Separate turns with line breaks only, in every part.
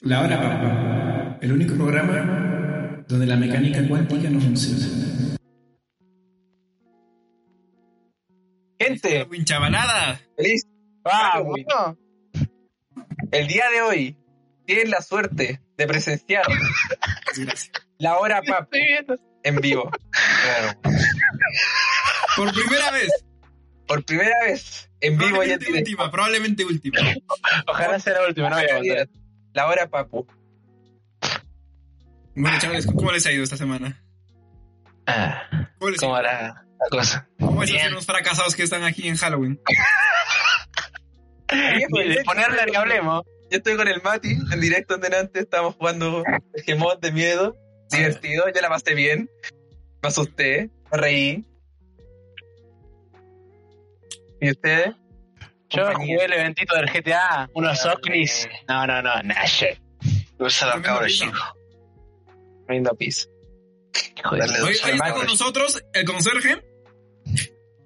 La hora, papá. El único programa donde la mecánica cuántica no funciona.
Gente,
Pinchabanada.
feliz. Ah,
Vamos.
El día de hoy tienen la suerte de presenciar la hora PAP
Estoy viendo.
en vivo.
Por primera vez.
Por primera vez en vivo y en
Probablemente
directo. Ah,
última, probablemente última.
Ojalá sea la última, no voy a contar.
La hora Papu.
Bueno, chavales, ¿cómo les ha ido esta semana?
Ah,
¿Cómo les ha
¿Cómo
ido?
era la cosa?
¿Cómo
Bien. Ah,
están los fracasados que están aquí en Halloween?
pues,
Y de ponerla que hablemos.
Yo estoy con el Mati en directo en delante. Estamos jugando Gemón de miedo. Divertido, yo la pasé bien. Me asusté, me reí. ¿Y ustedes?
Yo
Compañía.
jugué el eventito del GTA, unos
eh.
Ocnis. No, no, no, Nash.
Usa los cabros chicos.
Lindo piso.
Hijo de-
Dale.
Hoy, hoy está con nosotros el conserje.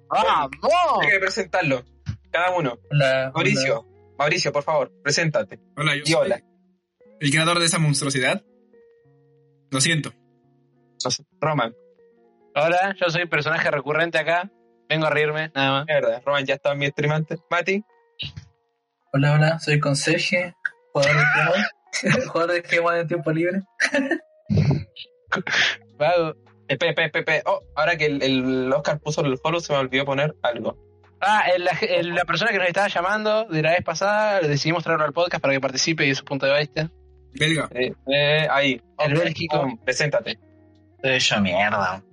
¡Vamos!
Hay que presentarlo, cada uno. Mauricio, Mauricio, por favor, preséntate.
Hola, yo
Y
soy
hola.
el creador de esa monstruosidad. Lo siento.
Roman,
Ahora, yo soy personaje recurrente acá. Vengo a reírme, nada más.
es verdad, Roman ya estaba en mi stream antes. Mati,
Hola, hola, soy conserje, jugador de Pokémon, jugador de Pokémon en tiempo libre.
Vago.
pepe, pepe, pepe. Oh, ahora que el, el Oscar puso el follow, se me olvidó poner algo.
Ah, el- la, el- la persona que nos estaba llamando de la vez pasada, decidimos traerlo al podcast para que participe y dé su punto de vista.
Belga.
Eh, eh, ahí,
El
Ok,
Bélgico.
pum, preséntate.
Estoy hecho mierda.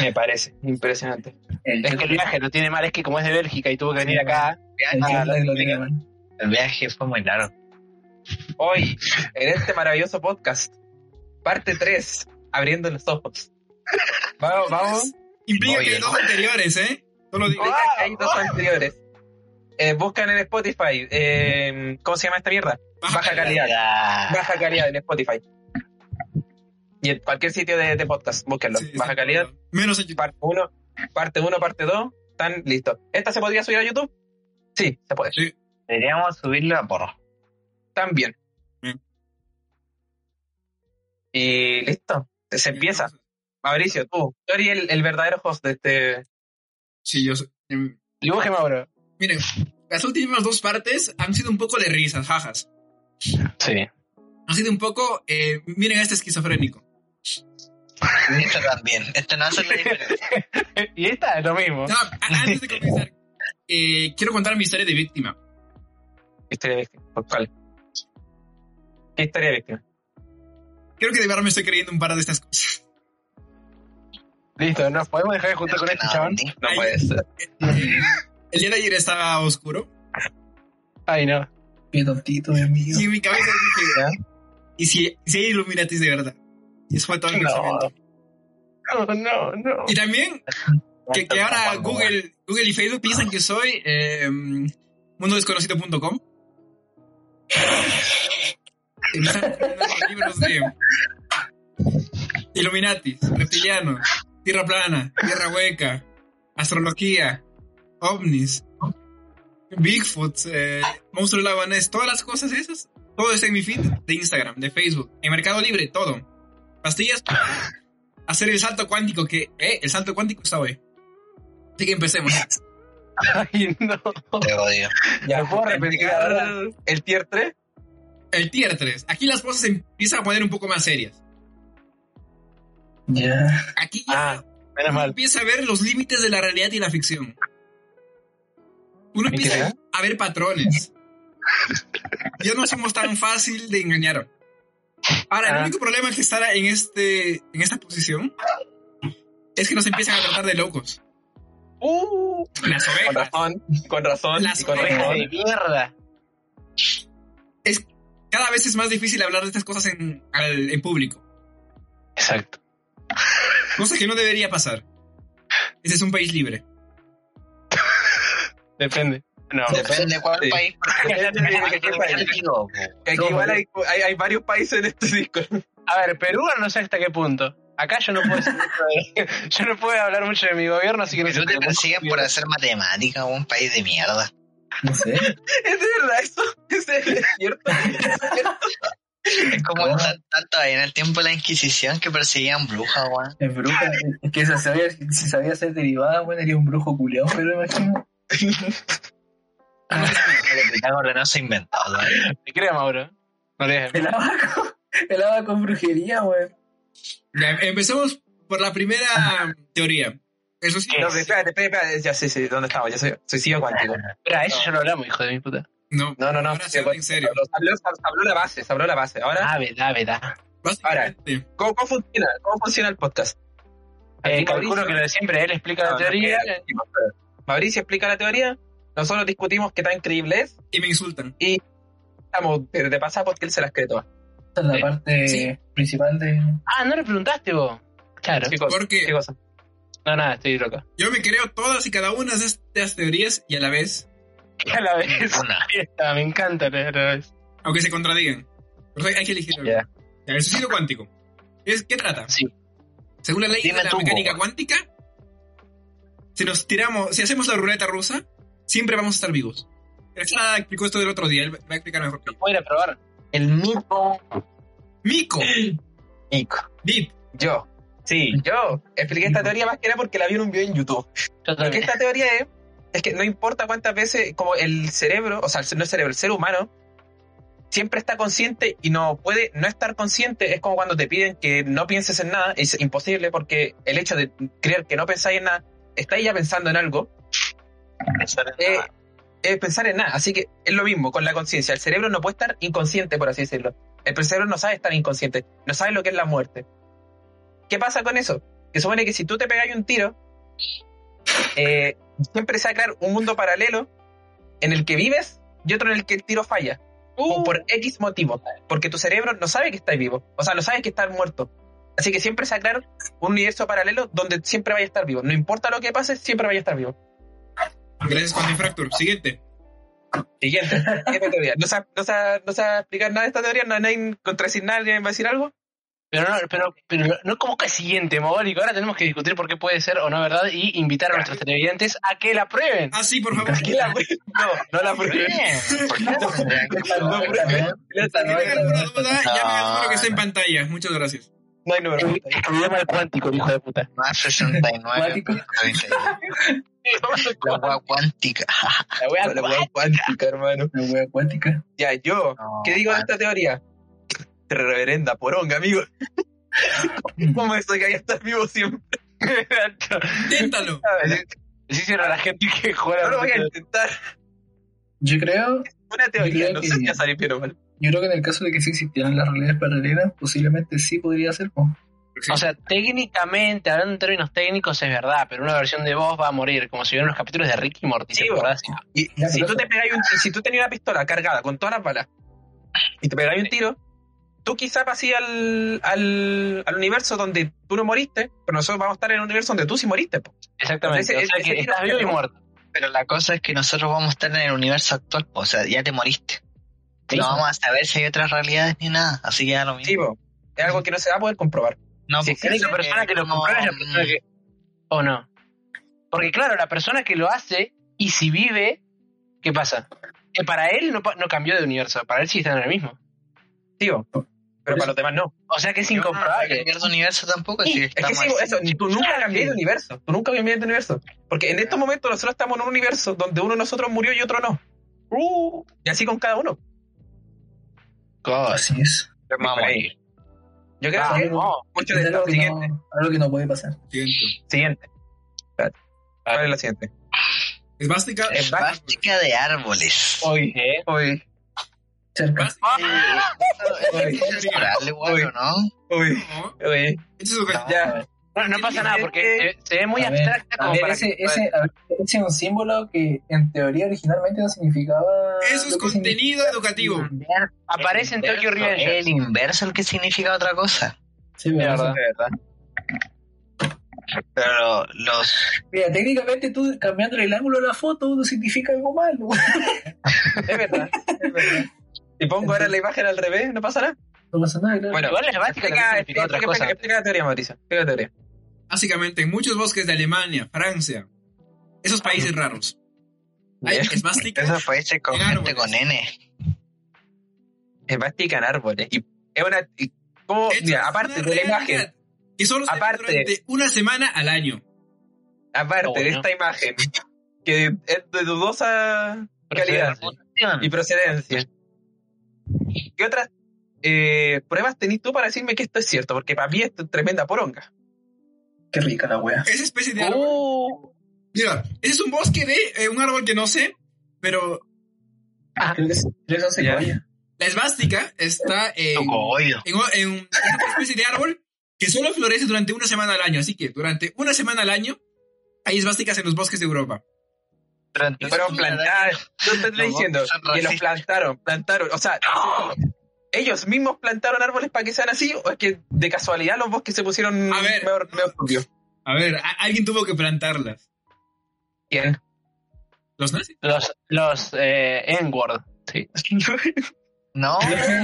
Me parece, impresionante.
El
Es que el viaje lo tiene mal, es que como es de Bélgica y tuvo que venir acá,
el
Ah,
jet lag lo
la-
tiene mal.
El viaje fue muy largo.
Hoy, en este maravilloso podcast, parte 3, abriendo los ojos. Vamos, vamos.
Implica
Oye.
que hay dos anteriores, ¿eh? Solo digo.
Implica que Hay dos anteriores. Eh, buscan en Spotify. eh, ¿Cómo se llama esta mierda? Baja calidad.
Ah,
baja calidad en Spotify. Y en cualquier sitio de, de podcast, búsquenlo.
Sí,
baja
sí,
calidad,
Menos en YouTube.
parte 1, parte 1, parte 2, están listos. ¿Esta se podría subir a YouTube? Sí, se puede.
Deberíamos subirlo a por.
También.
Bien.
Y listo, se, se empieza. Mauricio, tú, tú eres el, el verdadero host de este...
Sí, yo soy. em,
dibuje Mauro.
Miren, las últimas dos partes han sido un poco de risas, jajas.
Sí.
Han sido un poco. eh, miren a este esquizofrénico.
Esto también. Esto no hace la diferencia.
y esta es lo mismo.
No, a- antes de comenzar, eh, quiero contar mi historia de víctima.
Historia de víctima. ¿Por este, ¿Cuál? ¿Qué historia de víctima?
Creo que de verdad me estoy creyendo un par de estas cosas.
Listo, nos podemos dejar de juntar con este
No,
chabón.
ni-
No
Ay.
puede ser.
Eh, el día de ayer estaba oscuro
Ay, no.
Qué tontito, Dios mío.
y en mi cabeza dije, ¿y si, si hay Illuminatis de verdad? Y eso fue todo el
No.
pensamiento.
No, no, no.
Y también que, que ahora Google, Google y Facebook piensan que soy eh, mundodesconocido.com. Y me están poniendo los libros de Illuminatis, reptilianos, tierra plana, tierra hueca, astrología, ovnis, Bigfoot, eh, monstruo labanés, todas las cosas esas. Todo está en mi feed de Instagram, de Facebook, en Mercado Libre, todo. Pastillas, hacer el salto cuántico que, eh, el salto cuántico está hoy. Así que empecemos.
Ay, no.
Te odio.
Ya,
¿Lo puedo repetir ahora?
¿El- ¿El tier 3?
El tier 3. Aquí las cosas se empiezan a poner un poco más serias.
Ya.
Aquí ya
Ah, menos
uno
mal.
empieza a ver los límites de la realidad y la ficción. Uno
¿Y qué
empieza a ver patrones. Ya no somos tan fácil de engañar. Ahora, el
Ah.
único problema que estará en, este, en esta posición es que nos empiezan a tratar de locos.
Uh,
Las
con
ovejas.
razón, con razón,
Las
y con
orejas.
razón.
Oreja de mierda.
Cada vez es más difícil hablar de estas cosas en, al- en público.
Exacto.
Cosa que no debería pasar. Este es un país libre.
Depende. No.
Depende de cuál
Sí.
país.
Depende de qué país.
Digo,
Que aquí igual hay, hay, hay varios países en este Discord.
A ver, Perú no sé hasta qué punto. Acá yo no puedo decir mucho de- yo no puedo hablar mucho de mi gobierno, así que no sé
Perú te
tampoco.
persiguen por hacer matemática, un país de mierda.
No sé.
¿Es de verdad eso? ¿Es de- cierto?
Es como
¿Cómo?
tan- tanto ahí en el tiempo de la Inquisición que perseguían brujas, weón.
Es bruja. Es que si sabía, si sabía hacer derivadas, bueno, era un brujo culiao, pero imagino.
Pitágoras no se inventó, weón.
Te creo, Mauro. No le des-
El abaco. El abaco con brujería, weón.
Ya, empecemos por la primera teoría. Eso sí.
No, pero espérate, espérate, espérate. Ya sé, sé dónde estaba. Ya soy, soy ciego cuántico.
Espera, eso ya lo hablamos, hijo de mi puta.
No,
No, no, no.
Ahora sí, en serio.
Se habló, se habló la base, se habló la base. Ahora,
Ah, verdad, verdad.
básicamente.
¿cómo, cómo funciona? ¿Cómo funciona el podcast?
Eh,
Aquí
calculo
Mauricio-
que lo de siempre, él explica
No,
la
no,
teoría.
espera, espera. Mauricio explica la teoría. Nosotros discutimos qué tan creíble es.
Y me insultan.
Estamos de, de pasada porque él se las cree todas.
Esa es la
Sí.
parte
Sí.
principal de.
Ah, no le preguntaste vos. Claro.
¿Qué cosa?
Porque
¿Qué cosa?
No, nada, estoy loco.
yo me creo todas y cada una de estas teorías y a la vez,
A la vez.
Una.
Fiesta, Ah, me encanta la la vez.
aunque se contradigan. Pero hay hay que elegir.
Ya.
Ya, El suicidio cuántico. Es, ¿Qué trata?
Sí.
Según la ley
Dime
de la
tú,
mecánica
Boba.
cuántica, si nos tiramos, si hacemos la ruleta rusa, siempre vamos a estar vivos. Quesada explicó esto del otro día, él va a explicar mejor que yo.
Voy a ir a probar.
El mismo
Mico, Dit,
Yo. Sí, yo expliqué esta teoría más que nada porque la vi en un video en YouTube.
Yo
Porque
también.
esta teoría es, es que no importa cuántas veces, como el cerebro, o sea, el- no el cerebro, el ser humano, siempre está consciente y no puede no estar consciente. Es como cuando te piden que no pienses en nada, es imposible porque el hecho de creer que no pensáis en nada, estáis ya pensando en algo, eh, es pensar en nada. Así que es lo mismo con la conciencia. El cerebro no puede estar inconsciente, por así decirlo. El cerebro no sabe estar inconsciente, no sabe lo que es la muerte. ¿Qué pasa con eso? Que supone que si tú te pegas un tiro, eh, siempre se va a crear un mundo paralelo en el que vives y otro en el que el tiro falla. O por X motivo. Porque tu cerebro no sabe que estás vivo. O sea, no sabe que estás muerto. Así que siempre se va a crear un universo paralelo donde siempre vaya a estar vivo. No importa lo que pase, siempre vaya a estar vivo.
gracias Quantum Fracture. Siguiente.
Siguiente. Siguiente teoría. No se, no, se, no se va a explicar nada de esta teoría, no hay nadie contradecir nada, alguien va a decir algo.
Pero no, pero, pero no- no como que es siguiente, Mogólico. Ahora tenemos que discutir por qué puede ser o no verdad y invitar a nuestros televidentes a que la prueben.
Ah, sí, por favor.
¿Qué la No, no la prueben.
Si tienen alguna duda, llamen al número que está en pantalla. Muchas gracias.
No hay número.
problema del cuántico, hijo de puta.
Más 69.
Cuántico.
La agua cuántica.
La wea la wea cuántica, hermano.
La wea acuática.
Ya, yo, ¿qué digo de esta teoría? Reverenda poronga, amigo. ¿Cómo es eso que hay que estar vivo siempre?
Inténtalo.
Sí, hicieron a la gente que juega.
No lo voy a intentar.
Yo creo,
Una teoría, no sé si ya salí pero mal.
yo creo que en el caso de que sí existieran las realidades paralelas, posiblemente sí podría ser. po.
O sea, técnicamente, hablando en términos técnicos, es verdad, pero una versión de vos va a morir, como si vieron los capítulos de Ricky Morty,
Sí,
¿se
vos.
acordás?
Y
Ya,
si
pero
tú
eso-
te pegáis un, si tú tenías una pistola cargada con todas las balas y te pegáis un tiro, tú quizás pasís al, al, al universo donde tú no moriste, pero nosotros vamos a estar en un universo donde tú sí moriste. po.
Exactamente,
Ese-
o sea
ese
que
tiro
estás vivo y
que-
muerto.
Pero la cosa es que nosotros vamos a estar en el universo actual, po, o sea, ya te moriste. No vamos a saber si hay otras realidades ni nada, así que da lo mismo.
Sí, po. es algo que no se va a poder comprobar.
no,
sí,
porque
La única
es
persona que lo
como-
comprueba es la persona que. ¿O no? Porque, claro, la persona que lo hace y si vive, ¿qué pasa? Que para él no, pa- no cambió de universo, para él sí está en el mismo.
Sí, po. pero para los demás no.
O sea que es
No, no va a
incomprobable.
cambiar de universo tampoco,
Sí,
si
es que
estamos
sí, po, eso, tú nunca cambiás de universo, tú nunca cambiás de universo. Porque en estos momentos nosotros estamos en un universo donde uno de nosotros murió y otro no. Uh, y así con cada uno.
Cosa,
Así es.
vamos a morir.
Yo creo
Ah,
que
no.
mucho
Es
de
algo,
lo
que no-
siguiente.
algo que no puede pasar.
Siguiente.
Siguiente. Espérate. ¿Cuál es la siguiente?
Es bástica.
Es
Esvástica de árboles.
Hoy,
¿Eh?
hoy,
Cerca.
Es inexplorable, güey, ¿o ¿no?
hoy, hoy.
Esto Este es lo que-
Ya,
No, no pasa nada porque eh, se ve muy
A ver,
abstracta
a
como
ver,
para.
ese,
que-
ese- a ver, ese es un símbolo que en teoría originalmente no significaba.
Eso es
lo que significa.
contenido educativo.
Aparece en
El
Tokyo
inverso,
Revengers.
El inverso el que significa otra cosa.
Sí, pero
De
no sé.
verdad.
Pero los.
Mira, técnicamente tú cambiando el ángulo de la foto no significa algo malo.
es verdad. es verdad. Si pongo ahora la imagen al revés, ¿no pasa nada?
No pasa nada, claro.
Bueno,
Igual es básica
explica,
también
explica,
significa otra
explica,
cosa.
explica la teoría, Mauricio. Explica la teoría.
Básicamente, en muchos bosques de Alemania, Francia, esos países raros, Ay, es más tica.
Eso fue hecho con
En
gente
árboles.
con N.
Es plástica en árboles. Y es una. y ¿cómo?
Hecho,
mira,
es
aparte
una
de la imagen,
realidad Que solo se ve
Aparte.
durante una semana al año.
aparte
No,
de
bueno.
esta imagen, que es de dudosa calidad y procedencia, ¿qué otras eh, pruebas tenés tú para decirme que esto es cierto? Porque para mí esto es tremenda poronga.
Qué rica la wea.
Esa especie de árbol.
Oh,
Mira, ese es un bosque de eh, un árbol que no sé, pero
Creo que es- creo que son
Ya.
secuoyas.
la esvástica está en,
Cogollo.
en, o- en un- en una especie de árbol que solo florece durante una semana al año. Así que durante una semana al año hay esvásticas en los bosques de Europa.
Durante
fueron plantadas. Yo te estoy
Los
diciendo
son
que los
racistas.
plantaron, plantaron. O sea, ¿ellos mismos plantaron árboles para que sean así? ¿O es que de casualidad los bosques se pusieron
A ver.
mejor, mejor propios?
A ver, a- alguien tuvo que plantarlas.
¿Quién?
¿Los nazis?
Los, los eh, N-Word. Sí.
No, cállense,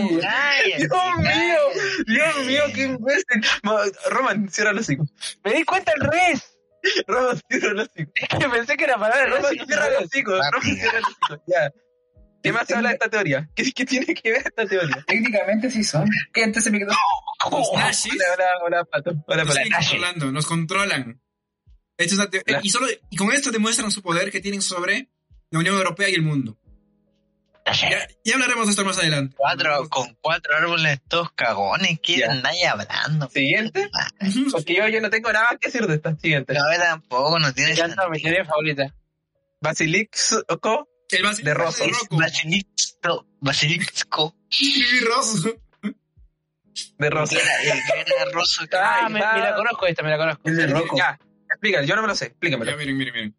Dios mío,
cállense.
Dios mío, qué imbécil. Ma- Roman, cierra los hijos.
Me di cuenta el res.
Roman, cierra los hijos.
Es que pensé que era para el res.
Roman, cierra los hijos. Roman,
Rápido.
cierra los hijos. Ya. ¿Qué más habla de esta teoría? ¿Qué, qué tiene que ver esta teoría?
Técnicamente sí son. ¿Qué antes se me quedó?
Los nazis.
Hola, hola, hola, Pato. Hola,
Nos
Pato.
siguen controlando, nos controlan. Esto es una teo-
La-
y, solo, y con esto demuestran su poder que tienen sobre la Unión Europea y el mundo. Ya, ya hablaremos de esto más adelante.
Cuatro, con cuatro árboles todos cagones, ¿qué
Ya.
andáis hablando?
Siguiente.
Ujú.
Porque yo, yo no tengo nada más que decir de esta. Siguiente.
No, tampoco, no
Me
tiene
encanta mi
sentido.
teoría favorita.
Basilixco.
El basi-
De Rosso.
Rocco.
Basilisco, basilisco.
Escribí Rosso.
de Rosa.
El que era roso que-
Ah,
Ah, me, me la conozco esta, me la conozco.
El de Rocco.
Ya, explícalo, yo no me lo sé, explícamelo.
Ya, miren, miren, miren.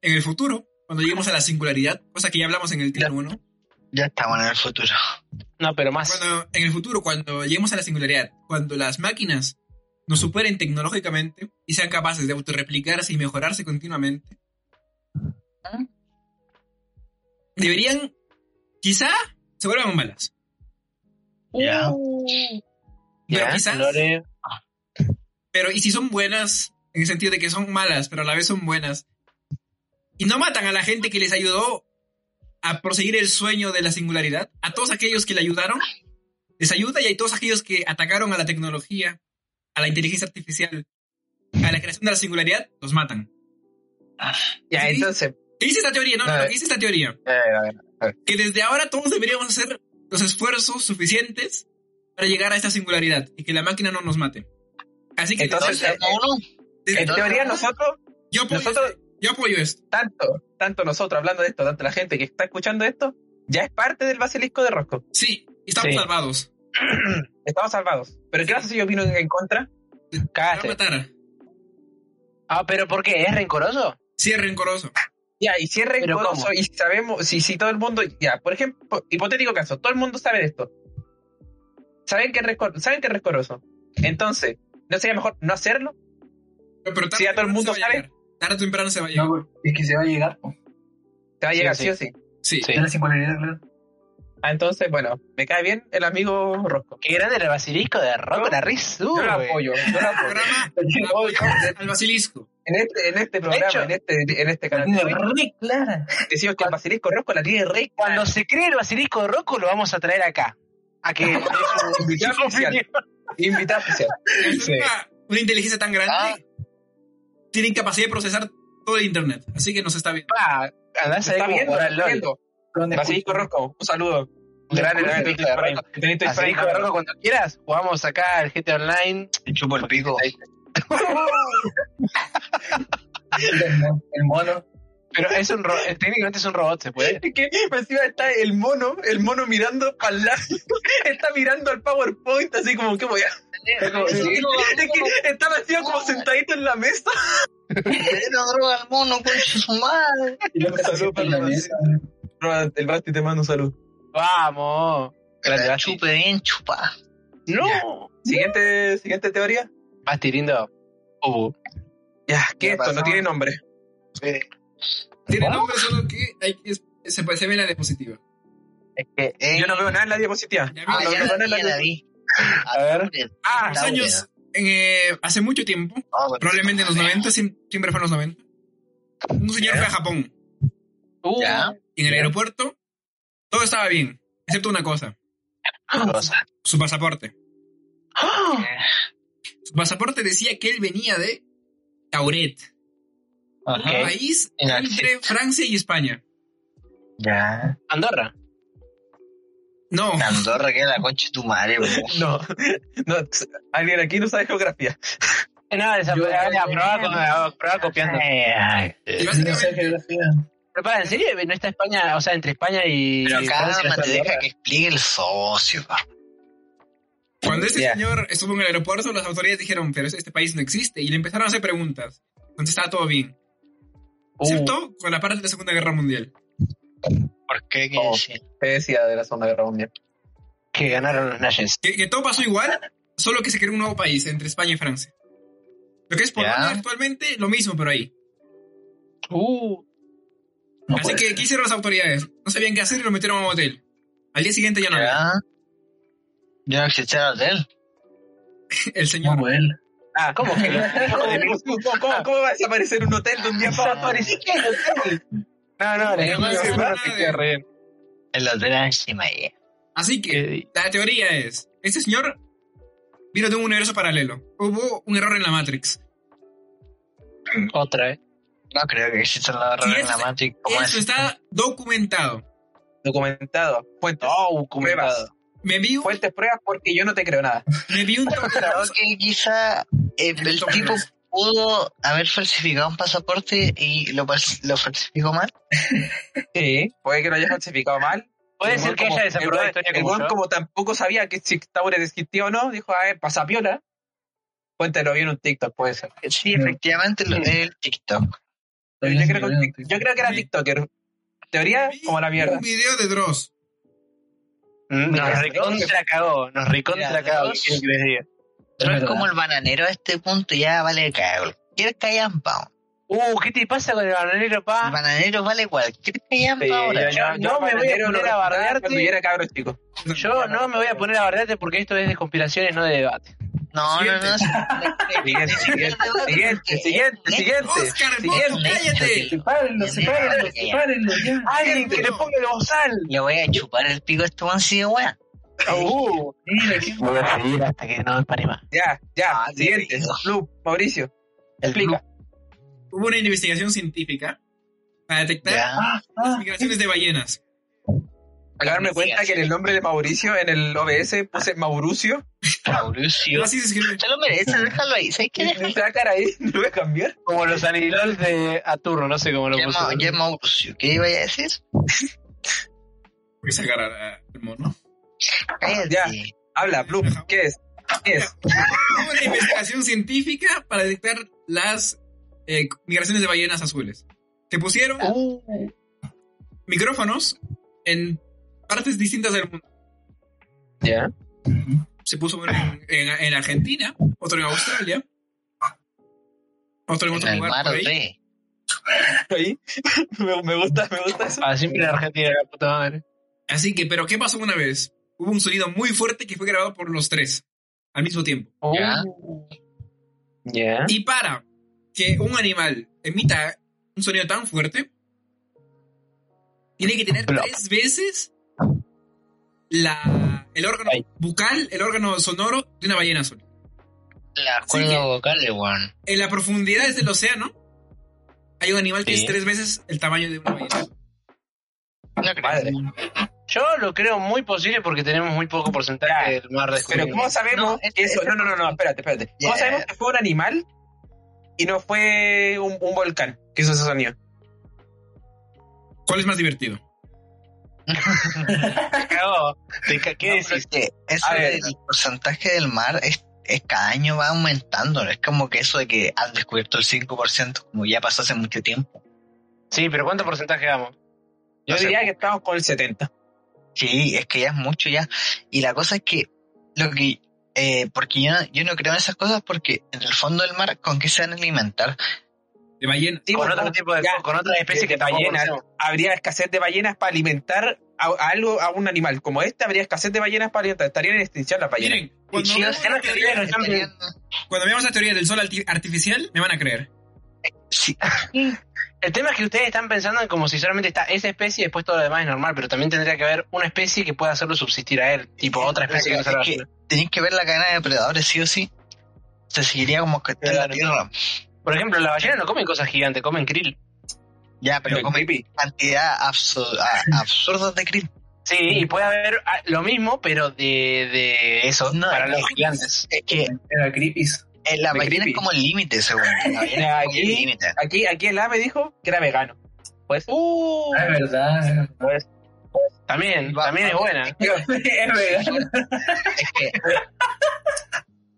En el futuro, cuando lleguemos a la singularidad, cosa que ya hablamos en el
Ya.
título 1,
Ya estamos en el futuro.
No, pero más.
cuando, en el futuro, cuando lleguemos a la singularidad, cuando las máquinas nos superen tecnológicamente y sean capaces de autorreplicarse y mejorarse continuamente, deberían, quizá, se vuelvan malas.
Ya.
Pero
Ya,
quizás,
Lore.
pero y si son buenas, en el sentido de que son malas, pero a la vez son buenas, y no matan a la gente que les ayudó a proseguir el sueño de la singularidad, a todos aquellos que le ayudaron, les ayuda y a todos aquellos que atacaron a la tecnología, a la inteligencia artificial, a la creación de la singularidad, los matan.
Ya,
Sí.
entonces,
¿Qué dice esta teoría? No,
A
no,
ver.
¿qué dice esta teoría?
Eh,
que desde ahora todos deberíamos hacer los esfuerzos suficientes para llegar a esta singularidad y que la máquina no nos mate. Así que
Entonces, eh,
desde-
Entonces, uno,
desde-
en teoría nosotros,
yo, apoyo, este,
nosotros,
yo apoyo esto.
tanto, tanto nosotros hablando de esto, tanto la gente que está escuchando esto, ya es parte del basilisco de Rosco.
Sí, estamos
Sí.
salvados.
Estamos salvados. Pero ¿qué pasa si yo opino en, en contra?
Te va a
Cagaste.
matar.
Ah, pero ¿por qué? ¿Es rencoroso?
Sí, es rencoroso.
Ya, y si es
¿Pero
rencoroso
cómo?
y sabemos, si, si todo el mundo, ya, por ejemplo, hipotético caso, todo el mundo sabe de esto. Saben que es, rencor- saben que es rencoroso. Entonces, ¿no sería mejor no hacerlo?
Pero, pero
Sí, ya todo el
o temprano
mundo
se va a
sabe.
llegar. Tarde o temprano se va a llegar.
No, es que se va a llegar. po.
Te va a llegar
sí.
sí o sí.
Sí.
Sí.
Ya la singularidad, claro.
Ah, entonces, bueno, me cae bien el amigo Rosco.
Qué grande el basilisco de Rocco,
Yo-
la risa.
Yo lo apoyo, yo lo apoyo.
Programa
Yo- yo-
al basilisco.
En este, en este programa,
hecho,
en este, en este
La
canal,
tiene re clara.
decimos que el basilisco Rosco la tiene rey.
Cuando se cree el basilisco de Rocco, lo vamos a traer acá. A que dé su-
Invitado
su
oficial.
opinión.
Invitado especial.
Es Una, una inteligencia tan grande
Ah.
tienen capacidad de procesar todo el internet. Así que nos está bien.
Pa, andás Ah, a ver
Está
cómo
viendo,
jugar al
está
LOL.
viendo.
¿Dónde
Basilisco Rosco, un saludo.
Un
Gran
saludo,
elemento
Basilisco de Rocco.
hispánico. Elemento
Basilisco de Rocco,
hispánico.
cuando quieras, jugamos acá al GT Online.
te chupo el pico.
escuchas? El mono.
Pero es un ro- eh, técnicamente es un robot, se puede.
Es que encima está el mono, el mono mirando para el lado, está mirando al PowerPoint así como que voy a... Es que está vestido como sentadito en la mesa.
Le dieron droga al mono, concha su madre.
Y los que se
Salud
sientan en
para
la
los
mesa.
Roman, El Basti te mando un saludo.
Vamos.
Que la
Gracias.
chupe bien chupa.
No.
Siguiente, siguiente teoría.
Basti lindo.
Oh.
Uh,
Ya, que
Ya
esto no
pasamos.
tiene nombre. Oh.
Tiene nombre solo que hay que se, se ve la diapositiva.
Es que, eh,
Yo no veo nada en la diapositiva.
Ya
ah,
vi-
no,
ya
no,
la
no,
vi,
no.
ya la vi.
A ver.
Ah,
Hace años, en, eh, hace mucho tiempo,
Ah, bueno.
Probablemente en los 90, siem- siempre fue en los 90. Un señor fue a Japón
Uh,
Ya.
En el aeropuerto, todo estaba bien, excepto una cosa,
Ah.
Cosa.
su pasaporte.
¡Ah!
Su pasaporte decía que él venía de Tauret,
Ok.
un país
En
entre Francia y España.
Ya.
Andorra.
No,
En Andorra que es la concha de tu madre, weón.
No, no, alguien aquí no sabe geografía.
Eh, No, esa
Yo-
a probar, con- a probar copiando.
y
No sé
básicamente,
geografía.
Pero para, ¿en serio? ¿No está España, o sea, entre España y.
Pero
Francia y
calma, te
Andorra?
deja que explique el socio, pa.
cuando este
Ya.
señor estuvo en el aeropuerto, las autoridades dijeron, pero este país no existe, y le empezaron a hacer preguntas. Entonces estaba todo bien, excepto con la parte de la Segunda Guerra Mundial.
¿Por qué? ¿Qué
Oh.
decía?
Te decía de la Segunda Guerra Mundial.
Que ganaron los Nayes.
Que, que todo pasó igual, solo que se creó un nuevo país entre España y Francia. Lo que es Polonia
Ya.
actualmente, lo mismo, pero ahí.
Uh,
No
Así
puede
que, ¿qué hicieron las autoridades? No sabían qué hacer y lo metieron a un hotel. Al día siguiente ya no había.
Ya. Ya no existía el hotel.
El
No,
señor.
Manuel.
Ah, ¿cómo que no? ¿Cómo, cómo, cómo va a desaparecer un hotel de un día para otro?
No, no, le
Además,
no,
es
no,
una
te
de-
queda re bien.
El hotel era encima, ya.
Así que,
Que-
la teoría es: este señor vino de un universo paralelo. Hubo un error en la Matrix.
Otra vez.
¿eh? No creo que exista la
Sí,
error en
eso-
la Matrix como
Eso
ese.
está documentado.
Documentado, fuentes,
Oh, documentado.
Me vi, un-
Pues,
fuentes, pruebas, porque yo no te creo nada.
me vi un
Creo que quizá eh, el
Toma,
tipo
Luis.
pudo haber falsificado un pasaporte y lo, fal- lo falsificó mal.
Sí, puede que lo haya falsificado mal,
Puede
El
ser
weón
que
como-
ella desaprueba
el
la
weón-
historia
El
como
weón
yo.
como tampoco sabía que si Taure existía o no, dijo, a ver, pasa piola. Cuéntalo bien en un TikTok, puede ser.
Sí,
No.
efectivamente, lo- el TikTok.
Yo, creo,
También se
que-
me olvidó,
yo creo que era
Sí.
TikToker. Teoría
vi
como la mierda.
un video de Dross.
Nos
Mira,
Mm. recontra cagó, nos recontra
Mira,
cagó.
dos.
¿qué quieren que les diga?
No es
verdad.
como el bananero a este punto, ya vale cago. Cualquier callampa.
Uh, ¿qué te pasa con el bananero,
El
pa?
bananero vale cualquier callampa
Sí,
ahora.
yo- no
al
me voy a
bananero
poner
lo
a
respetaba
bardearte.
Cuando yo era cabro chico.
Yo no me voy a poner a bardearte porque esto es de conspiraciones, no de debate.
No, no, no.
Siguiente, siguiente, siguiente, siguiente.
este
Oscar,
Siguiente.
Boto, cállate.
Sepárenlo, sepárenlo, sepárenlo, ya.
¡Alguien que le ponga el bozal!
Le voy a chupar el pico a este man si de wea.
Uh,
Mira, qué
voy a seguir hasta que no me pare más.
Ya, ya,
Ah, qué
siguiente.
rico.
Club, Mauricio,
El
explica.
Hubo una investigación científica para detectar
Ya.
las migraciones de ballenas.
Acabo de darme cuenta que en el nombre de Mauricio, en el OBS, puse Mauricio.
Mauricio.
Así se escribe.
Se lo merece, déjalo ahí. ¿Sabes qué? Déjalo.
Te va a quedar ahí, no voy a cambiar.
Como los anilol de Aturro, no sé cómo lo
Ya,
puso.
Ma- ya Mauricio. ¿Qué iba a decir?
Voy a sacar Pues a- a- al mono.
Cállate.
Ya. Habla, Blue, ¿qué es? ¿Qué es?
Hubo una investigación científica para detectar las eh, migraciones de ballenas azules. Se pusieron
Uh,
Ah.
micrófonos en partes distintas del mundo.
Ya.
Se puso uno en, en- en Argentina, otro en Australia, otro en otro
En el
lugar
mar
por ahí.
de.
Ahí. Me, me gusta, me gusta eso.
ah, siempre en Argentina, la puta madre.
Así que, pero ¿qué pasó una vez? Hubo un sonido muy fuerte que fue grabado por los tres al mismo tiempo.
Ah,
Ya.
Uh, ya.
Y para que un animal emita un sonido tan fuerte, tiene que tener
Plop.
tres veces la, el órgano
Ay.
bucal, el órgano sonoro de una ballena azul.
Las
Sí, que-
cuerdas vocales, weón.
En las profundidades del océano hay un animal que
Sí.
es tres veces el tamaño de una ballena azul.
No creo.
Madre.
Yo lo creo muy posible porque tenemos muy poco porcentaje
Ya,
del mar
Pero
descubierto.
¿cómo sabemos
No, este-
que eso?
este-
No, no, no, no, espérate, espérate. ¿Cómo
Ya.
sabemos que fue un animal y no fue un, un volcán que hizo ese sonido?
¿Cuál es más divertido?
te cagó? Te ca- ¿Qué
No, pero
decís?
es que eso
A ver.
del porcentaje del mar es, es cada año va aumentando. No es como que eso de que han descubierto el 5%, como ya pasó hace mucho tiempo.
Sí, pero ¿cuánto porcentaje damos?
Yo
No sé,
diría que estamos con el 70.
Sí, es que ya es mucho ya. Y la cosa es que lo que eh, porque yo no, yo no creo en esas cosas porque en el fondo del mar con qué se van a alimentar.
De ballena.
Sí,
con
porque
otro tipo de
ya,
con otras especies que
de
tampoco
ballenas,
conocemos.
habría escasez de ballenas para alimentar a, a algo, a un animal. Como este, habría escasez de ballenas para alimentar. Estarían en extinción las ballenas.
Miren, cuando,
Sí, o
veamos
sea,
la teoría,
no están-
Estarían-
cuando veamos la teoría del sol arti- artificial, me van a creer.
sí.
El tema es que ustedes están pensando en como si solamente está esa especie y después todo lo demás es normal, pero también tendría que haber una especie que pueda hacerlo subsistir a él, tipo otra especie que no se lo
Es que
hace.
tenéis que ver la cadena de depredadores sí o sí. Se seguiría como que está en la
Claro.
tierra.
Por ejemplo, las ballenas no comen cosas gigantes, comen krill.
Ya, pero
Pero
como
creepy.
cantidad absur- a- absurda de creep.
Sí, y puede haber ah, lo mismo, pero de, de eso,
No,
para
no.
los gigantes.
Es que
Era creepies.
eh, la
De
ballena
creepy.
es como el límite, según. La ballena es como el
Aquí-
límite.
Aquí, aquí el ave dijo que era vegano. Pues,
Uh,
Ah, es verdad.
pues,
también,
Va-
también es
va-
buena.
Es verdad.
Es que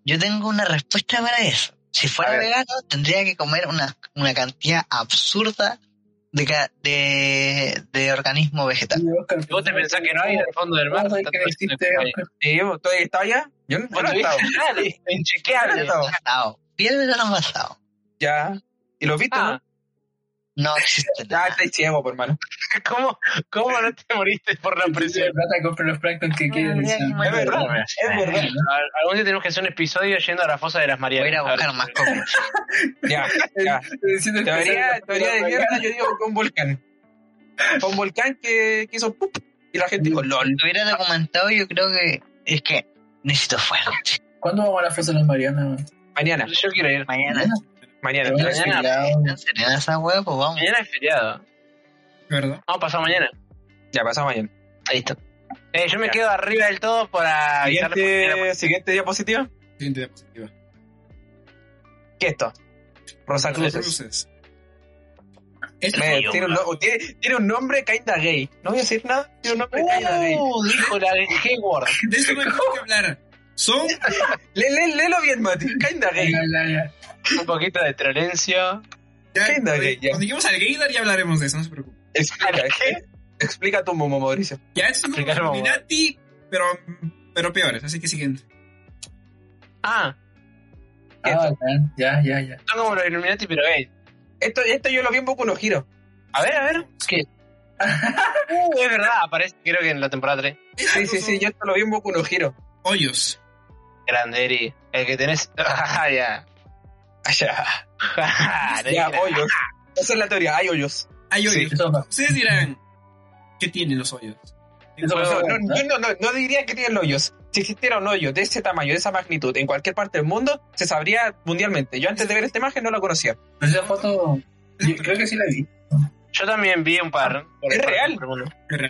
yo tengo una respuesta para eso. Si
A
fuera
ver.
vegano, tendría que comer una, una cantidad absurda de, ca- de, de organismo vegetal.
Si vos te pensás que no hay en el fondo del mar,
¿Cómo sabés
está
que
todo
no
lleno de
existe,
cosas ahí.
Oscar?
sí, ¿tú has estado allá? Yo no, yo no he estado.
Dale,
Yo
inchequeable.
no he estado.
Pasado. Piel de verano pasado.
Ya. ¿Y lo viste?
Ah,
No existe
no? Ah,
nada.
estáis ciego, por hermano.
¿cómo, ¿Cómo no te moriste por la
Precio
presión?
de plata compra los plancton
Ah,
que quieres.
Es verdad, es verdad.
Al- Algún día tenemos que hacer un episodio yendo a la fosa de las
Voy a
Marianas.
ir a buscar más cosas.
Ya, ya. Teoría, teoría de mierda, yo digo que un volcán. Fue un volcán que, que hizo pup y la gente
Mm.
dijo
Si
lol.
lo hubiera documentado, yo creo que es que necesito fuego.
¿Cuándo vamos a la fosa de las Marianas?
Mañana,
Yo quiero ir.
Mañana.
mañana.
Mañana.
Sí,
¿Están serenas esa hueá? Pues vamos.
Mañana es feriado.
¿Verdad?
Vamos a pasar mañana.
Ya, pasado mañana.
Listo. Eh, yo me quedo arriba del todo para avisarles por primera
Siguiente, siguiente diapositiva.
Siguiente diapositiva.
¿Qué es esto? Rosa
Los
Cruces.
cruces.
Me- tiene, un, no- tiene- tiene un nombre kinda gay. No voy a decir nada. Tiene un nombre kinda gay.
Uh, dijo la de Hayward.
De eso no hay que hablar. Son
Le, le- léelo bien, Mati. Kinda gay.
Un poquito de trolencia.
Ya,
¿Qué onda,
cuando,
gay? Ya.
cuando lleguemos al gaydar ya hablaremos de eso, no se preocupe.
Explica, ex- explica tu momo, Mauricio.
Ya esto es como
Explicar, vamos.
Illuminati, pero, pero peores, así que siguiente.
Ah,
Ah, Ya, ya, ya.
son como los Illuminati, pero gay.
Esto, esto yo lo vi en Boku no Hero.
A ver, a ver. ¿Qué? Uh, es verdad, aparece creo que en la temporada 3.
Sí, sí, sí, yo esto lo vi en Boku no Hero.
Hoyos.
Grande, Eri. El que tenés. Ah, ya.
Allá.
Ah,
Ya,
ya,
hoyos. Esa es la teoría, hay hoyos.
Hay
Sí.
hoyos. Ustedes dirán, ¿qué tienen los hoyos?
Eso
No,
pasó,
no,
¿verdad?
yo no, no, no diría que tienen hoyos. Si existiera un hoyo de ese tamaño, de esa magnitud, en cualquier parte del mundo, se sabría mundialmente. Yo antes de ver esta imagen no la conocía.
Esa foto, yo creo que sí la vi.
Yo también vi un par.
¿Es real?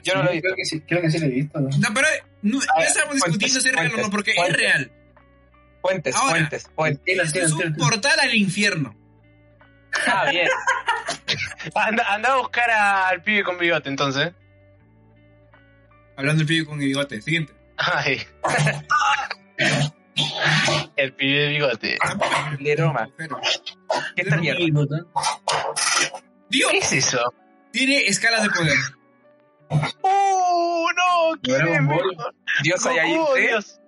Yo no lo he visto.
Creo que sí, creo que sí la he visto.
No, pero no, no estamos
fuentes,
discutiendo si es real o no,
fuentes,
porque es
fuentes.
real.
Fuentes,
Ahora.
fuentes, fuentes.
Sí, la
Esto es un portal al infierno.
Ah, bien. Anda, anda a buscar al pibe con bigote, entonces.
Hablando del pibe con bigote. Siguiente.
Ay. El pibe de bigote.
Leroma. ¿Qué esta mierda?
Dios
¿Qué es eso?
tiene escalas de poder.
¡Uh, no! ¿Quién
Dragon
es?
Ball.
Dios hay ahí.
Goku,
¿eh?
Dios.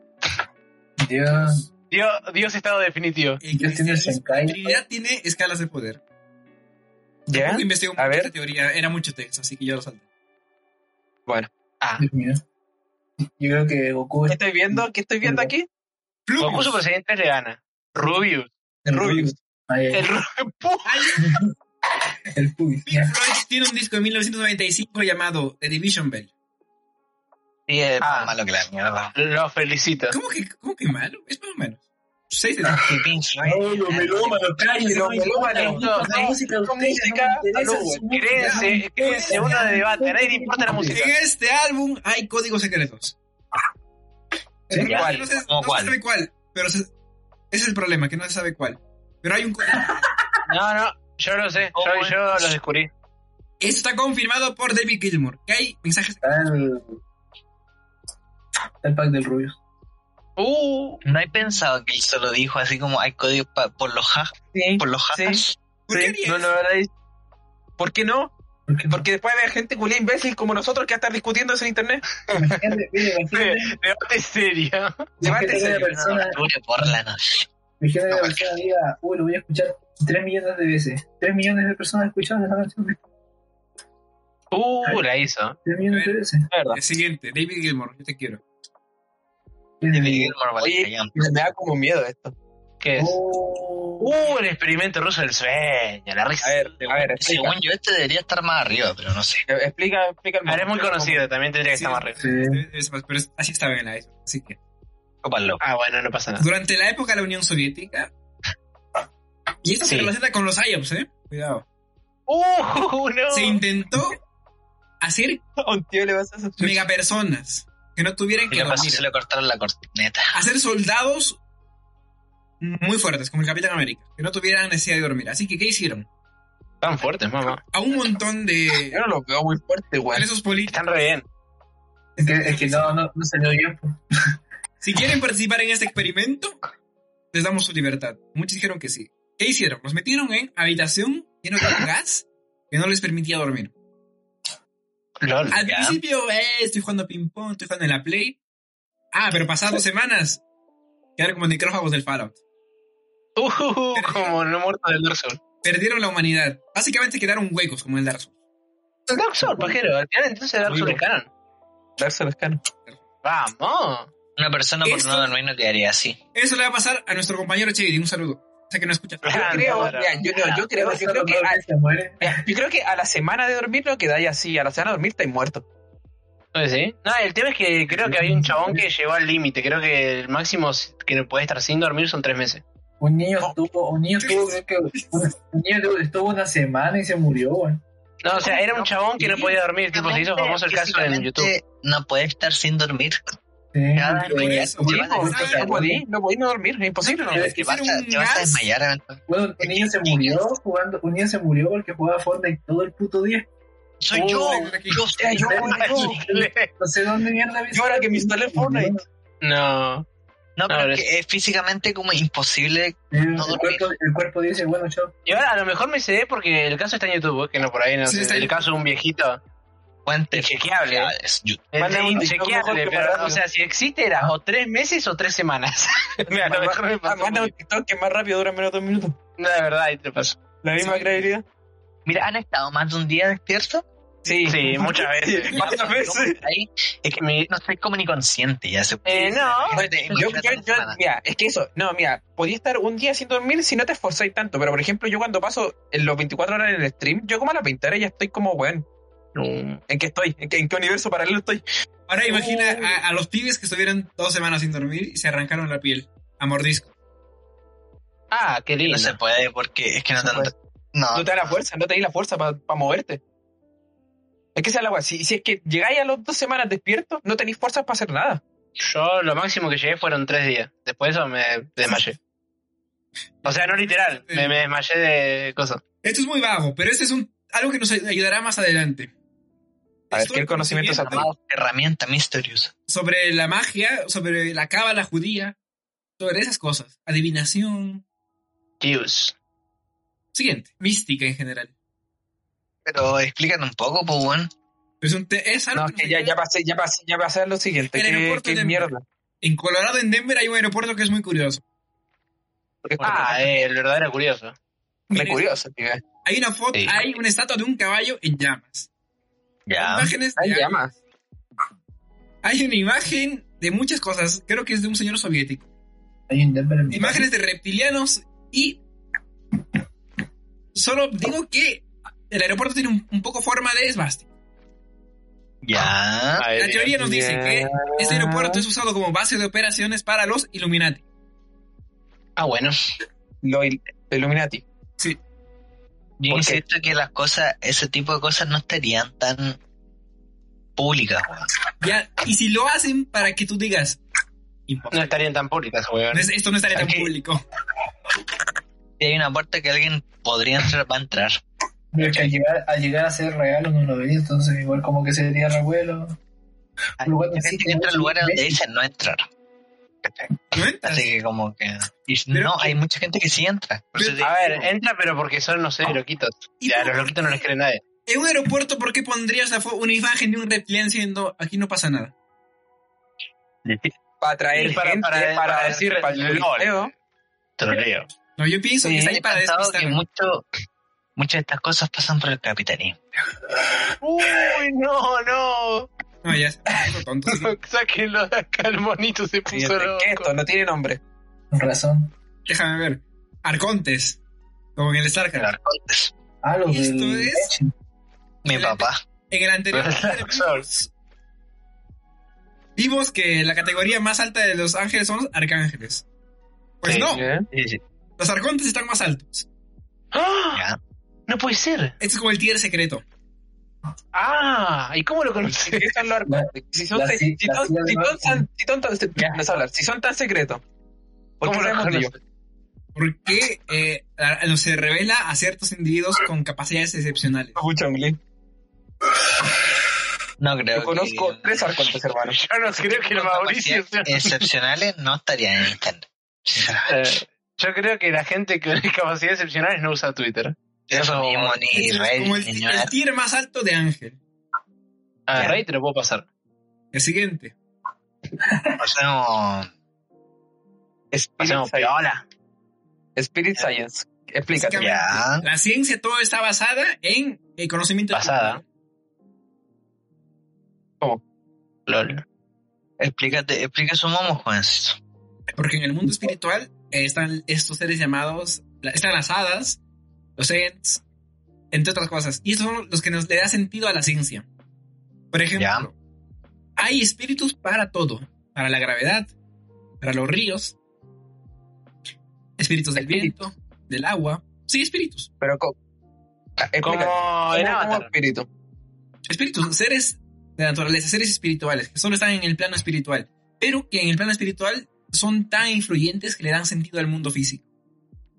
Dios.
Dios. Dios estado definitivo.
El
Dios tiene Senkai.
Trinidad tiene escalas de poder.
¿Ya?
Tampoco investigué mucho
¿Ah? A ver.
esta teoría, era mucho texto, así que yo lo salté.
Bueno.
Dios mío. Yo creo que Goku
¿Qué
es
estoy viendo? ¿Qué estoy viendo aquí?
Pluvius.
Goku Super Saiyan 3 le gana. Rubius.
el
Rubius.
Ay, ay,
El Rubius. ¡Puh!
El Rubius.
Pink Floyd tiene un disco de 1995 llamado The Division Bell.
Sí, es
Ah.
más malo que la mierda.
Lo felicito.
¿Cómo que, cómo que malo? Es más o menos. Seis de
Que Pink Floyd.
No, los melómanos, cállate,
Los
no importa,
melómanos,
no importa
no,
la música de
con
ustedes,
música,
no me interesa
aló,
su música.
Créense, créense uno de debate. A nadie le importa la música.
En este álbum hay códigos secretos.
¿Sí?
No,
¿Cuál?
No, se, no
¿Cómo
se
cuál?
sabe cuál, pero se- ese es el problema, que no se sabe cuál. Pero hay un código.
No, no. Yo lo sé. Yo, yo lo descubrí.
Esto está confirmado por David Gilmour, que hay mensajes.
Está el, está el pack del Rubius.
¡Uh!
¿No hay pensado que él solo dijo así como hay códigos pa- por los hacks?
Sí.
Por los
Sí.
hacks.
¿Por qué haría
No, no,
eso?
la dis- ¿Por qué no?
¿Por qué no?
Porque después hay gente culia imbécil como nosotros que va a estar discutiendo eso en internet.
Imagínate, mira, imagínate,
Debate serio.
Debate
imagínate que una
serio.
persona,
Arturo Portland.
imagínate que una persona diga, uy, lo voy a escuchar 3 millones de veces. 3 millones de personas escucharon esa canción.
¡Uh! La hizo.
3 millones de veces.
verdad.
El siguiente, David Gilmour, yo te quiero.
Y Miguel Morval.
Oye, me da como miedo esto.
¿Qué es?
Oh,
Uh, el experimento ruso del sueño, la risa.
A ver, a ver, explica.
Según yo, este debería estar más arriba, pero no sé.
Eh, Explica, explica el
A ver, es muy conocido, también tendría que
Sí,
estar más arriba.
sí, es más, pero es- así estaba en la época. Así que,
Cópalo.
Ah, bueno, no pasa nada.
durante la época de la Unión Soviética. Y esto
Sí.
se relaciona con los IOPS, ¿eh? Cuidado.
Uh, no.
Se intentó hacer
A un tío le vas a hacer.
megapersonas que no tuvieran
Y
que
lo pasó,
dormir.
se le cortaron la corneta.
Hacer soldados muy fuertes, como el Capitán América, que no tuvieran necesidad de dormir. Así que, ¿qué hicieron?
Están fuertes, mamá.
A un montón
Yo
de
no lo veo muy fuerte, weón.
presos políticos.
Están re bien.
Es que, es que no, no, no salió bien. pues.
Si quieren participar en este experimento, les damos su libertad. Muchos dijeron que sí. ¿Qué hicieron? Los metieron en habitación lleno de gas que no les permitía dormir.
LOL.
Al
Ya.
principio, eh, estoy jugando ping-pong, estoy jugando en la Play. Ah, pero pasadas dos semanas, quedaron como necrófagos del Fallout.
Uh, como no muerto del Dark Souls.
Perdieron la humanidad. Básicamente quedaron huecos como el Dark Souls.
El Dark Souls, pajero. Al final entonces Dark Souls es canon.
Darse los canos.
Vamos.
Una persona por
Eso-
no dormir no quedaría así.
Eso le va a pasar a nuestro compañero Chedi. Un saludo. O sea que no escucha.
Yo creo, mira, yo, no, yo creo, yo creo que a,
se muere.
mira, yo creo que a la semana de dormir no quedáis así, a la semana de dormir estáis muerto.
Pues sí. No, el tema es que creo que había un chabón que llegó al límite. Creo que el máximo que no puede estar sin dormir son tres meses.
Un niño estuvo, un niño estuvo, creo que un un niño estuvo una semana y se murió, weón.
No, o sea, era un chabón que no podía dormir. Tipo, se hizo famoso el caso en YouTube.
Físicamente, No puede estar sin dormir.
Sí.
Te vas a
pero
desmayar,
eso,
te
Sí,
vas a
po,
desmayar.
no podí, no podí no dormir, es imposible no
Te
dormir.
vas a- te vas a desmayar eventualmente.
Bueno, un niño se murió jugando, un niño se murió porque jugaba Fortnite todo el puto día.
Soy
Oh,
yo.
aquí.
Yo soy yo.
yo, yo.
No sé dónde mierda
Yo ahora que me instalé Fortnite.
No.
No,
No,
pero
pero
es que es físicamente como imposible.
Sí, eh, El cuerpo, el cuerpo dice, bueno, yo
Y ahora a lo mejor me cedé porque el caso está en YouTube, ¿eh? que no por ahí, no
Sí,
sé.
está en
El
YouTube.
caso de un viejito.
Puente.
Inchequeable.
Ah, es YouTube.
Es
Manda un TikTok
inchequeable,
mejor que
pero
para
o sea, si existe era o tres meses o tres semanas. Mira, a lo mejor me pasó.
Manda un TikTok que más rápido dura menos de dos minutos.
No, de verdad, ahí te pasó.
La misma credibilidad.
Mira, ¿han estado más de un día despierto?
Sí,
Sí, muchas veces.
Varias veces.
Ahí es que
Mi-
no soy como ni consciente ya. Se...
Eh, no,
Imagínate,
Yo, yo-
imagínate una
yo-
semana.
mira, es que eso, no, mira, podía estar un día sin dormir si no te esforzáis tanto, pero por ejemplo, yo cuando paso en los 24 horas en el stream, yo como a las 20 horas ya estoy como, weón, ¿en qué estoy? ¿En qué, en qué universo paralelo estoy?
Ahora imagina a, a los pibes que estuvieron dos semanas sin dormir y se arrancaron la piel a mordisco.
Ah, qué lindo.
No se puede porque es que no
No se
tanto. No,
No te da la fuerza, no te da la fuerza para moverte. Es que esa es la weá, si, si es que llegáis a los dos semanas despiertos, no tenéis fuerzas para hacer nada.
Yo lo máximo que llegué fueron tres días. Después de eso me desmayé. O sea, no literal, me, me desmayé de cosas.
Esto es muy vago, pero este es un, algo que nos ayudará más adelante.
A ver,
Esto
¿qué
es
conocimiento se
llamado herramienta misteriosa.
Sobre la magia, sobre la cábala judía, sobre esas cosas. Adivinación.
Dios.
Siguiente, mística en general.
Pero explícanos un poco, pues, bueno.
Es, un te- es algo
No,
que
es
nos
que ya,
ayuda-
ya pasé, ya pasé, ya pasé a lo siguiente.
El
¿Qué,
aeropuerto
qué
de-
mierda?
En Colorado, en Denver, hay un aeropuerto que es muy curioso.
Porque-
Ah, eh, el verdadero curioso.
re
Miren,
curioso, tío.
Hay una foto,
Sí.
hay una estatua de un caballo en llamas.
Ya.
Imágenes
Ay,
de-
llama.
Hay una imagen de muchas cosas. Creo que es de un señor soviético.
hay un Denver en mi
imágenes de reptilianos y solo digo que el aeropuerto tiene un, un poco forma de esvástica.
Ya.
Ah, eh,
La teoría nos dice que este aeropuerto es usado como base de operaciones para los Illuminati.
Ah, bueno.
Lo il- Illuminati.
Yo
¿Por qué?
insisto que las cosas, ese tipo de cosas no estarían tan públicas, weón.
Ya, y si lo hacen para que tú digas,
No
imposible.
estarían tan públicas, weón.
No es- Esto no estaría tan
Aquí.
público.
Si hay una puerta que alguien podría entrar, va a entrar.
Pero es que al llegar, al llegar a ser real uno lo ve, entonces igual como que sería revuelo.
Hay
Lugar que sí,
gente que
como
entra a
es
lugares donde
imbécil.
dicen no entrar.
¿No entras?
Así que como que... y
Pero-
no, hay mucha gente que sí entra. Por eso
Pero- ah,
digo,
A ver, entra, pero porque son, no sé, loquitos.
¿Y
Ya, a
por
los
qué?
loquitos no les cree nadie.
En un aeropuerto, ¿por qué pondrías la fo- una imagen de un reptiliano diciendo aquí no pasa nada?
Para atraer
Sí, para-
gente,
para-
para,
para
decir,
decir,
para el
lol.
coliseo.
Troleo.
No, yo pienso que
he
está ahí para
pensado
despistar.
que mucho, muchas de estas cosas pasan por el capitalismo.
Uy, no, no.
No, ya, es tonto.
Sáquenlo de acá, el monito se
Sí, ¿Qué es esto? No tiene nombre.
Con razón.
déjame ver, arcontes, como en el
el
StarCraft.
Arcontes.
Ah, los
Esto
del
es-
Genshin.
Mi
El-
papá.
En el anterior vimos, vimos que la categoría más alta de los ángeles son los arcángeles. Pues
Sí.
no,
¿Eh?
Sí, sí.
los arcontes están más altos.
¡Ah!
Ya.
No puede ser.
Este es como el tier secreto.
Ah, ¿y cómo lo conocí?
¿Qué son los arcontes? Si son
La-
tan-
la-
si
la
son-
silla
si
de
son tan- si son tan-
Ya.
no sé hablar. Si son tan secretos, ¿por qué
¿Cómo lo
sabemos de
conocí?
ellos?
Porque eh, a- no, se revela a ciertos individuos con capacidades excepcionales.
Escucha, Uli,
No creo
Yo conozco
que-
tres arcontes, hermano.
Yo no creo que el
Con
Mauricio.
capacidades excepcionales no estaría en internet.
Eh, yo creo que la gente con discapacidades excepcionales no usa Twitter.
Eso mismo, ni
Este es
Reddit,
como el,
ni
ti-
nada.
el tier más alto de ángel.
A
Ya.
Rey te lo puedo pasar.
El siguiente.
Pasemos-
Spirit
Pasemos
Science.
piola.
Spirit Science. Explícate.
Básicamente,
Ya.
La ciencia todo está basada en el conocimiento.
Basada. LOL.
Explícate, explica su momo, Juancito.
Porque en el mundo espiritual eh, están estos seres llamados, la- están las hadas, los ents, entre otras cosas. Y estos son los que nos le da sentido a la ciencia. Por ejemplo,
Ya.
hay espíritus para todo, para la gravedad, para los ríos, espíritus del viento, del agua. Sí, espíritus.
Pero co- ah, explícate.
Como en
¿Cómo- cómo
Avatar.
espíritu?
espíritus, seres de naturaleza, seres espirituales, que solo están en el plano espiritual, pero que en el plano espiritual son tan influyentes que le dan sentido al mundo físico.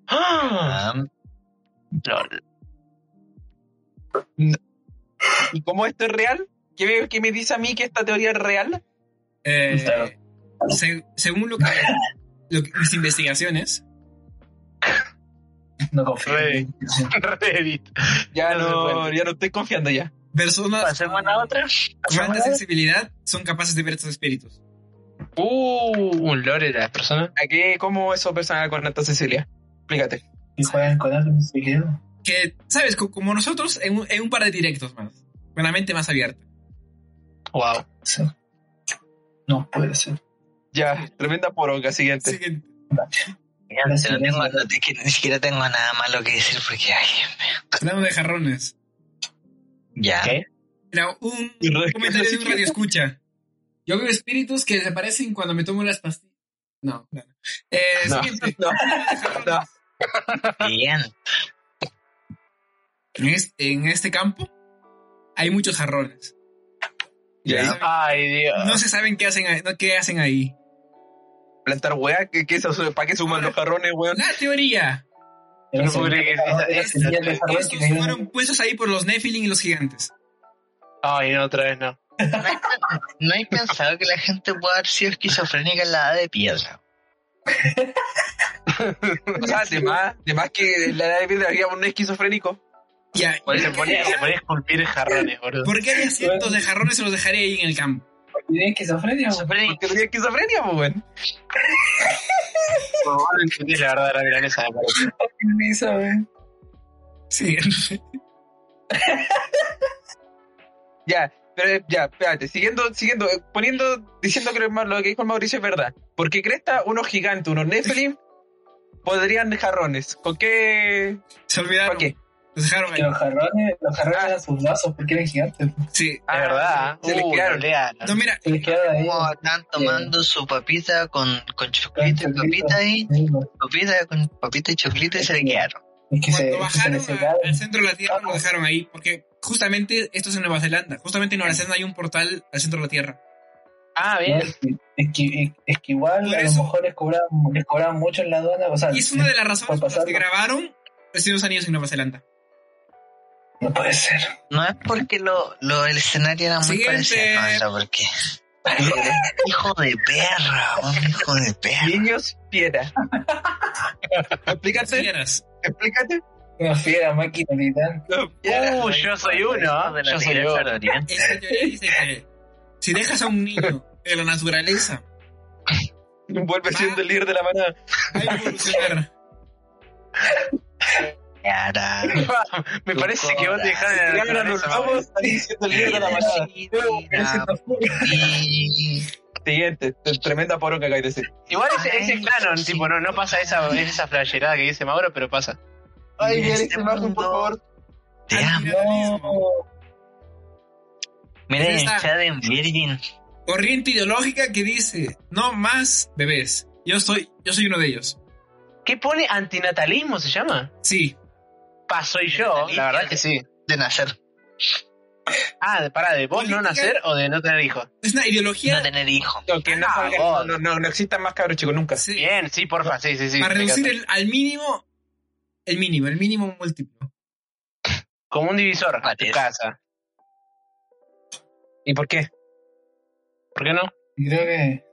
¡Ah!
Ah,
LOL.
¿Y cómo esto es real? ¿Qué, veo- qué me dice a mí que esta teoría es real?
Eh,
Claro.
se- según lo que, lo que- mis investigaciones,
No confío.
Rey. Reddit.
Ya
No se
no,
puede.
ya no estoy confiando ya.
personas
¿Pasemos a la otra?
con alta sensibilidad son capaces de ver estos espíritus.
Uh, un lore de las personas.
¿A qué, ¿Cómo eso personal con alta Cecilia? Explícate.
Y juegan con algo, no sé qué.
Que, ¿sabes? Co- Como nosotros en un, en un par de directos más, con la mente más abierta.
Wow.
Sí. No puede ser.
Ya, tremenda poronga, siguiente.
Siguiente.
Ya, si no, tengo, no te- que ni siquiera tengo nada malo que decir porque ay,
Hablamos de jarrones.
ya.
¿Qué?
Era un
Y re-
comentario de un radio escucha. Yo veo espíritus que desaparecen cuando me tomo las pastillas. No, no. Eh,
No,
siguiente.
no, no.
Bien.
En, es- en este campo hay muchos jarrones.
¿Y ahí?
Ya.
Ay,
Ah.
Dios.
No se saben qué hacen ahí. no, qué hacen ahí.
Plantar weá, ¿qué, qué, ¿para qué suman los jarrones, weón?
La teoría.
No puedo creer que sea
Era
esta.
semilla de jardín que
Estos
me-
fueron puestos ahí por los Nephilim y los gigantes.
Ay, no, otra vez no.
¿No hay, pen- no hay pensado que la gente pueda haber sido esquizofrénica en la edad de piedra?
O sea, de más, de más que en la edad de piedra había un esquizofrénico.
Ya.
Por eso
¿Por
Pues se ponía, se ponía a esculpir jarrones, boludo.
por qué había cientos de jarrones y los dejaré ahí en el campo?
¿Tiene esquizofrenia?
Esquizofrénica.
Porque tenía esquizofrenia, pues, weón.
Por favor, entendés la verdad de la milanesa, me parece.
Ni sabe.
Siguiente.
Ya, pero eh, ya, espérate, siguiendo, siguiendo, eh, poniendo, diciendo que lo ma- lo que dijo el Mauricio es verdad. Porque cresta unos gigantes, unos Nephilim, podrían jarrones. ¿Con qué?
Se
¿Para
olvidaron.
qué?
Los dejaron
Que
ahí.
los jarrones, los
Ah.
jarrones eran sus brazos porque eran gigantes.
Sí.
Es verdad.
Ah, Se les
Uh,
quedaron.
lolea, lolea.
No, mira.
Se les quedaba ahí.
Como están tomando su papita con, con chocolate y
Con
papita y
Sí,
papita con papita y chocolate y se le quedaron.
Es que se,
cuando
que se
bajaron
les
a-
secaron. Ah.
al centro de la Tierra lo dejaron ahí, porque justamente esto es en Nueva Zelanda, justamente en Nueva Zelanda hay un portal al centro de la Tierra.
Ah,
¿no?
bien.
Es que, es que- es que igual
Por
a lo
eso-
mejor les cobraban, les cobraban mucho en la aduana. O sea,
Y es una de las razones
Por
por las que
Ah, pasarlo.
grabaron los dos anillos en Nueva Zelanda.
no puede ser.
No es porque lo, lo el escenario era muy
Siguiente.
parecido, no, era porque. hijo de perra, un hijo de perra.
Niños piedra. explícate,
Fieras.
explícate.
Una fiera máquina titán.
Uh, yo soy uno. Yo soy ¿eh? uno.
Esta teoría dice que si dejas a un niño en la naturaleza,
Vuelve siendo el líder de la manada.
va a evolucionar.
Cara.
Me parece que vos te dejás
Si
de la
ganan los
naturaleza,
lobos, ahí siendo el líder de la manada.
Mira, mira,
siguiente. Tremenda poronga que hay de decir.
Igual ese, ese canon, tipo, no, no pasa esa, esa flasherada que dice Mauro, pero pasa.
Ay, mira esa imagen, por favor. Te amo. Mira
Ahí
el
está.
chat en Virgin.
Corriente ideológica que dice, no más bebés. Yo soy, yo soy uno de ellos.
¿Qué pone antinatalismo se llama?
Sí,
Paso y yo, la verdad que sí.
De nacer.
Ah, de- pará, ¿de vos no nacer o de no tener hijos?
es una ideología
No tener hijos.
No, que no,
Ah,
salgan-
vos.
no, no, no existan más cabros chicos nunca.
sí,
Bien, sí, porfa, sí, sí, sí.
para
me
reducir
encanta.
el- al mínimo, el mínimo, el mínimo múltiplo.
Como un divisor a tu
Parece.
casa.
¿Y por qué?
¿Por qué no?
Creo que.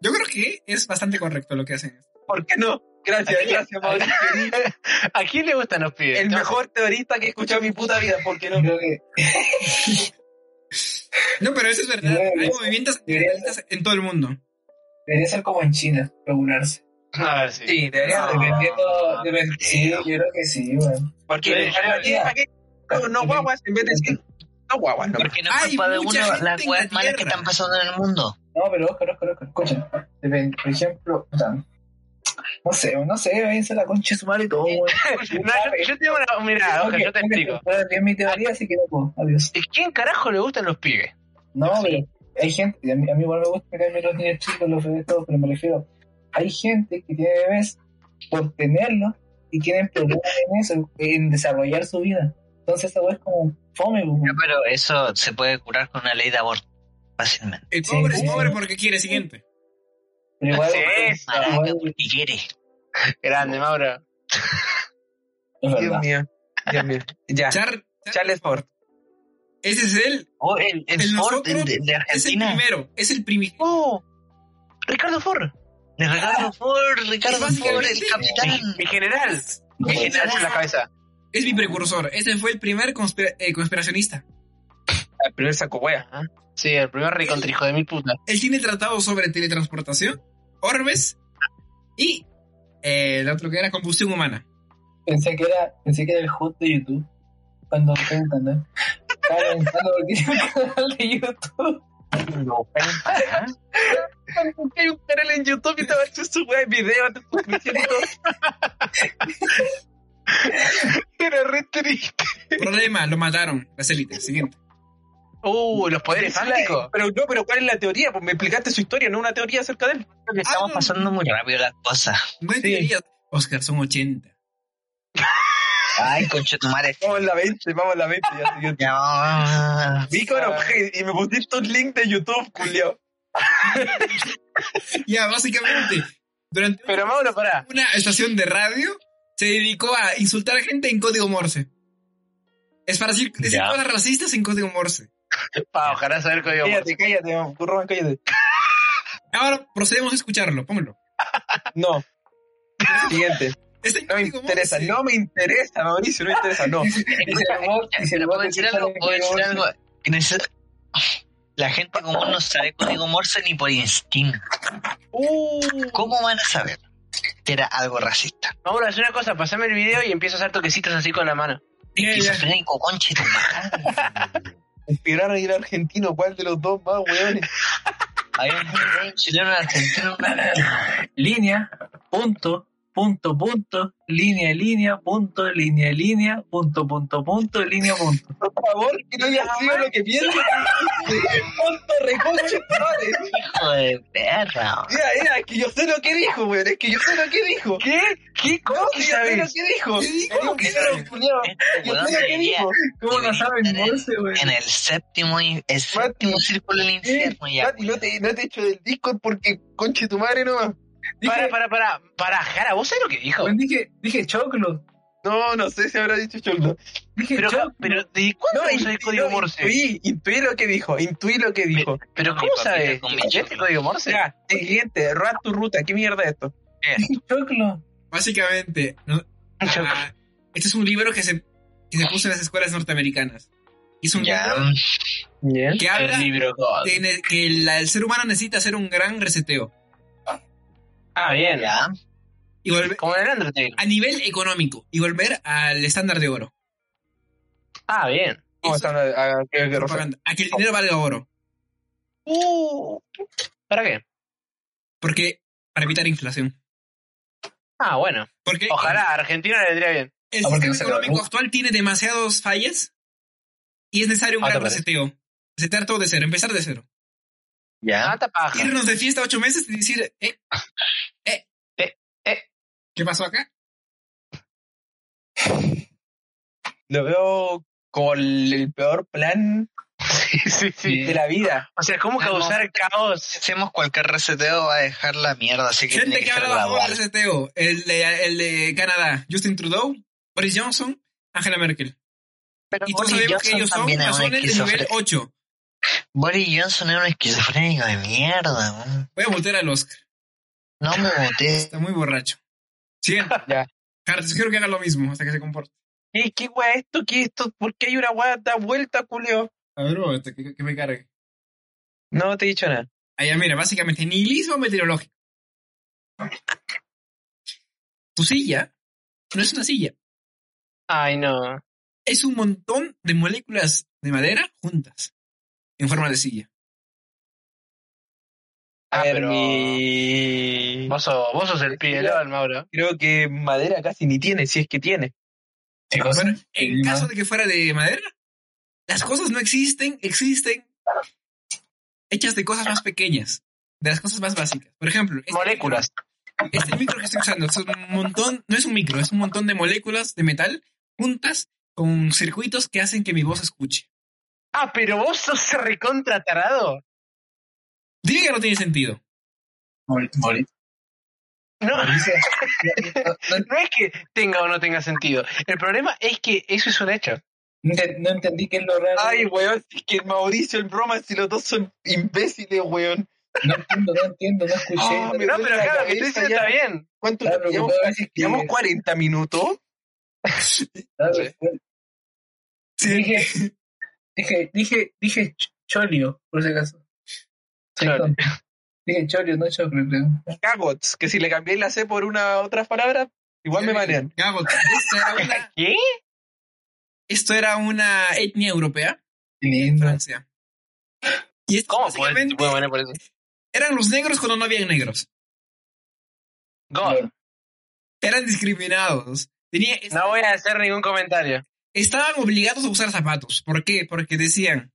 Yo creo que es bastante correcto lo que hacen.
¿Por qué no? Gracias, gracias, Mauro.
¿A quién le gustan los pibes?
El
No,
mejor teorista que he escuchado en mi puta vida, ¿por qué no?
Creo que.
No, pero eso es verdad. Hay movimientos antinatalistas en todo el mundo.
Debería ser como en China, regularse.
A ver, sí.
Sí, debería
No, dependiendo.
Ah,
depend- Sí, yo creo que sí, weón.
Porque
Sí,
¿para qué? ¿Para qué? No, no guaguas, en vez de decir no guaguas, no.
Porque no
Hay
es culpa de
mucha
uno
gente
las
en
weas
la
malas que
tierra.
están pasando en el mundo.
No, pero Oscar, Oscar, Oscar, escucha. Depende, por ejemplo, o sea, no sé, no sé, váyanse a la concha de su madre y todo, weón.
No, yo, yo tengo una. Mirá, Oscar, yo te explico.
Es mi teoría, así que no puedo. Adiós.
¿Y quién carajo le gustan los pibes?
No, pero hay gente, y a mí, a mí igual me gusta mirarme los niños chicos, los bebés, todos, pero me refiero, hay gente que tiene bebés por tenerlos y tienen problemas en eso, en desarrollar su vida. Entonces esa weá es como fome, pues, weón.
No, pero eso se puede curar con una ley de aborto. Fácilmente.
El
Sí.
pobre es pobre porque quiere siguiente.
Pero igual,
Sí,
es
Maraca, porque quiere.
Grande, Mauro.
Dios
verdad.
mío, Dios mío. Ya,
Char,
Charles Ford.
ese es él,
O el, el
El
Ford
nosotros
el de, de
es el
Argentina.
primero, es el primero.
¡Oh! Ricardo Ford.
De Ricardo Ford,
Es
Ricardo Ford,
básicamente-
el capitán.
Mi general. Mi
Sí.
general en la cabeza.
Es mi precursor, ese fue el primer conspira- eh, conspiracionista.
El primer saco wea.
Sí, el primer ricontra hijo de mi puta.
Él tiene tratados sobre teletransportación, orbes y eh, el otro que era combustión humana.
Pensé que era, pensé que era el host de YouTube. Cuando fue un canal. Estaba pensando porque tiene un canal de YouTube.
Hay un canal en YouTube y estaba hecho su wea en video. te juro, me siento-
Era re triste.
Problema, lo mataron, las élites. Siguiente.
Uh, los poderes fálicos.
Pero no, pero ¿cuál es la teoría? Pues me explicaste su historia, no una teoría acerca de él.
Ah,
Porque estamos pasando muy rápido las cosas.
No hay teorías. Oscar, son 80.
Ay, conchetumare.
Vamos a la 20, vamos a la 20. Ya, siguiente.
Ya, vamos, vamos.
Vi con obje- y me pusiste un link de YouTube, Julio.
Ya, básicamente, durante
Pero Mauro, pará.
una estación de radio se dedicó a insultar a gente en código morse. Es para decir, decir
Ya.
cosas racistas en código morse.
Pa, ojalá saber código Morse.
Cállate, cállate, Rubén, cállate.
Ahora procedemos a escucharlo, póngalo.
No. Siguiente.
Está en
No me
código
interesa,
Morse.
no me interesa, Mauricio, no me interesa, no.
Escucha, ¿Puedo decir algo? ¿Puedo decir algo? Que neces- La gente común no sabe código Morse ni por instinto. ¿Cómo van a saber que era algo racista?
Mauro, haz una cosa, pasame el video y empiezo a hacer toquecitos así con la mano.
Ya,
Eh,
ya.
Esquizofrénico, conche tu madre.
Inspirar a ir argentino, ¿cuál de los dos más, weones?
Había un chileno, un chileno, un argentino, una-
Línea, punto, punto, punto, línea, línea, punto, línea, línea, punto, punto, punto, línea, punto.
Por favor, que no haya sido lo que pienso. Tonto reconche, padre.
hijo de perra.
Mira, mira, es que yo sé lo que dijo, weón, es que yo sé lo que dijo.
¿Qué? ¿Qué? ¿Cómo
No,
que
si yo sé lo
sabés?
que dijo.
¿Cómo que
Yo sé lo
sabes?
culiao.
Este
Yo
weón
sé lo que
debería
dijo.
¿Cómo no saben
en el-
Morse, güey?
en el séptimo, in- el séptimo círculo del infierno ya.
Mati, no te, no te echo del Discord porque conche tu madre nomás.
Pará,
Dije,
pará, pará. Pará, Jara, ¿vos sabés lo que dijo?
güey, dije, dije choclo,
No, no sé si habrá dicho chuldo.
dije
Pero,
choclo.
pero ¿de cuándo
No,
usa el
intu-
código
no,
Morse?
Intuí, intuí lo que dijo, intuí lo que dijo.
¿Pero
Mi
cómo
papita
sabés?
con mi
¿Este
choclo.
código Morse?
Ya, siguiente, roba tu ruta, ¿qué mierda es esto?
dije choclo.
Básicamente, ¿no? Ah, este es un libro que se, que se puso en las escuelas norteamericanas. Y Es un
Ya.
libro que habla
El libro God.
de ne- que la- el ser humano necesita hacer un gran reseteo.
Ah, bien.
Ya.
Y volver
Como en el Undertale.
a nivel económico y volver al estándar de oro.
Ah, bien.
¿Cómo
Eso
están? Ah, qué- qué rosa.
propaganda. A que el dinero valga oro.
Uh, ¿Para qué?
Porque para evitar inflación.
Ah, bueno.
Porque
Ojalá, a Argentina le vendría bien.
el
Ah, porque
sistema
no se
económico
logró.
actual tiene demasiadas fallas y es necesario un
Ah,
gran
¿te parece?
reseteo. Resetear todo de cero, empezar de cero.
Ya.
Mata Ah, paja.
Irnos de fiesta ocho meses y decir, eh, eh,
Eh, eh.
¿Qué pasó acá?
Lo veo como el, el peor plan
Sí, sí, sí.
de la Ah, vida.
O sea, ¿cómo
No,
causar
Si
caos?
hacemos cualquier reseteo va a dejar la mierda, así que
Gente
tiene
que
que ser
habla bajo del
gradual.
reseteo. El de, el de Canadá, Justin Trudeau, Boris Johnson, Angela Merkel.
Pero
Y todos
Boris
sabemos que
Johnson
ellos son
también es un
masones de nivel
esquizofrénico.
8.
Boris Johnson es un esquizofrénico de mierda. man.
Voy a voltear al Oscar.
No me voté.
Está muy borracho. Siguiente.
Ya.
Cara, te sugiero que haga lo mismo hasta que se comporte.
¿Qué, qué weá es esto? ¿Qué es esto? ¿Por qué hay una weá da vuelta, Julio?
A ver, un momento, que, que me cargue.
No te he dicho nada.
Allá, mira, básicamente nihilismo meteorológico. Tu silla no es una silla,
Ay, no.
es un montón de moléculas de madera juntas en forma de silla.
A
Ah,
ver,
pero-
mi-
Vos sos, vos sos el pibe LOL, Mauro.
Creo que madera casi ni tiene, si es que tiene.
¿Qué cosa?
Bueno, en
Sí,
caso
¿no?
de que fuera de madera, las cosas no existen, existen hechas de cosas más pequeñas, de las cosas más básicas. Por ejemplo, este
Moléculas.
Este micro que estoy usando es un montón, no es un micro, es un montón de moléculas de metal juntas con circuitos que hacen que mi voz escuche.
Ah, pero vos sos recontratarado.
Dime que no tiene sentido.
Mol- mol-
No,
Mauricio, no- no-
no es que tenga o no tenga sentido. El problema es que eso es un hecho.
no ent- No entendí qué es lo raro.
Ay, weón, si es que el Mauricio, el Broma, si los dos son imbéciles, weón.
No entiendo, no entiendo, no escuché.
Ah, me
No,
duele
pero
la
acá lo que estoy
cabeza
diciendo
ya.
está bien.
¿Cuánto
Estaba
llevamos?
preocupado a veces que-
Llevamos 40 minutos.
estaba-
sí.
Dije, dije, dije, dije ch- cholio, por si acaso. Soy
Chole.
tonto. Dije cholio, no choclo, creo.
Cagots, que si le cambié la C por una otra palabra, igual me manean.
Gabo, esto era una,
¿Qué?
esto era una etnia europea
Qué
en
lindo.
Francia. Y esto
¿Cómo puede,
básicamente
puede poner por eso?
eran los negros cuando no habían negros.
God.
Eran discriminados. Tenía, est-
No voy a hacer ningún comentario.
Estaban obligados a usar zapatos. ¿Por qué? Porque decían,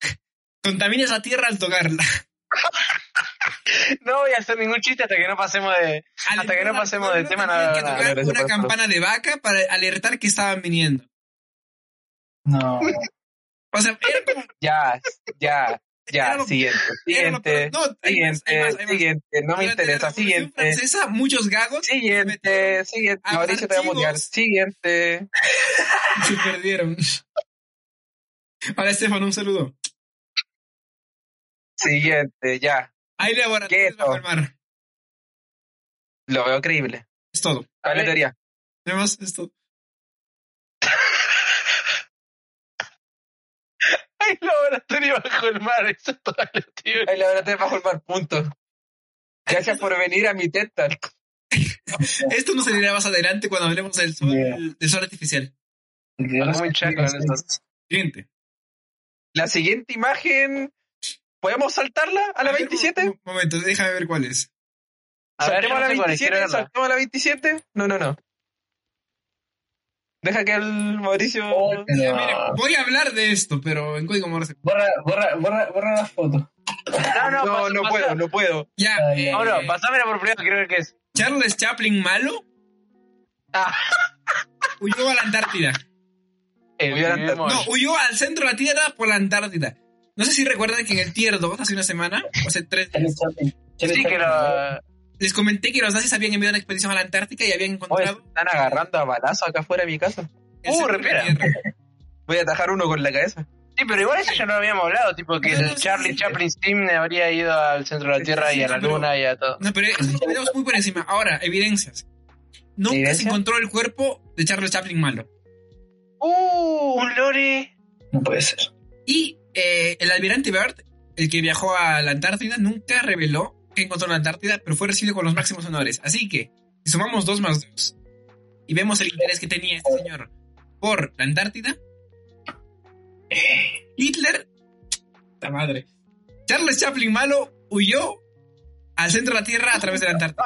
contaminas la tierra al tocarla.
No voy a hacer ningún chiste hasta que no pasemos de.
Al
Hasta que no
entrar al
pasemos del
pueblo
tema, no,
tenían
no,
que
no, no,
tocar
gracias
una
por-
campana de vaca para alertar que estaban viniendo.
No.
O sea, era como-
Ya, ya,
Era
ya,
lo-
siguiente,
era lo
siguiente,
peor. No, hay más, hay
siguiente,
más, hay más.
siguiente, no me
Durante la
interesa,
Revolución
siguiente,
Francesa, muchos gagos
siguiente, siguiente,
a los
Mauricio te va a mutear,
archivos.
siguiente.
se perdieron. Ahora, Estefan, un saludo.
Siguiente, ya.
Hay laboratorios
Quieto.
bajo el mar.
Lo veo creíble.
Es todo.
¿Cuál es la teoría?
Además, es todo.
Hay laboratorio bajo el mar, eso es todo lo tío.
Ay, la verdad te bajo el mar, punto. Gracias por venir a mi teta.
Esto no se dirá más adelante cuando hablemos del sol,
Yeah.
del sol artificial.
Algo muy chaco, ¿no?
Siguiente.
La siguiente imagen, ¿podemos saltarla a la
ver, un-
27?
Un momento, déjame ver cuál es.
A ver, yo
¿Saltemos a
no
la
sé cuál es, quiero
27?
verla.
¿Saltemos a la 27? No, no, no. Deja que el Mauricio...
Oh,
Mira,
No.
mire, voy a hablar de esto, pero en código morse.
Borra, borra, borra, borra las fotos.
No,
No,
no, pasa-
no
pasa-
puedo, no puedo.
Ya.
Ah, ya,
Mauro,
eh,
pasámela por privado, quiero ver qué es.
Charles Chaplin malo
Ah,
huyó a la Antártida.
el
Voy a
Big Mom.
No, huyó al centro de la Tierra por la Antártida. No sé si recuerdan que en el Tier 2, hace una semana, o hace tres,
Charlie Chaplin. Charlie
Sí que
Chaplin.
lo.
les comenté que los nazis habían enviado una expedición a la Antártica y habían
Oye,
encontrado
están agarrando a balazo acá afuera de mi casa.
el
Uh,
centro de la
repera.
Tierra.
Voy a atajar uno con la cabeza.
Sí, pero igual eso ya no lo habíamos hablado, tipo que
No, no,
el
sí,
Charlie
sí.
Chaplin Steam habría ido al centro de la Tierra y a la
Pero-
Luna y a todo.
No, pero eso lo tenemos muy por encima. Ahora, evidencias. Nunca
¿Evidencia?
se encontró el cuerpo de Charles Chaplin malo.
¡Uh! ¡Un lore!
No puede ser.
Y eh, el almirante Byrd, el que viajó a la Antártida, nunca reveló que encontró la Antártida, pero fue recibido con los máximos honores. Así que, si sumamos dos más dos y vemos el interés que tenía este señor por la Antártida, Hitler, la madre, Charles Chaplin malo huyó al centro de la Tierra a través de la Antártida.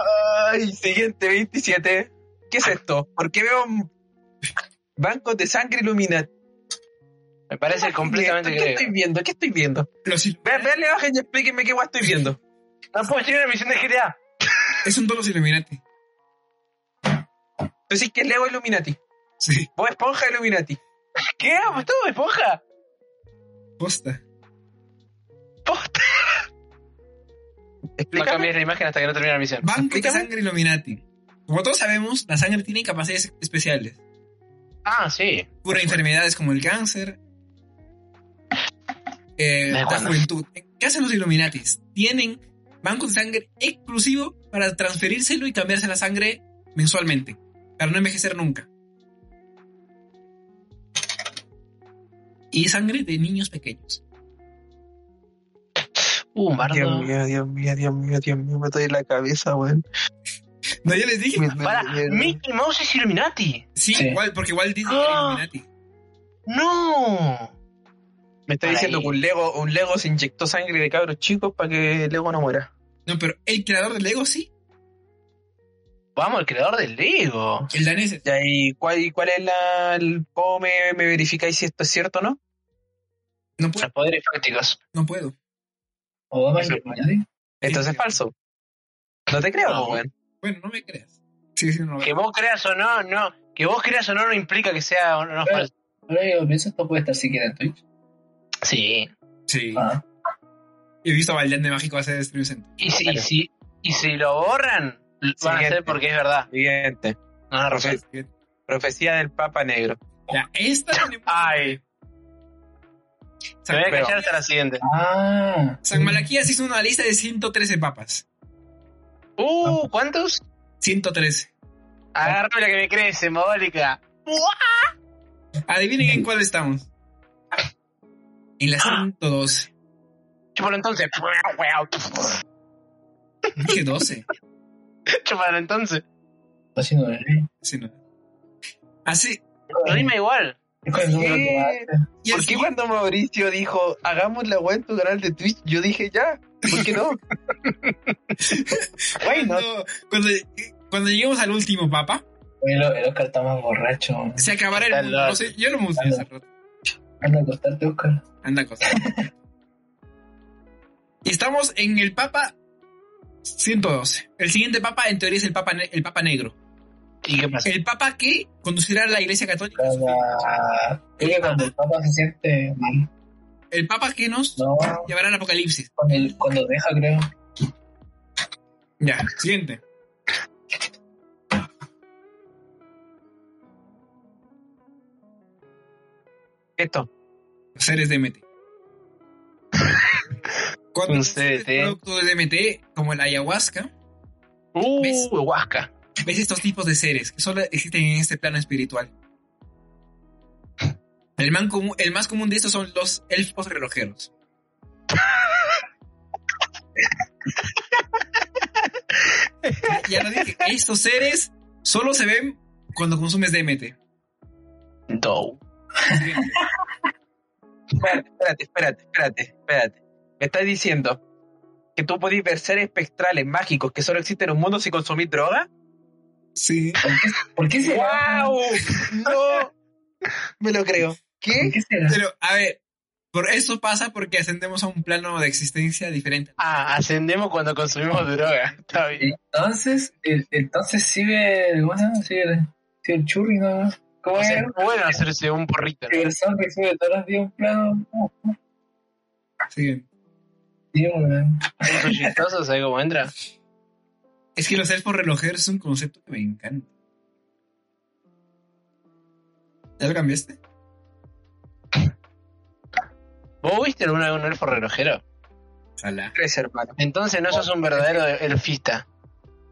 Ay, siguiente 27. ¿Qué es esto? ¿Por qué veo un- bancos de sangre iluminati?
Me parece completamente
¿Qué
griego.
estoy viendo? ¿Qué estoy viendo?
Los il-
Ve, ve, Leo, y explíquenme qué guay estoy viendo.
No puedo tener una misión de GTA.
es un los Illuminati.
Tú decís que es Leo Illuminati.
Sí,
Vos esponja Illuminati.
¿Qué? ¿Tú, esponja?
posta.
Posta. No
Explícame.
cambies la imagen hasta que no termine la misión.
Banco de
Explícame.
sangre Illuminati. Como todos sabemos, la sangre tiene capacidades especiales.
Ah, sí.
Cura enfermedades como el cáncer. Eh,
Me
la
acuerdo.
juventud. ¿Qué hacen los Illuminatis? Tienen bancos de sangre exclusivo para transferírselo y cambiarse la sangre mensualmente. Para no envejecer nunca. Y es sangre de niños pequeños.
Uh, un bardo.
Dios mío, Dios mío, Dios mío, Dios mío, me estoy en la cabeza, weón.
No, yo les dije.
Para, Mickey Mouse es Illuminati.
Sí,
Sí.
igual, porque igual Disney
Ah.
era Illuminati.
No.
Me está
Para
diciendo
ahí.
que un Lego, un Lego se inyectó sangre de cabros chicos para que Lego no muera.
No, pero el creador del Lego sí.
Vamos, el creador del Lego.
El danés es-
Ya, ¿y cuál, y cuál es la. el- ¿Cómo me, me verificáis si esto es cierto o no?
No puedo.
Los poderes fácticos.
No puedo.
O más
Eso.
Illuminati.
Entonces es falso. No te creo,
No.
pues, weón.
Bueno, no me creas. Sí, sí, no.
Que vos creas o no, no. Que vos creas o no, no implica que sea o no
Claro.
falso.
Ahora yo pienso esto puede estar siquiera en Twitch.
Sí.
Sí.
Ah,
He visto a Valdean de Mágico hacer streams en.
Y si, y si, y si lo borran, lo van a
Siguiente.
hacer porque es verdad.
Siguiente.
No, no,
Profe- profecía del Papa Negro.
Ya, esta tenemos-
Ay. Ah, Se voy a
Pero-
callar hasta la siguiente.
ah
San Malaquías hizo una lista de 113 papas.
Ah.
Uh, ¿cuántos?
113.
Agarrame la que me crece, Mónica.
Adivinen en cuál estamos. En la 112.
Chúpalo entonces.
Dije 12.
Chúpalo entonces.
está haciendo el rey.
Sí, no. Así.
Rima igual.
Es con el número
Sí.
que hace.
Y
¿Por
así,
qué cuando Mauricio dijo, hagamos la weá en tu canal de Twitch? Yo dije, ya. ¿Por qué no? Güey, no.
cuando, cuando, cuando lleguemos al último papa,
El, el Oscar está más borracho.
se acabará
Está
el mundo.
loco.
No sé, yo lo mostré hace rato.
Anda a acostarte, Oscar.
Anda cosa. Y estamos en el Papa 112. El siguiente Papa, en teoría, es el Papa, ne- el papa Negro.
¿Y qué pasa? Ah,
El Papa que conducirá a la Iglesia Católica. a su fin.
Cada... Creo que cuando el Papa se siente mal,
El Papa que nos
no,
llevará al Apocalipsis.
cuando, el- cuando deja, creo.
Ya, siguiente.
Esto.
Los seres DMT. Cuando
Un
consumes
CDT.
producto de DMT, como el ayahuasca, ¿Ves?
Uh, huasca.
ves estos tipos de seres que solo existen en este plano espiritual. El, man comú- el más común de estos son los elfos relojeros. ya lo dije, estos seres solo se ven cuando consumes DMT.
Do.
Espérate, espérate, espérate, espérate, espérate. Me estás diciendo que tú podés ver seres espectrales mágicos que solo existen en un mundo si consumís droga.
Sí.
¿Por qué será?
¡Wow!
Uh,
¡No! Me lo creo.
¿Por
¿Qué?
qué será?
Pero, a ver, por eso pasa porque ascendemos a un plano de existencia diferente.
Ah, ascendemos cuando consumimos droga. Está bien.
Entonces, el, entonces sigue el, ¿cómo se llama? Sigue el, sigue el churri, ¿no? ¿Cómo
O
es?
sea, es bueno hacerse un porrito.
El
¿no?
son que sube todos los días un plano. Oh,
Sí.
sí, weón.
Un proyectazo, ¿sabes cómo entra?
Es que los elfos relojeros es un concepto que me encanta. ¿Ya lo cambiaste?
¿Vos viste alguna vez un elfo relojero?
Ojalá.
Tres, hermano.
Entonces no sos un verdadero elfista.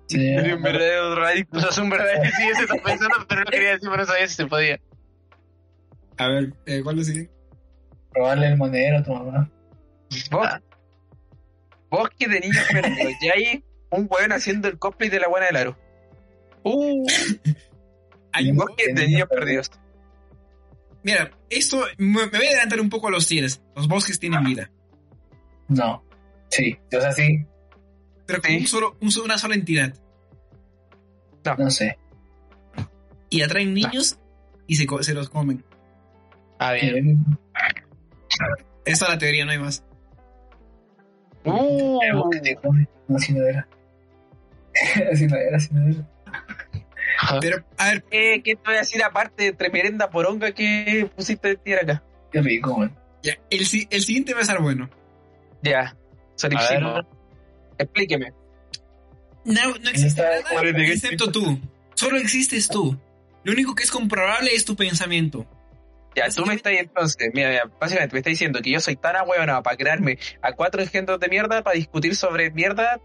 Sí,
Eres un verdadero
No
radicto.
sos un verdadero. Sí, eso está pensando, pero no quería decir, pero no sabía si se podía.
A ver, eh, ¿cuál es el siguiente?
robarle el monedero a tu mamá.
Vos- Bosque de niños perdidos. Y hay un weón haciendo el cosplay de la buena del aro.
Uh,
Hay un-
Bosque de niños perdidos.
Mira, esto me, me voy a adelantar un Ah, poco a los tienes. Los bosques tienen vida.
No. Sí, yo sé así.
pero con un solo, un solo- una sola entidad.
No sé.
Y atraen niños y se, co- se los comen.
A ver.
Esa es la teoría, no hay más.
Uh,
No, así no era. así no era, así no era.
Pero, a ver,
Eh, ¿Qué te voy a decir aparte de tremenda poronga que pusiste de tierra acá?
Qué rico, man.
ya, el, si- el siguiente va a estar bueno.
Ya, Sonic
A ver.
Simon. Explíqueme.
No, no existe
Está-
nada excepto tú. Solo existes tú. Lo único que es comprobable es tu pensamiento.
Ya, tú me estás entonces, mira, mira, básicamente me estás diciendo que yo soy tan ahueonado para crearme a cuatro engendros de mierda para discutir sobre mierda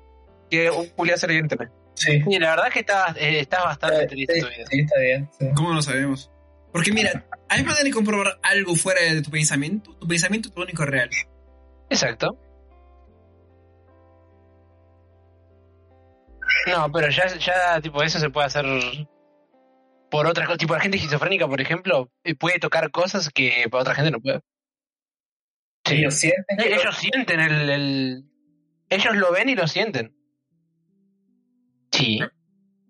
que un culiado se le dio en internet.
Sí.
sí, la verdad es que estás, eh, estás bastante triste.
Sí,
tu vida.
sí, está bien. sí.
¿Cómo lo sabemos? Porque mira, a mí me de comprobar algo fuera de tu pensamiento. Tu pensamiento es lo único real.
Exacto. No, pero ya, ya, tipo, eso se puede hacer por otras cosas. Tipo, la gente esquizofrénica, por ejemplo, eh, puede tocar cosas que para otra gente no puede. Sí. Eh,
Ellos sienten que
Ellos sienten el, el- Ellos lo ven y lo sienten. Sí.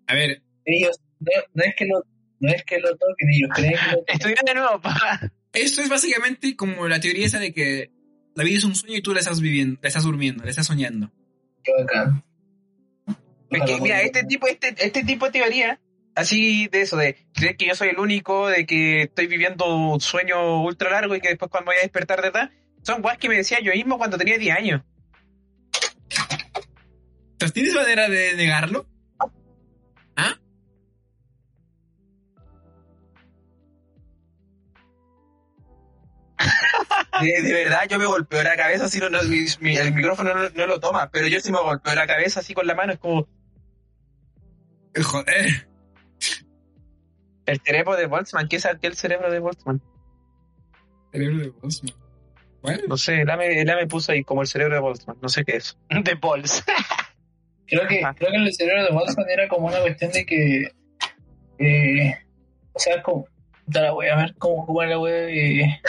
A ver,
ellos no, no es que lo no es que lo toquen, ellos creen que lo toquen.
Estudiar de nuevo, papá.
esto es básicamente como la teoría esa de que la vida es un sueño y tú la estás viviendo, la estás durmiendo, la estás soñando.
Qué bacán.
Es que, mira, este tipo, este, este tipo de teoría, así de eso, de creer que yo soy el único, de que estoy viviendo un sueño ultra largo y que después cuando voy a despertar de verdad, son guas que me decía yo mismo cuando tenía 10 años.
Entonces, ¿tienes manera de negarlo?
Ah, De, de verdad, yo me golpeo la cabeza, así no, no, mi- mi- el micrófono no, no lo toma, pero yo sí me golpeo la cabeza así con la mano, es como
Eh, Joder.
el cerebro de Boltzmann, ¿qué es aquel cerebro de Boltzmann?
Cerebro de Bosman. Bueno,
No sé, el AME, el AME puso ahí como el cerebro de Boltzmann, no sé qué es.
De Pols.
Creo que,
Ajá.
creo que el cerebro de Watson era como una cuestión de que. eh, o sea, como. puta la wea, a ver cómo, cómo era la wea. eh,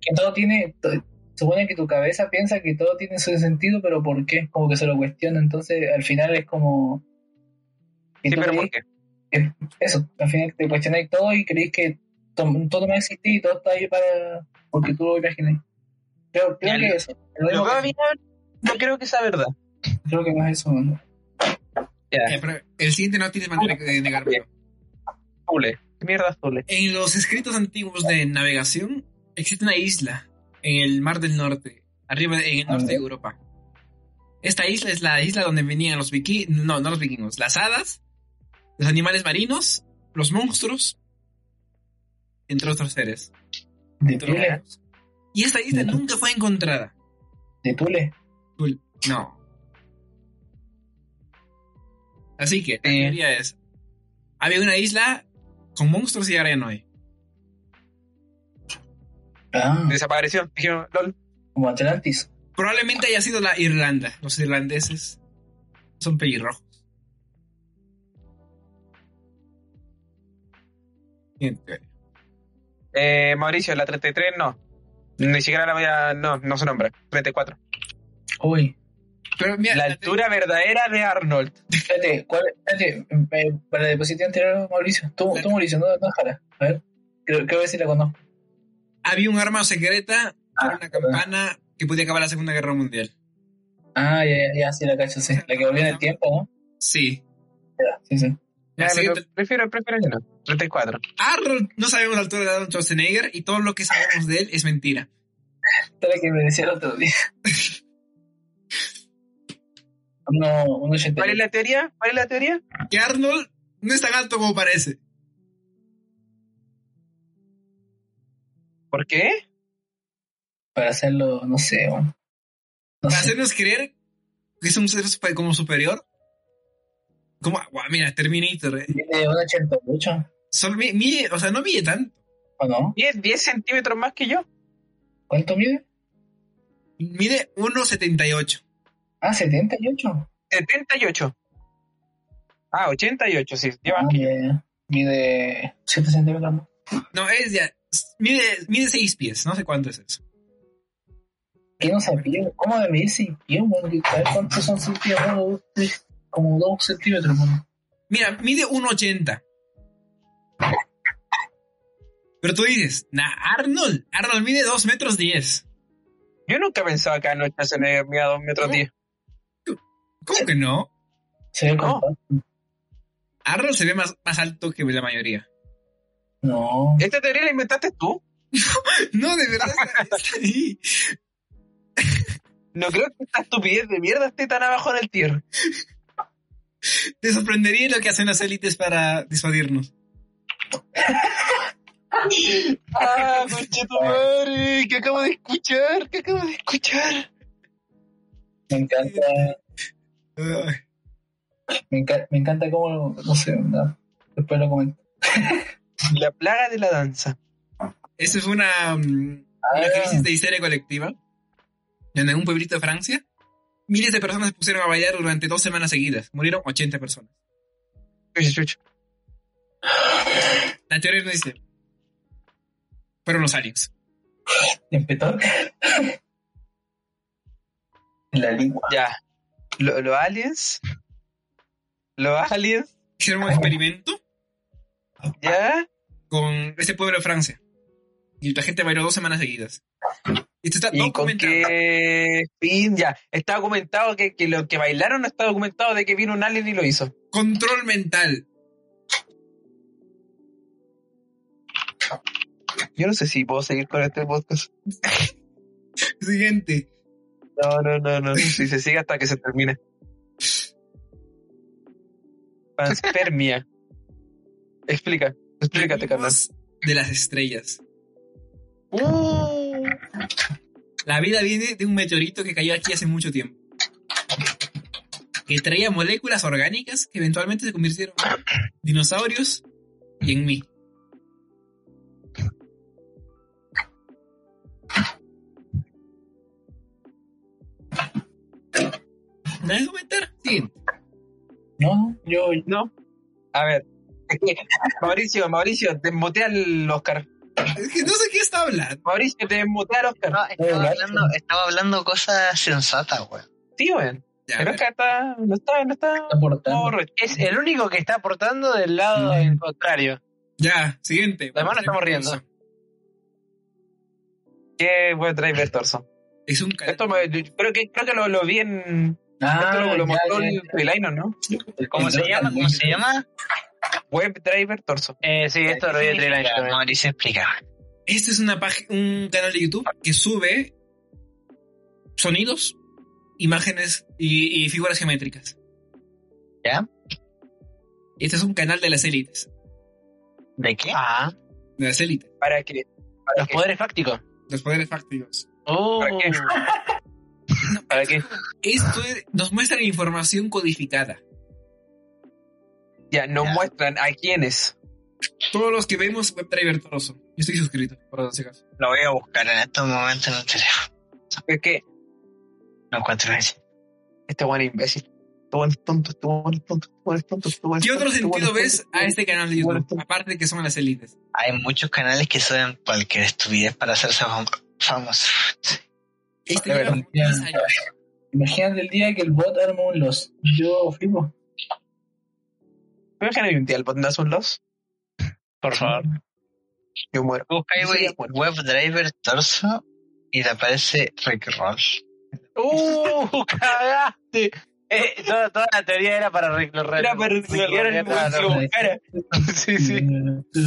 que todo tiene. to- supone que tu cabeza piensa que todo tiene su sentido, pero ¿por qué? Como que se lo cuestiona. Entonces, al final es como. que
Sí,
tú
pero
crees-
¿por qué?
Eso, al final te cuestionáis todo y creéis que to- todo no existe y todo está ahí para. porque tú lo imagináis. Creo, creo
Ya,
que eso.
Lo
Creo
veo
que,
bien, no creo que sea verdad.
creo que más eso. ¿no?
eh, pero el siguiente no tienes manera de negarlo.
Zule, ¿qué mierda es Zule?
En los escritos antiguos de navegación existe una isla en el Mar del Norte, arriba en el norte de Europa. Esta isla es la isla donde venían los vikingos, no, no los vikingos, las hadas, los animales marinos, los monstruos, entre otros seres.
De
entre otros
Tule,
monstruos. Y esta isla nunca fue encontrada.
de Tule.
No. Así que, la
Sí.
teoría es, había una isla con monstruos y ahora ya no hay.
Ah,
Desapareció, dijeron, lol.
como Atlantis.
Probablemente haya sido la Irlanda. Los irlandeses son pelirrojos. Bien, teoría.
Eh, Mauricio, la 33 no. Ni siquiera la voy a... No, no se nombra. 34.
Uy.
Pero mira,
La
la te-
altura verdadera de Arnold.
Espérate, ¿cuál? Espérate, eh, para la diapositiva anterior, Mauricio. Tú, tú Mauricio, no, no jala. A ver, creo, creo que sí la conozco.
había un arma secreta,
Ah,
una campana que podía acabar la Segunda Guerra Mundial.
Ah, ya, ya, ya, sí la cacho, sí. La que volvió en el tiempo, ¿no?
Sí.
Ya, sí, sí.
Ya,
Así
pero
que-
prefiero, prefiero que no. 34.
Arnold, no sabemos la altura de Arnold Schwarzenegger y todo lo que sabemos de él es mentira.
Esta es la que me decía el otro día. No, un ochenta
¿Cuál es la teoría? ¿Cuál es la teoría?
Que Arnold no es tan alto como parece.
¿Por qué?
Para hacerlo, no sé, bueno. No
Para
sé.
hacernos creer que es un ser super- como superior. Como, guau, mira, Terminator. eh.
Tiene un 88,
Solo mi- mide- o sea, no mide tanto.
¿o no?
10, 10 centímetros más que yo.
¿Cuánto mide?
Mide 1,78.
Ah, 78.
78. Ah, 88, sí. Lleva
Ah,
más que yo.
ya, ya. Mide 7 centímetros más.
No, es ya. Mide, mide 6 pies, no sé cuánto es eso.
¿Qué no sabía? ¿Cómo de medir sin pie, weón? ¿Sabes cuántos son sin pie, weón? Como 2 centímetros, weón.
Mira, mide 1.80. Pero tú dices, nah, Arnold, Arnold mide 2 metros 10.
Yo nunca pensaba que Arnold Schwarzenegger medía 2 metros
¿No?
10.
¿Cómo que no?
Se ve
No.
como.
Arnold se ve más, más alto que la mayoría.
No.
¿Esta teoría la inventaste tú?
No, de verdad está, está ahí.
No creo que esta estupidez de mierda esté tan abajo en el tier.
Te sorprendería lo que hacen las élites para disuadirnos.
¡Ah, conchetumare! ¿Qué acabo de escuchar? ¿Qué acabo de escuchar?
Me encanta.
Ay.
Me, enca- me encanta cómo. No sé, no. Después lo comento.
La plaga de la danza.
Esa fue una, mm, una
Ah.
crisis de histeria colectiva. En un pueblito de Francia, miles de personas se pusieron a bailar durante dos semanas seguidas. Murieron 80 personas.
Chuchu, chuchu.
La teoría no dice. Fueron los aliens.
¿Empetón? La lengua.
Ya. Lo- Los aliens. Los aliens.
Hicieron un experimento
Ya.
con ese pueblo de Francia. Y la gente bailó dos semanas seguidas. Y esto está
¿Y con
documentado.
qué fin? Ya. Está documentado que, que lo que bailaron está documentado de que vino un alien y lo hizo.
Control mental.
Yo no sé si puedo seguir con este podcast.
Siguiente.
No, no, no, no. Si se sigue hasta que se termine. Panspermia. Explica. Explícate, carnal.
Venimos De las estrellas.
Uh,
La vida viene de un meteorito que cayó aquí hace mucho tiempo. Que traía moléculas orgánicas que eventualmente se convirtieron en dinosaurios y en mí. ¿Nada que comentar? Siguiente.
No, yo.
no. A ver. Mauricio, Mauricio, desmutea al Oscar.
Es que no sé qué está hablando.
Mauricio, desmutea al Oscar.
No, estaba,
gacho.
hablando, estaba hablando cosas sensatas, güey.
Sí, weón.
Ya,
El Oscar está. No está, no está.
Está portando.
borracho.
Es el único que está aportando del lado
Sí.
del contrario.
ya, siguiente.
Además nos estamos riendo.
Qué buen driver torso.
Es un
Esto
calor.
me, yo creo que creo que lo, lo vi en
Ah,
esto lo, lo
ya,
mostró
ya,
el
ya.
Freeliner, ¿no?
¿Cómo se llama? ¿Cómo se llama?
Web driver torso.
Eh, sí, esto lo vi en
Significa,
Trailer también.
Mauricio, explica.
Este es una pag- un canal de YouTube que sube sonidos, imágenes y, y figuras geométricas.
¿Ya?
Este es un canal de las élites.
¿De qué?
Ah,
De las élites.
Para que para
los
que
poderes fácticos.
Los poderes fácticos.
Oh,
¿Para qué? para que
Esto es- nos muestra información codificada.
ya nos
Ya.
muestran a quiénes.
Todos los que vemos WebDriver Toroso. Yo estoy suscrito, por si acaso.
Lo voy a buscar en estos momentos en el teléfono.
Es que
No encuentro ese.
este buen imbécil. Este buen tonto, este buen tonto, este buen tonto, este buen
¿Qué otro
tonto, este buen
sentido
tonto,
ves a
buen
este canal de
Bueno,
YouTube?
esto-
Aparte de que son las élites.
Hay muchos canales que suben cualquier estupidez para hacerse fam- famosos.
Este
Es
canal
verdad.
es allá.
Imagínate el día que el bot arma un los. Yo flipo.
Creo que no hay un día el botón de un los.
por favor.
Yo muero.
Busca ahí,
Yo estoy de
güey,
acuerdo.
WebDriver Torso y te aparece Rick Roll.
¡Uh! ¡Cagaste! Eh, toda, toda la teoría era para Rick Lorraine.
Era para Rick Lorraine,
Lorraine,
muy
era-
flojo. Cara. Sí, sí.
eh,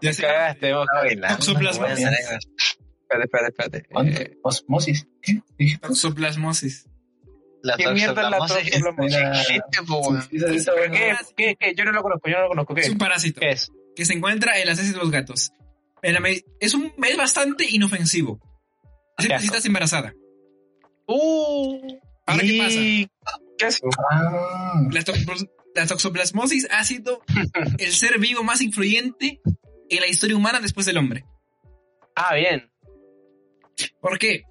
Ya sé.
Cagaste vos.
Toxoplasma.
Espérate, espérate, espérate. Eh,
¿Cuánto? Osmosis. ¿Qué? Dije,
Toxoplasmosis.
La
¿Qué mierda es la toxoplasmosis?
Existe, po, güey.
esa- esa-
¿Pero qué? ¿Qué? ¿Qué? Yo no lo conozco, yo no lo conozco. ¿Qué?
Es un parásito.
¿Qué es?
que se encuentra en las heces de los gatos. En la me- Es, un, es bastante inofensivo. Siempre si estás embarazada.
Uh,
Ahora, ¿qué
y- ¿Qué hace?
Ah,
La, tox- la toxoplasmosis ha sido el ser vivo más influyente en la historia humana después del hombre.
Ah, bien.
¿Por qué?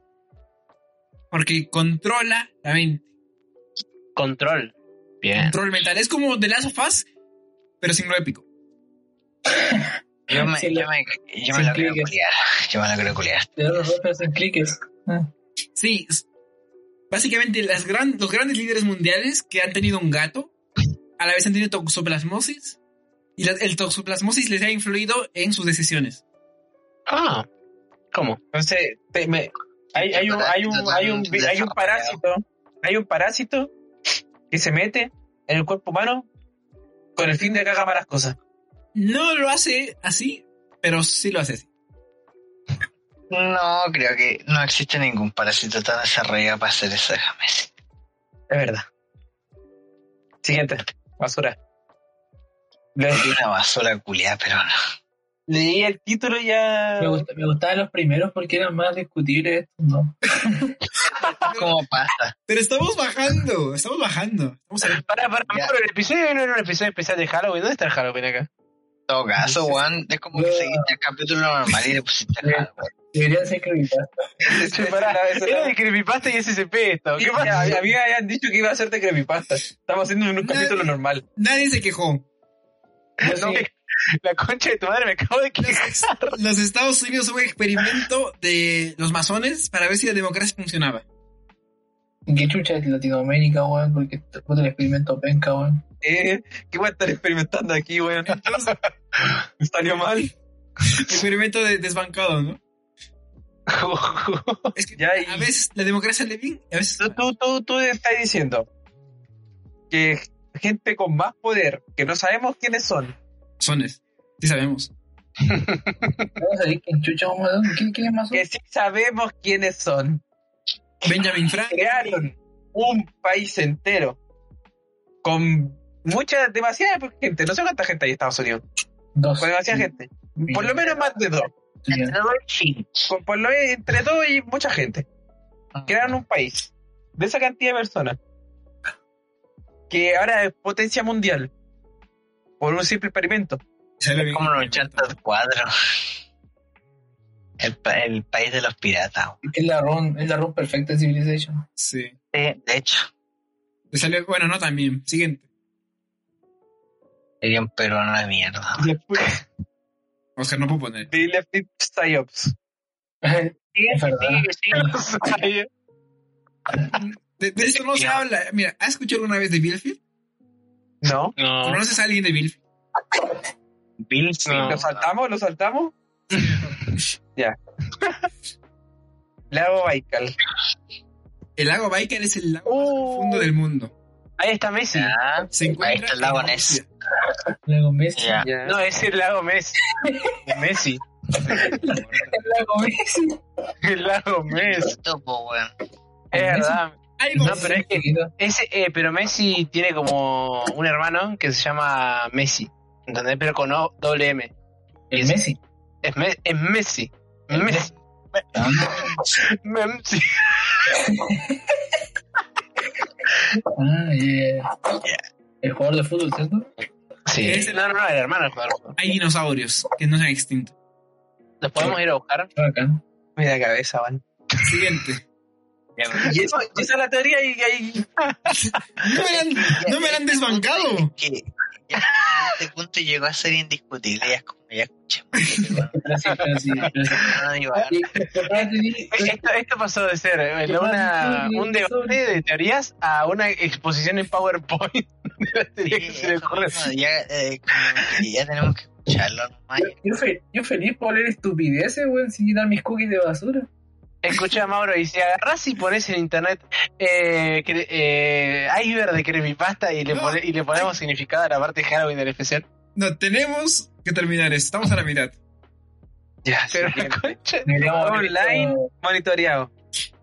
Porque controla la mente.
Control. Bien.
Control mental. Es como The Last of Us, pero sin lo épico.
Yo me,
Sí,
yo
lo-
me, yo me
sí,
lo quiero
cliques.
culiar. Yo me lo quiero culiar.
te da los dos pero sin cliques. Ah,
Sí, s- básicamente las gran- los grandes líderes mundiales que han tenido un gato, a la vez han tenido toxoplasmosis, y la- el toxoplasmosis les ha influido en sus decisiones.
Ah, ¿cómo?
Entonces, te- me- hay, hay un, hay, un, hay, un, vi- hay un parásito, hay un parásito que se mete en el cuerpo humano con el fin de que haga malas cosas.
No lo hace así, pero sí lo hace así.
No, creo que no existe ningún parásito tan desarrollado para hacer eso, déjame decir.
Es verdad. Siguiente, basura. Le,
Una basura culiada, pero no.
leí el título y ya.
Me, gust- me gustaban los primeros porque eran más discutibles estos, ¿no?
¿Cómo pasa?
Pero estamos bajando, estamos bajando. Estamos a-
Para, para,
Ya.
pero el episodio no era un episodio especial de Halloween. ¿Dónde está el Halloween acá?
En todo caso, Juan, es como que
No.
seguiste el capítulo normal y le pusiste el hardware.
Deberían ser creepypasta.
Ese- esa- esa-
Era de Creepypasta y SCP esto. ¿Qué
Sí,
pasa?
ya, A mí me habían dicho que iba a hacerte creepypasta. Estamos haciendo un capítulo normal.
Nadie se quejó.
Yo
No,
sí,
que- La concha de tu madre me acabo de
Los,
quejar.
ex- los Estados Unidos fue un experimento de los masones para ver si la democracia funcionaba.
¿Qué chucha es Latinoamérica, weón? Porque t- puta el experimento penca, weón.
Eh, ¿Qué voy a estar experimentando aquí, weón?
Entonces,
Salió mal.
experimento de desbancado, ¿no? Es que
Ya, y-
a veces la democracia le bien, a veces
Tú, tú, tú, tú estás diciendo que gente con más poder, que no sabemos quiénes son,
masones. Sí sabemos.
Vamos a ver quién chucha vamos a dar. ¿Quién, quién es más?
que sí sabemos quiénes son,
Benjamin Franklin.
crearon un país entero con mucha, demasiada gente. No sé cuánta gente hay en Estados Unidos,
Dos.
con demasiada gente. Por lo menos más de dos.
Ya.
Con- por lo menos entre dos y mucha gente. crearon un país de esa cantidad de personas que ahora es potencia mundial por un simple experimento.
Sale bien.
Como los 80 cuadros. El, pa- el país de los piratas. Juan.
Es la ron, es la ron perfecta de Civilization.
Sí.
Sí, de hecho,
Le salió- bueno, no también. Siguiente.
sería un peruano de mierda.
Después
Oscar, no puedo poner.
de Left It Psyops.
es verdad.
De, de esto no se habla. Mira, ¿has escuchado alguna vez de Billfield?
No,
No.
¿Conoces a alguien de Billfield?
Bill
No.
lo saltamos, lo saltamos. ya. Lago Baikal.
El lago Baikal es el lago más
Oh.
profundo del mundo.
Ahí está Messi.
Ya,
Se encuentra
Ahí está el lago
en
Ness.
Rusia.
Lago Messi.
Ya.
Ya.
No, es el lago Messi. El Messi.
El Lago Messi.
El lago Messi.
Esto, po, weón.
Es verdad.
Algo
No, pero es que ese, eh, pero Messi tiene como un hermano que se llama Messi. ¿Entendés? Pero con O, doble M.
El Messi.
Es, Me- es Messi. Messi. Messi.
Ah, yeah. El jugador de fútbol, ¿cierto?
Sí.
Ese-
No, no, no, el hermano del jugador.
hay dinosaurios que no se han extinto.
¿Los podemos ir a buscar?
Está bacán.
Mira la cabeza, van.
Siguiente.
Y eso, y esa es la teoría y ahí.
No me la han, no me la han desbancado.
Que ya a este punto llegó a ser indiscutible. Ya, es como- ya escuché.
Casi, casi, casi.
No, no,
Y- y-
Ah, Esto, esto pasó de ser eh, de una- un debate de teorías a una exposición en PowerPoint. de las
Sí,
teorías que se le
eso
ocurren.
mismo, ya, eh, como que ya tenemos que escucharlo nomás.
yo- Yo, fe- yo feliz por leer estupideces, weón, sin dar mis cookies de basura.
Escucha, Mauro, y si agarras y pones en internet eh, cre- eh, iceberg de creepypasta y le,
No.
pone- y le ponemos significado a la parte de Halloween del especial.
No, tenemos que terminar esto. Estamos a la mitad.
Ya,
Pero la
siguiente.
concha.
Deberíamos haber
Online
visto-
monitoreado.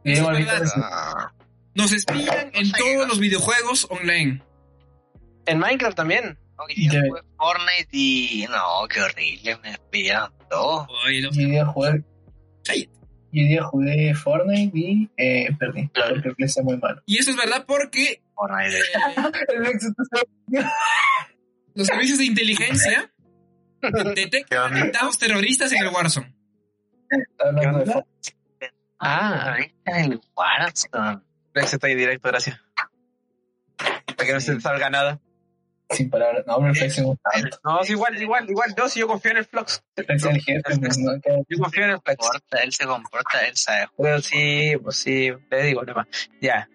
deberíamos haber
Es verdad.
visto eso.
Nos espían en todos los videojuegos online.
En Minecraft también.
Hoy día
Ya.
jugué Fortnite y no, qué horrible, me despidieron todo.
Oye, los-
Yo hoy día jugué.
Cállate.
Yo hoy día jugué Fortnite y eh, perdí. Porque el play está muy malo.
Y eso es verdad porque
Fortnite.
eh, los servicios de inteligencia detectan atentados terroristas en el Warzone.
Hablando de
onda?
Fortnite.
Ah.
Ahorita en el Warzone.
Rex está ahí directo, gracias. Para que no se salga nada.
Sin palabras. No, pero Flex me gusta.
No, es igual, igual, igual. No, si yo confío en el Flux.
Flex es el jefe. ¿no? Que-
Yo confío en el
se
Flux.
comporta, él se comporta, él sabe.
Pero sí, pues sí, le digo nomás. Ya.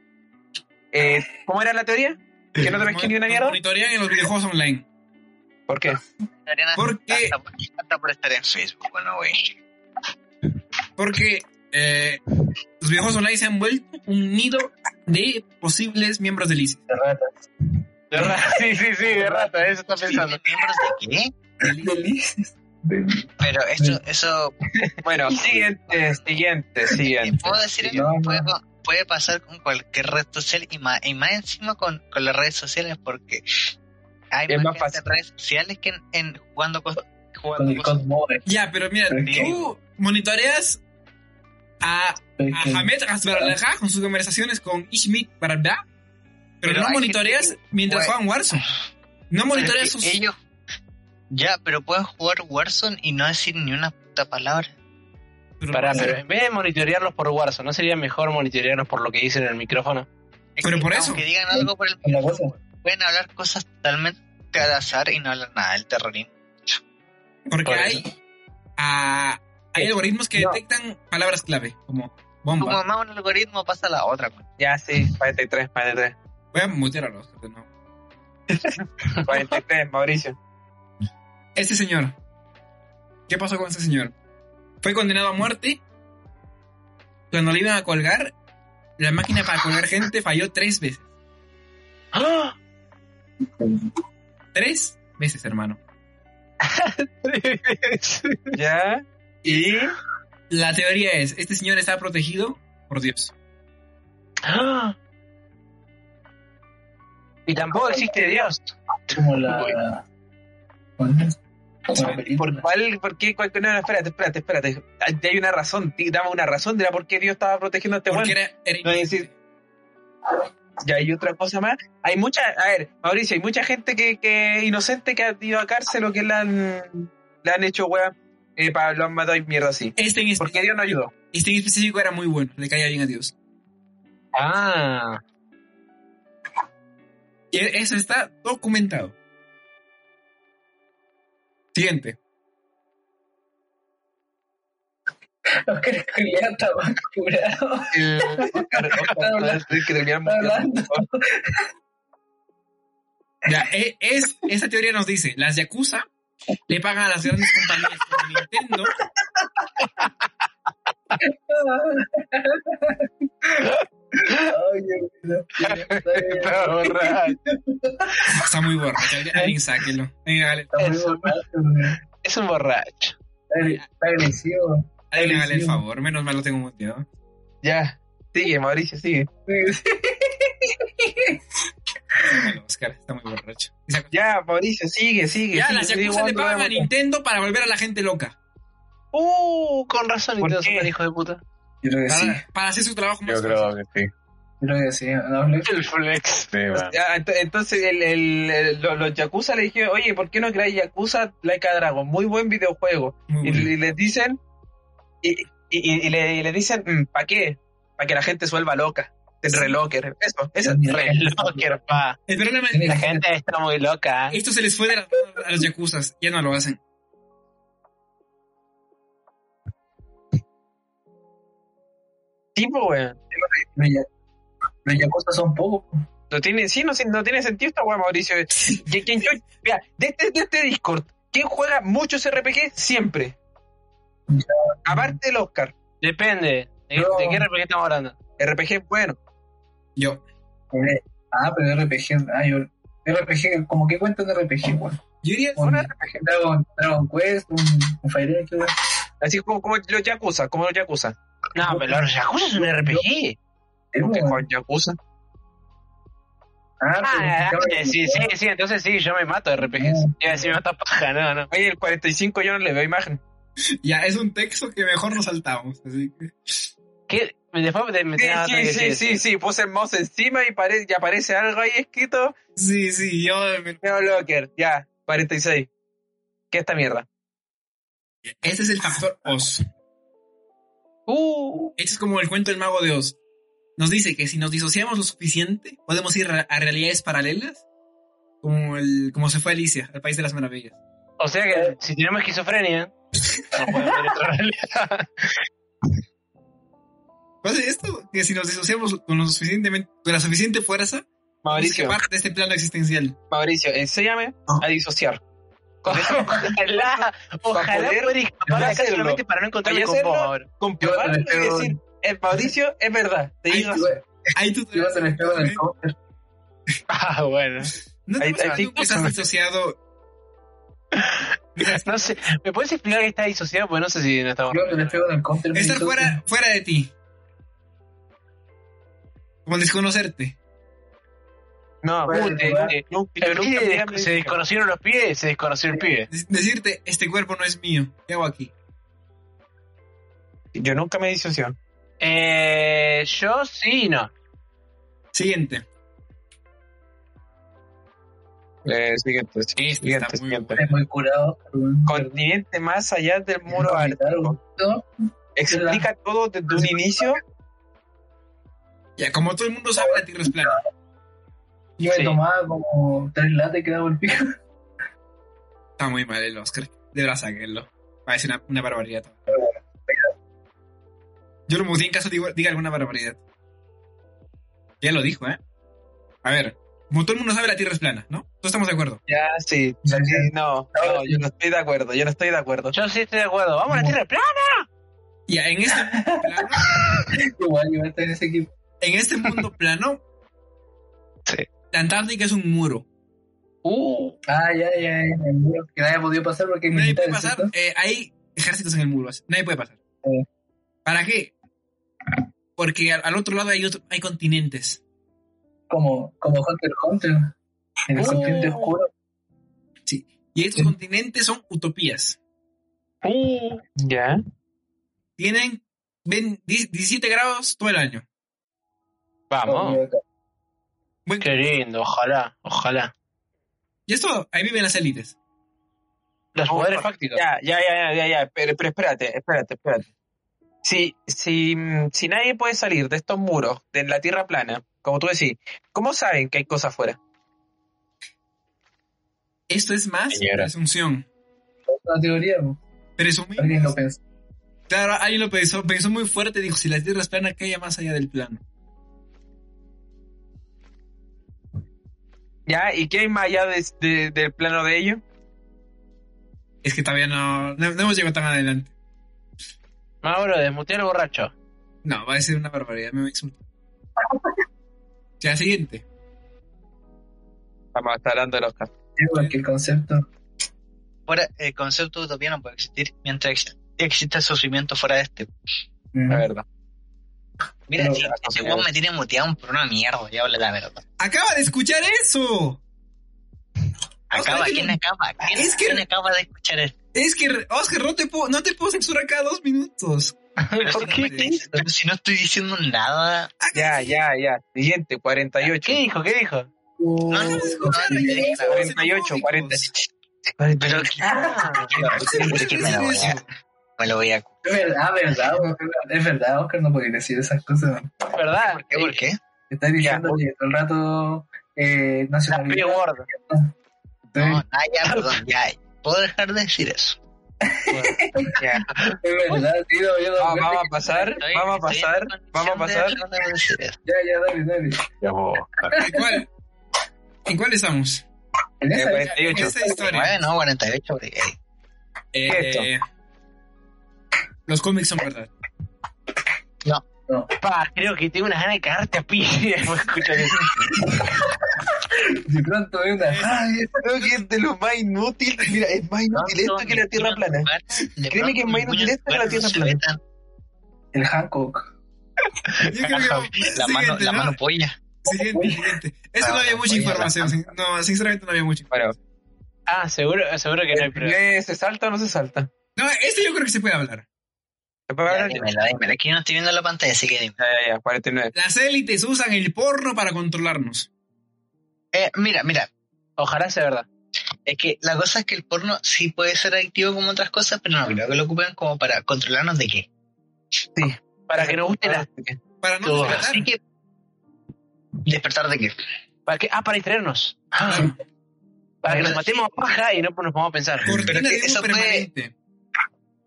Eh, ¿Cómo era la teoría? ¿Que no te pesqué ni una mierda?
Monitorean en los videojuegos online.
¿Por qué?
Ariana,
¿Por qué?
Hasta, hasta por estar en Facebook, bueno, güey.
Porque eh, los videojuegos online se han vuelto un nido de posibles miembros del ISIS.
de rata.
De rata, sí, sí, sí, de rata, eso está pensando.
¿Miembros de qué? Pero eso, eso
Bueno, siguiente, siguiente, siguiente.
puedo decir
No, no.
puede, puede pasar con cualquier red social y más, y más encima con, con las redes sociales porque hay
Es más
gente
fácil.
en redes sociales que en, en jugando cosas
Con
jugando
el
cosas.
Cod Mobile.
Ya, pero mira,
Pero es que-
tú monitoreas a,
Pero
a
es que-
Hamed Hasbaralajá con sus conversaciones con Ishmit Barabda, pero,
Pero
no
hay
monitoreas
gente
mientras
Güey.
juegan Warzone. No monitoreas
Pero
sus...
es que ellos ya pero pueden jugar Warzone y no decir ni una puta palabra
Pero,
Pará, pero en vez de monitorearlos por Warzone, ¿no sería mejor monitorearlos por lo que dicen en el micrófono?
Es
Pero
que
por eso.
aunque digan algo por el
Con la cosa.
pueden hablar cosas totalmente al azar y no hablan nada del terrorismo
Porque
por
hay, ah, hay algoritmos que
Eh, No.
detectan palabras clave, como
como
bomba.
más un algoritmo pasa a la otra güey.
Ya, sí, 43, 43.
Voy a mutear a los que no.
43, Mauricio.
Este señor. ¿Qué pasó con este señor? Fue condenado a muerte. Cuando le iban a colgar, la máquina para colgar gente falló tres veces.
¡Ah!
Tres veces, hermano.
Ya. ¿Y?
La teoría es, este señor está protegido por Dios.
¡Ah! Y tampoco existe Dios.
Como la. Como la
¿Por
película.
cuál? ¿Por qué? cuál- no, no, espérate, espérate, espérate. Hay hay una razón, ti- dame una razón de la por qué Dios estaba protegiendo a este
Porque
weón.
era, era-
No, es decir, Ya hay otra cosa más. Hay mucha, a ver, Mauricio, hay mucha gente que, que inocente que ha ido a cárcel o que la han, le han hecho weón, eh, pa- lo han matado y mierda así.
este, en espe-
Porque Dios no ayudó.
este en específico era muy bueno, le caía bien a Dios.
Ah,
Y e- eso está documentado. Siguiente.
Oscar Julián está más curado.
El- Oscar, Oscar, Oscar, tenés que terminar
Está hablando.
Ya, e- es, esta teoría nos dice, las Yakuza le pagan a las grandes compañías como Nintendo
Ay, Dios mío. Está
está borracho.
Está muy borracho. Alguien- Alguien sáquelo. Alguien hágale-
muy
Eso.
borracho, güey.
es un borracho.
Está está agresivo.
alguien hágale el
Sí.
favor. Menos mal lo tengo muteado.
Ya. Sigue, Mauricio, sigue.
Sácalo, Oscar. Está muy borracho. Y saca-
Ya, Mauricio, sigue, sigue.
Ya,
sigue,
las
sigue,
Yakuza le
weón,
pagan
weón.
a Nintendo para volver a la gente loca.
Uh, con razón,
¿Por
Nintendo
qué?
Super, hijo de puta.
Ah, Pues
Yo creo que sí.
Para, para hacer su trabajo más
Yo
fácil.
creo que sí.
Yo creo que sí. No, Flex.
El flex.
Sí, man.
Ya, ent- entonces el, el- el- lo- los Yakuza le dijeron, oye, ¿por qué no creáis Yakuza Like a Dragon? Muy buen videojuego.
Muy
Y,
bueno.
y les dicen, y, y- y- y le, y le dicen, ¿para qué? Para que la gente se vuelva loca. El relocker. Eso, eso es
Mira,
relocker.
Locker, pa.
El problema es
La gente está muy loca. ¿eh?
esto se les fue de las manos a los Yakuza. Ya no lo hacen.
Tipo, weón.
Los ya- los Yakuza son pocos. po.
No tiene, sí, no, sí, no tiene sentido esta weón, Mauricio. Que- que yo- mira, de este, de este Discord, ¿quién juega muchos RPG? Siempre. Aparte del Oscar.
Depende. ¿De,
No.
de qué RPG estamos hablando?
RPG es bueno.
Yo.
Eh, Ah, pero RPG. Ah, yo. RPG, como que cuentan de RPG, güey.
Yo diría...
Un Dragon, Dragon Quest, un, un Fire Emblem, güey.
Así como, como los Yakuza, como los Yakuza.
No, pero los Yakuza es un RPG.
Sí,
Porque
güey.
juegan Yakuza.
Ah,
Ah,
pero-
sí, Uh. sí, sí, entonces sí, yo me mato de RPGs. Iba a decir, me mata paja, Ah, no, no.
Oye, el 45 yo no le veo imagen.
Ya, es un texto que mejor nos saltamos. Así que...
¿Qué? Después de me
Sí,
tenía otro
Ah, sí,
que
sí,
decir.
sí, sí, puse el mouse encima y, pare- y aparece algo ahí escrito.
Sí, sí, yo... me-
Neo Locker, ya, 46. ¿Qué esta mierda?
Ese es el factor Oz.
Uh,
Este es como el cuento del mago de Oz. Nos dice que si nos disociamos lo suficiente, podemos ir a, a realidades paralelas como, el, como se fue Alicia, al País de las Maravillas.
O sea que si tenemos esquizofrenia, no podemos ver otra realidad.
Pues esto, que si nos disociamos con, lo suficientemente, con la suficiente fuerza, es que
Mauricio,
parte de este plano existencial.
Mauricio, enséñame
Ah.
a disociar. Con eso,
Ojalá, ojalá
poder
poder escapar de acá
hacerlo.
solamente para no encontrarme
Y
con vos
hacerlo.
ahora.
comprobarlo y
Pero-
decir, el Mauricio es verdad. Te
Ahí
digo,
tú, ahí tú
Te vas al espejo del counter.
Ah, bueno.
¿No
ahí-
te pasa
ahí
que tú
sí.
estás disociado?
No sé, ¿me puedes explicar que estás disociado? Porque no sé si no estamos.
Yo te lo espejo del counter. me
Estar
disocio.
fuera, fuera de ti. Como desconocerte.
no,
Bueno,
este,
puta,
bueno.
eh,
El
pero
pibe
nunca
des-
me había-
se desconocieron los pies, se desconoció el pibe.
Dec- Decirte, este cuerpo no es mío. ¿Qué hago aquí?
Yo nunca me disocio.
Eh, yo sí y no.
Siguiente.
Eh, siguiente,
Este
siguiente,
está muy
siguiente.
Es muy curado. Rubén.
Continente más allá del muro
Claro,
ártico.
¿no?
Explica todo desde un inicio.
Ya, como todo el mundo sabe, la Tierra es plana.
Yo me
Sí.
tomaba como tres latas y quedaba el pico.
Está muy mal el Oscar. Deberás sacarlo. Parece una, una barbaridad. Yo lo muteé en caso digo- diga alguna barbaridad. Ya lo dijo, ¿eh? A ver, como todo el mundo sabe, la Tierra es plana, ¿no? Todos estamos de acuerdo.
Ya, sí.
Ya,
sí,
ya.
No, no, yo no estoy de acuerdo, yo no estoy de acuerdo.
Yo sí estoy de acuerdo. Vamos a la tierra plana.
Ya, en este mundo plano,
Igual yo estar en ese equipo.
en este mundo plano
Sí.
la Antártica es un muro.
Uh,
Ah, ya, ya, ya. el muro Que nadie ha podido pasar porque es
Nadie
militar,
puede pasar.
¿cierto? Eh.
eh, hay ejércitos en el muro, así. nadie puede pasar.
Sí.
¿Para qué? Porque al, al otro lado hay, otro- hay continentes.
Como, como Hunter x Hunter. En el
Oh.
continente oscuro.
Y estos
Sí.
continentes son utopías.
uh. Ya.
Tienen ven- die- 17 grados todo el año.
Vamos.
Buen-
Qué lindo, ojalá, ojalá.
y esto, ahí viven las élites.
Los
Vamos,
poderes
por-
fácticos.
Ya, ya, ya, ya, ya, ya, Pero, pero espérate, espérate, espérate. Si, si, mm, si nadie puede salir de estos muros, de la tierra plana, como tú decís, ¿cómo saben que hay cosas afuera?
Esto es más
Señora.
presunción.
Una teoría, ¿no? alguien lo
Presumimos.
pensó.
Claro, alguien lo pensó, pensó muy fuerte dijo, si la Tierra es plana, ¿qué hay más allá del plano?
¿Ya? ¿Y qué hay más allá de- de- del plano de ellos?
Es que todavía no, no, no hemos llegado tan adelante.
Mauro, desmutea al borracho.
No, va a ser una barbaridad, me voy a exultar. Ya, siguiente.
Vamos a estar hablando de los casos.
Sí, porque el concepto.
Fuera, el concepto de utopía no puede existir mientras ex- exista sufrimiento fuera de este.
mm,
La verdad.
Mira,
Pero-
si este weón me tiene muteado por una mierda, ya habla la verdad.
¡Acaba de escuchar eso!
Acaba,
Oscar,
¿quién acaba? ¿Quién,
Es que-
quién acaba de escuchar esto?
Es que, Oscar, no te puedo, no te puedo censurar cada dos minutos.
Pero si no estoy- pero si no estoy diciendo nada.
Ya, ya, ya. Siguiente, 48.
¿Qué dijo? ¿Qué dijo?
Ah,
No, no,
Acaba de escuchar
no,
eso,
no, no,
48, 40.
xenofóbicos.
Pero
Ah,
es que me lo voy a, me lo voy a
Es verdad, verdad, Oscar, es verdad, Oscar, no podía decir esas cosas. ¿no?
¿verdad?
¿Por qué? ¿Por qué?
Estás diciendo que todo el rato eh,
La
nacionalidad.
pre-word.
No,
sí,
ah, ya, perdón, ya. ¿Puedo dejar de decir eso?
Es verdad, tío, yo no-
Ah, vamos a pasar,
Estoy-
vamos a
estoy en
pasar,
condición
vamos a
de
pasar.
dejar de decir eso.
Ya, ya, dale, dale.
¿En cuál? ¿En cuál estamos?
En
Eh,
esa,
48.
Esa historia.
Bueno, 48, porque
Eh, los cómics son verdad.
Pa, creo que tengo unas ganas de cagarte a pie. después
pues,
de escuchar eso.
de pronto veo una. ah, Ay,
Creo que este es de lo más inútil. Mira, es más inútil esto que la Tierra plana. Créeme que es más inútil esto que la Tierra plana.
el Hancock.
Yo creo que
La mano,
siguiente,
la
¿no?
mano Ah, polla.
Siguiente, siguiente. Es que no había mucha información. sin- No, sinceramente no había mucha
Bueno,
información.
Ah, seguro, seguro que no hay problema.
¿qué? ¿se salta o no se salta?
No, este yo creo que se puede hablar.
¿Se puede
Ya,
hablar?
dímela, dímela. Aquí no estoy viendo la pantalla, así que dime.
Ya, ya, ya, 49.
Las élites usan el porno para controlarnos.
Eh, mira, mira.
Ojalá sea verdad.
Es que la cosa es que el porno sí puede ser adictivo como otras cosas, pero no creo que lo ocupen como para controlarnos de qué.
Para que nos guste la.
Para no
Todo.
despertar.
Así que. ¿Despertar de qué?
Para que, ah, para distraernos. Ah, Para que nos matemos a paja y no nos vamos a pensar.
pero
Cortina
es que
de humo
eso puede-
permanente.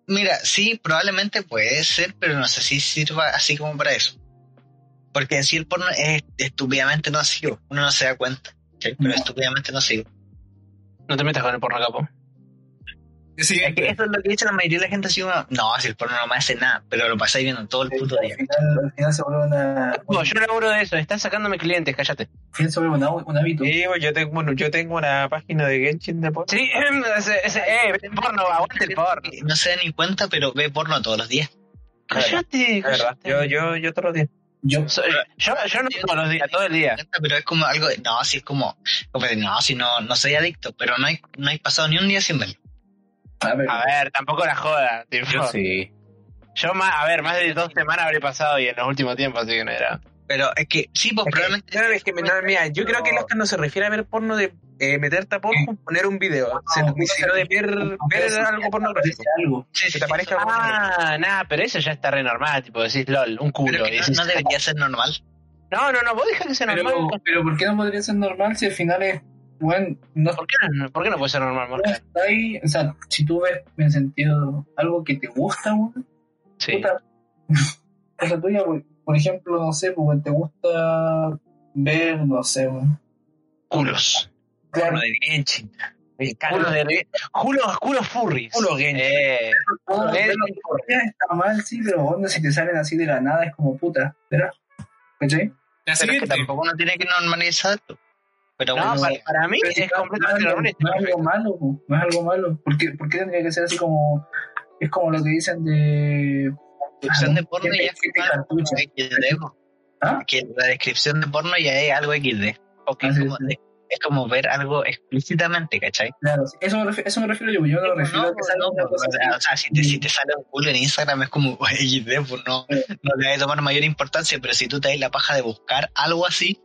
Mira, sí, probablemente puede ser, pero no sé si sirva así como para eso. Porque decir el porno es estúpidamente nocivo. Uno no se da cuenta, ¿sí? pero es estúpidamente nocivo.
No te metas con el porno capo.
El
Es
siguiente.
que eso es lo que dice la mayoría de la gente así como, no, si el porno no me hace nada, pero lo pasáis viendo todo el puto
Al
día.
final, al final se vuelve una,
No, yo no laburo de eso, están sacándome clientes, cállate.
al final se vuelve una- un hábito.
Sí, pues, yo tengo, bueno, yo tengo una página de Genshin de porno.
Sí, ese, ese, eh, ve el porno, aguante el porno.
No se da ni cuenta, pero ve porno todos los días. Ah,
Cállate,
Es verdad.
cállate.
Yo, yo, yo todos los días.
Yo,
So- yo, yo no todos los días, todo el día.
cuenta, pero es como algo, no, si es como, como de, no, si no, no soy adicto, pero no hay, no hay pasado ni un día sin verlo.
a ver,
A ver, tampoco la joda. tipo. Yo,
sí.
más, a ver, más de dos semanas habré pasado y en los últimos tiempos, así que no era.
Pero es que, sí, pues
Es que-
probablemente
no, es que, no, mira, yo creo que el Oscar no se refiere a ver porno de eh, meterte a porno, poner un video. Se
No,
refiere de ver, ver algo pornográfico.
dice algo.
sí,
Que
sí,
te
sí,
aparezca
no,
Ah, nada, pero eso ya está re normal, tipo, decís LOL, un
pero
culo.
que
y
no-
decís,
no debería ser normal.
no, no, no, vos deja que sea normal. pues.
Pero, pero ¿por qué no podría ser normal si al final es, bueno, no
¿Por qué no, por qué no puede ser normal,
no
Morgan?
está ahí? O sea, si tú ves en sentido algo que te gusta, weón,
Sí.
puta, cosa tuya, weón. Por ejemplo, no sé, pues, weón, te gusta ver, no sé, weón.
Culos.
Claro,
Porno de Genshin. Me
Culos
encanta.
de. Culos, culos furries.
Culo Genshin.
Eh,
todo
de-
verlo por día está mal, sí, pero onda, si te salen así de la nada es como puta, ¿verdad? ¿Cachai?
La
Pero es que
siguiente.
tampoco uno tiene que normalizarlo. Pero
Ah,
no,
bueno,
para, para mí es completamente
no,
normal. y está
no es algo
perfecto.
malo, po, no es algo malo. ¿Por qué, por qué tendría que ser así como.? Es como lo que dicen de. ah,
descripción de porno
Gente
ya
que
es algo
cartucho.
XD. po.
¿Ah?
Que la descripción de porno ya es algo XD. O que
Ah,
es,
sí,
como,
sí.
es como ver algo explícitamente, ¿cachai?
Claro, sí, eso me refiero, eso me refiero yo, yo no me refiero
Pues No,
a que salga
no,
una cosa
o sea, o
así.
sea, si te, si te sale un culo en Instagram es como "Uy, XD, pues no,
Sí.
no le vas a tomar mayor importancia, pero si tú te das la paja de buscar algo así,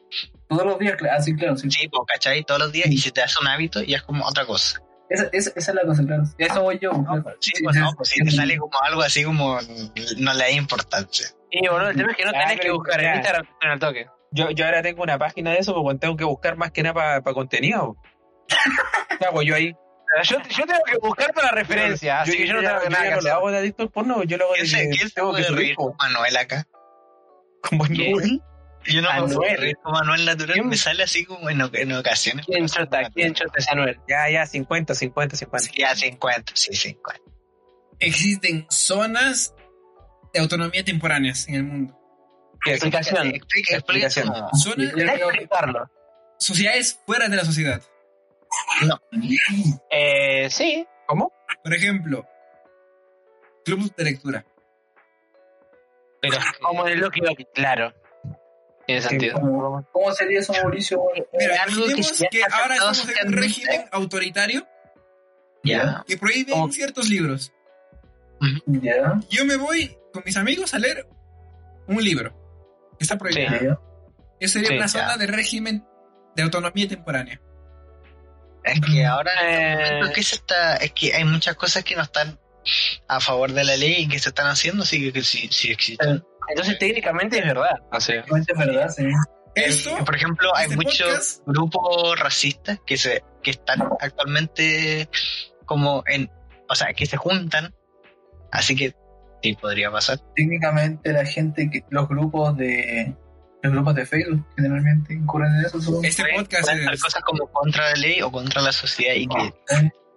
Todos los días, cla- así, claro. Sí.
sí, pues, ¿cachai? Todos los días, y si te hace un hábito, ya es como otra cosa.
Esa, esa, esa es la cosa, claro. Ah, Eso voy yo. claro.
Sí, pues no, pues si te sale como algo así como no le da importancia.
Y boludo, el tema es que no
Ah,
tenés que
pero
buscar
ya.
en Instagram en el toque.
Yo, yo ahora tengo una página de eso porque tengo que buscar más que nada para contenido. ¿Qué hago yo ahí?
Yo, yo tengo que buscar para referencia, así que yo no
ya-
tengo nada
ya
que
no
hacer.
lo hago de adicto al porno, yo lo hago de
¿Quién se, quién se
tengo que
puede
subir
reír con Manuel acá?
como
¿Quién?
Yo no
Manuel.
me puedo reír con Manuel natural,
¿Quién?
me sale así como en, oc- en ocasiones.
¿Quién chota? ¿Quién chota es Anuel?
Ya, ya, 50, 50, 50.
Sí, a 50, sí, 50.
Existen zonas de autonomía temporáneas en el mundo.
¿Qué?
Explicación.
Explica, explica
Explicación.
cómo.
Zonas
Este
Tenés que explicarlo.
sociedades fuera de la sociedad.
Eh, sí.
¿Cómo?
Por ejemplo, clubes de lectura.
Pero
Como en el Loki Loki, claro. Tiene sentido.
¿Cómo, cómo sería eso, Mauricio?
Mira,
algo que
tenemos
se
que
ha
ahora
tratado
estamos en un
socialmente.
régimen autoritario
ya.
que prohíbe
Ok.
ciertos libros.
Ya,
Yo me voy con mis amigos a leer un libro que está prohibido.
Sí.
ya.
Eso sería
Sí,
una
ya.
zona de régimen de autonomía temporánea.
Es que ahora
Eh,
es que, se está, es que hay muchas cosas que no están a favor de la ley y que se están haciendo, así que, que sí, sí existen.
entonces técnicamente es verdad. O sea,
Es verdad, sí.
Esto,
Por ejemplo, hay
este
muchos
podcast,
grupos racistas que se que están actualmente como en o sea que se juntan así que sí podría pasar
Técnicamente, la gente, que, los grupos de. Los grupos de Facebook generalmente incurren en eso. supongo.
este
Pueden-
podcast
pueden hacer
es,
cosas como contra la ley o contra la sociedad y que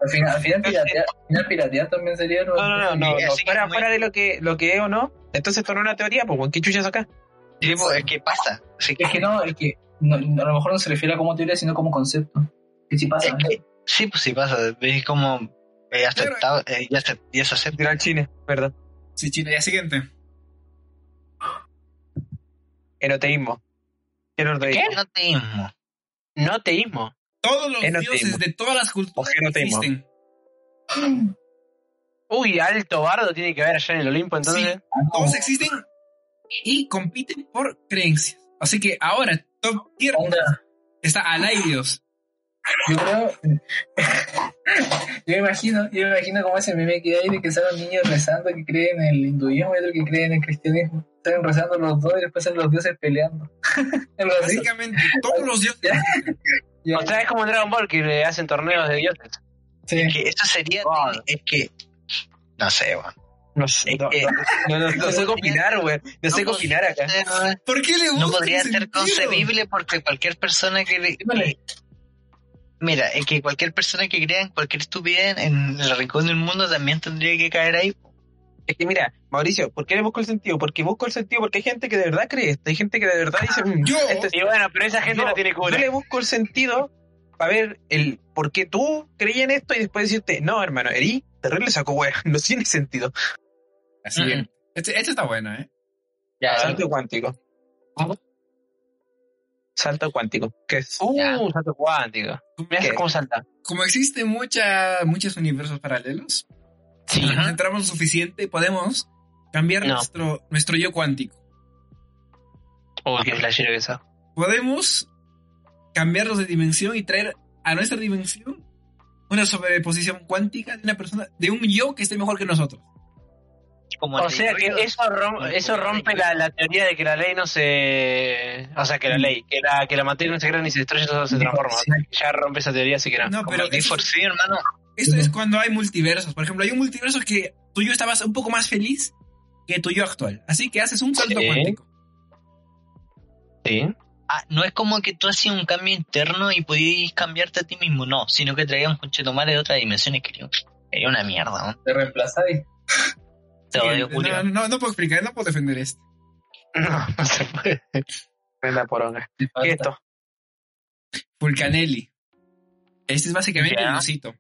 Al final, al final, piratear, al final piratear también sería.
No, no, no, no,
Sí,
no,
así
Fuera,
que muy-
fuera de lo que, lo que es o no. Entonces esto no es una teoría, pues, ¿qué chuchas acá?
Sí, pues, es que pasa así que,
Es que no, es que no- no, a lo mejor no se refiere a como teoría, sino como concepto. Que sí pasa.
es que- sí pues sí pasa es como eh, aceptado eh, ya, se, ya se acepta
Tirar al cine, perdón.
Sí, China, ya siguiente.
Eroteísmo. Eroteísmo.
no teísmo
no teísmo.
Todos los
Enoteísmo.
dioses de todas las culturas
Ojenoteísmo.
existen.
Uy, alto bardo tiene que haber allá en el Olimpo, entonces.
Todos existen y compiten por creencias. Así que ahora, Top Tier
Onda,
está Alaidios.
yo creo. yo me imagino, yo me imagino como ese meme que hay de que salen niños rezando que creen en el hinduismo y otro que creen en el cristianismo. Están rezando los dos y después salen los dioses peleando. Algo así.
Básicamente, todos los dioses
Ya,
O sea, es como en Dragon Ball que le hacen torneos de dioses.
sí.
Es que eso sería.
Wow.
Es que. No sé, weón.
No sé.
Es que.
No, no, no sé combinar, güey. No sé combinar acá.
¿Por qué le gusta?
No podría
el
ser
sentido?
concebible porque cualquier persona que le. eh,
Vale.
Mira, es que cualquier persona que crea en cualquier estupidez en el rincón del mundo también tendría que caer ahí.
Es que mira, Mauricio, ¿por qué le busco el sentido? Porque busco el sentido porque hay gente que de verdad cree esto. Hay gente que de verdad dice. "Mm,
Yo-
esto es
Y bueno, pero esa gente
Yo-
no tiene
Yo
cura.
le busco el sentido para ver el por qué tú creías en esto y después decirte, no, hermano, Eri, terrible saco wea, no tiene sentido.
La siguiente. Este, este está bueno, ¿eh?
Ya,
Salto cuántico. Salto cuántico. ¿Qué es?
Uh, un salto cuántico. Mirá
¿Qué?
cómo salta.
Como existen mucha, muchos universos paralelos,
Sí.
nos centramos lo suficiente y podemos cambiar
No.
nuestro, nuestro yo cuántico.
Uy, qué flashero que eso.
Podemos cambiarlos de dimensión y traer a nuestra dimensión una sobreposición cuántica de una persona, de un yo que esté mejor que nosotros.
Como
O
el
sea que
ruido.
eso, rom- eso rompe la, la teoría de que la ley no se. O sea, que la ley, que la, que la materia no se crea ni se destruye, todo se transforma. Ya rompe esa teoría, así que no.
No,
Como
pero
el Need
eso-
for Speed, hermano.
Esto es cuando hay multiversos. Por ejemplo, hay un multiverso que tú y yo estabas un poco más feliz que tu yo actual. Así que haces un salto
Sí.
cuántico.
Sí.
Ah, no es como que tú hacías un cambio interno y podías cambiarte a ti mismo, no, sino que traías un conchetomare de otras dimensiones que era- era una mierda, ¿no?
Te reemplazáis.
Te
Sí,
odio, Julio.
no, no, no puedo explicar, no puedo defender esto.
No, no se puede. Es la poronga. ¿Qué es esto?
Vulcanelli. Este es básicamente
Ya.
el osito.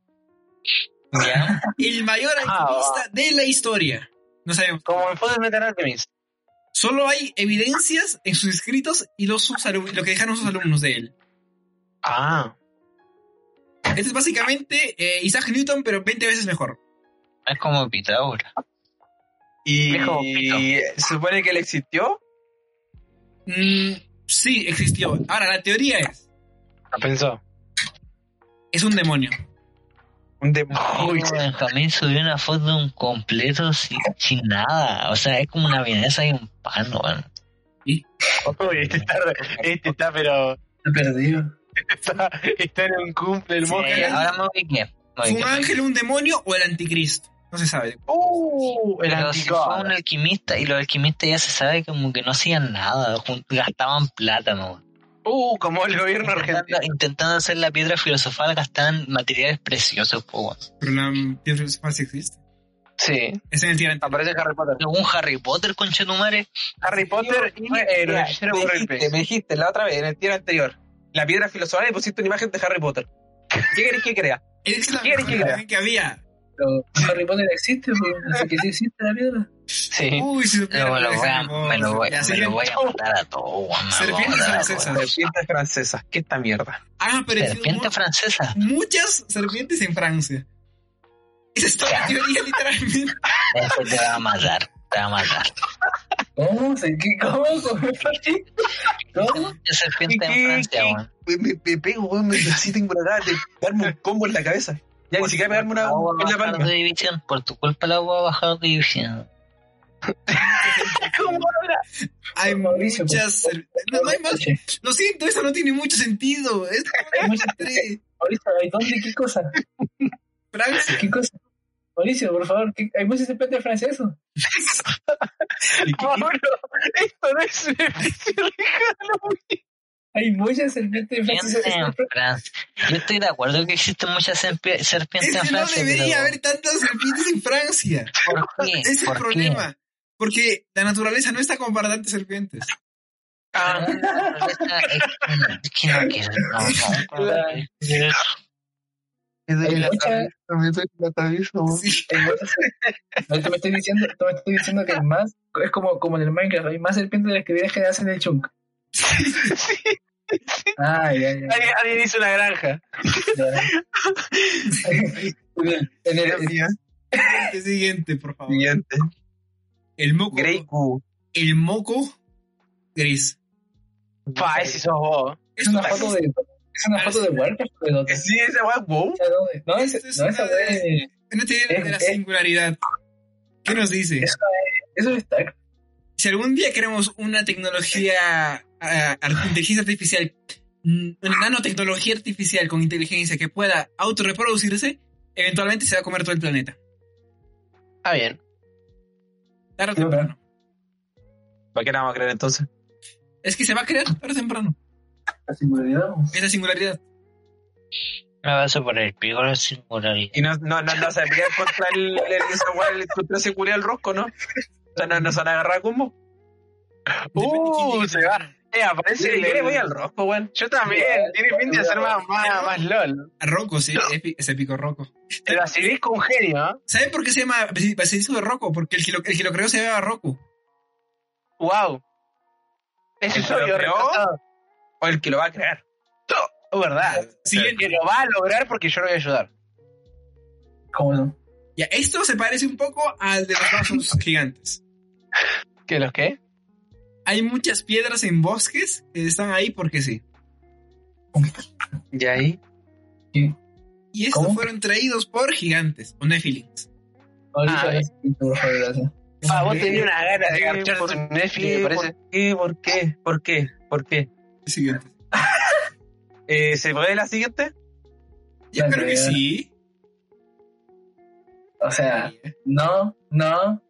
Ya.
El mayor
Ah,
alquimista de la historia. No sabemos.
Como en Full Metal Alchemist.
Solo hay evidencias en sus escritos y los sus alum- lo que dejaron sus alumnos de él.
Ah.
Este es básicamente eh, Isaac Newton, pero 20 veces mejor.
Es como Pitágoras.
Y
Viejo pito.
se supone que él existió.
Mm, sí, existió. Ahora, la teoría es...
La pensó.
Es un demonio.
Un demonio.
Uy, Benjamín subió una foto de un completo sin, sin nada. O sea, es como una vienesa y un pan, weón.
Uy, este está, re- este está pero.
Perdido.
Está, está en un cumple el
Sí,
monje.
ahora me ubiqué. me
¿Fue un
ubiqué.
ángel, un demonio o el anticristo? No se sabe.
Uh, el
Pero si fue un
anticuado.
alquimista y los alquimistas ya se sabe como que no hacían nada, jun- gastaban plata, ¿no?
Uh, como el gobierno argentino.
Intentando, intentando hacer la piedra filosofal gastaban materiales preciosos, po, weón.
Pero la piedra filosofal sí existe.
Sí. Ah,
Es en el tirante.
Aparece Harry Potter.
algún Harry Potter, conchetumare.
Harry Potter y el
Mira,
hechicero
eh, me,
Burrelpe.
dijiste, me dijiste la otra vez, en el tiro anterior, la piedra filosofal y pusiste una imagen de Harry Potter. ¿Qué querés que crea?
Es la
¿Qué quieres
mejor
que
imagen que había.
Pero Harry Potter existe, pues, así que sí existe la piedra.
Sí.
Uy, si supiera
No, me
lo
lo
de
voy a,
Harry Potter.
me lo voy,
La
me lo voy a matar a todos, weón, me lo voy a
Serpientes
matar a
francesas.
todos.
Serpientes francesas. ¿Qué esta mierda?
Han aparecido
Serpiente
mu-
francesa.
muchas serpientes en Francia. Esa es toda la teoría, literalmente.
Eso te va a matar, te va a matar.
¿Cómo? ¿Se- qué- ¿Cómo? ¿Cómo? ¿Cómo?
Mucha serpiente
¿Qué-
en Francia,
qué-
weón.
Me, me- me pego, weón, me así tengo la gana de darme un combo en la cabeza. Ya ni siquiera pegarme una,
La voy
en
a
la
bajar
palma.
de división, por tu culpa la voy a bajar de división.
Hay
Mauricio,
pues.
muchas serpientes. No, no hay más.
Oye,
Lo siento, eso no tiene mucho sentido. Es
hay muchas-
entre
Mauricio, ¿hay dónde? ¿Qué cosa?
Francia.
¿Qué cosa? Mauricio, por favor, ¿qué- hay muchos serpientes franceses.
Mauro, Ah, esto no es un episodio de Halloween.
Hay muchas serpientes
Serpiente en
francesas.
Francia. Yo estoy de acuerdo que existen muchas serpi- serpientes
Es
en
que no
Francia.
debería
pero
haber tantas serpientes en Francia.
¿Por qué?
Ese es el
¿Por qué?
problema. Porque la naturaleza no está con tantas serpientes.
Ah, es que no quiero, no, no, no quiero.
Hay muchas-
Sí.
hay muchas serpientes. No, tú me estás diciendo, tú me estás diciendo que hay más, es como, como en el Minecraft, hay más serpientes de las que veías que hacen el chunk. Ay, ay, ay.
Alguien, alguien hizo una granja.
En el- en el-
El siguiente, por favor.
Eh, Siguiente.
El moco.
Grey Q.
El moco gris.
Pa, ese sos vos.
es
Es
una
un
foto
taxista.
de es una foto de Warcraft de Dota.
Eh, Sí, esa weá, wow.
O sea, no, no, es,
Esto es
no, esa
una de-
wea es-
Una teoría de la
Es- es-
singularidad. ¿Qué nos dice?
Eso eso es Stark.
Si algún día queremos una tecnología ah, ar- inteligencia artificial mm, nanotecnología artificial con inteligencia que pueda autorreproducirse, eventualmente se va a comer todo el planeta.
Está bien.
Tarde o temprano.
¿Para qué la vamos a creer entonces?
Es que se va a crear tarde o temprano.
La singularidad. ¿no?
Esa singularidad.
Me vas a poner pico la singularidad.
Y no, no, no, no se va a pelear contra el, el, esa weá, el- contra ese culiao, el rosco, ¿no? O sea, no, no se van a agarrar como.
Uh, se va. Eh, aparece
Sí,
el-
yo le voy al rosco, weón.
Yo también. Tiene pinta de ser más, más, más LOL.
A Rocco, sí, epi- es épico Rocco.
El basilisco un genio, ¿eh?
¿Saben por qué se llama basi- Basilisco de Rocco? Porque el que lo, el que lo creó se llama Rocco.
Wow. Eso
¿El
soy yo,
que lo creó?
retratado.
O el que lo va a crear.
Es verdad.
Siguiente.
Que lo va a lograr porque yo lo voy a ayudar.
¿Cómo no?
Ya, esto se parece un poco al de los vasos gigantes.
¿Qué los qué?
Hay muchas piedras en bosques que están ahí porque sí.
Y ahí.
Y estos
¿Cómo?
fueron traídos por gigantes o nefilings.
Ahorita
Ah,
no es pintura, joder, gracias.
Ah, vos tenías una gana de
Sí,
garcharte
por-
un Netflix, me parece.
¿Por qué? ¿Por qué? ¿Por qué? ¿Por qué?
Siguiente.
Eh, ¿Se puede la siguiente?
Yo
La
creo que
realidad.
sí.
O sea, no, no. no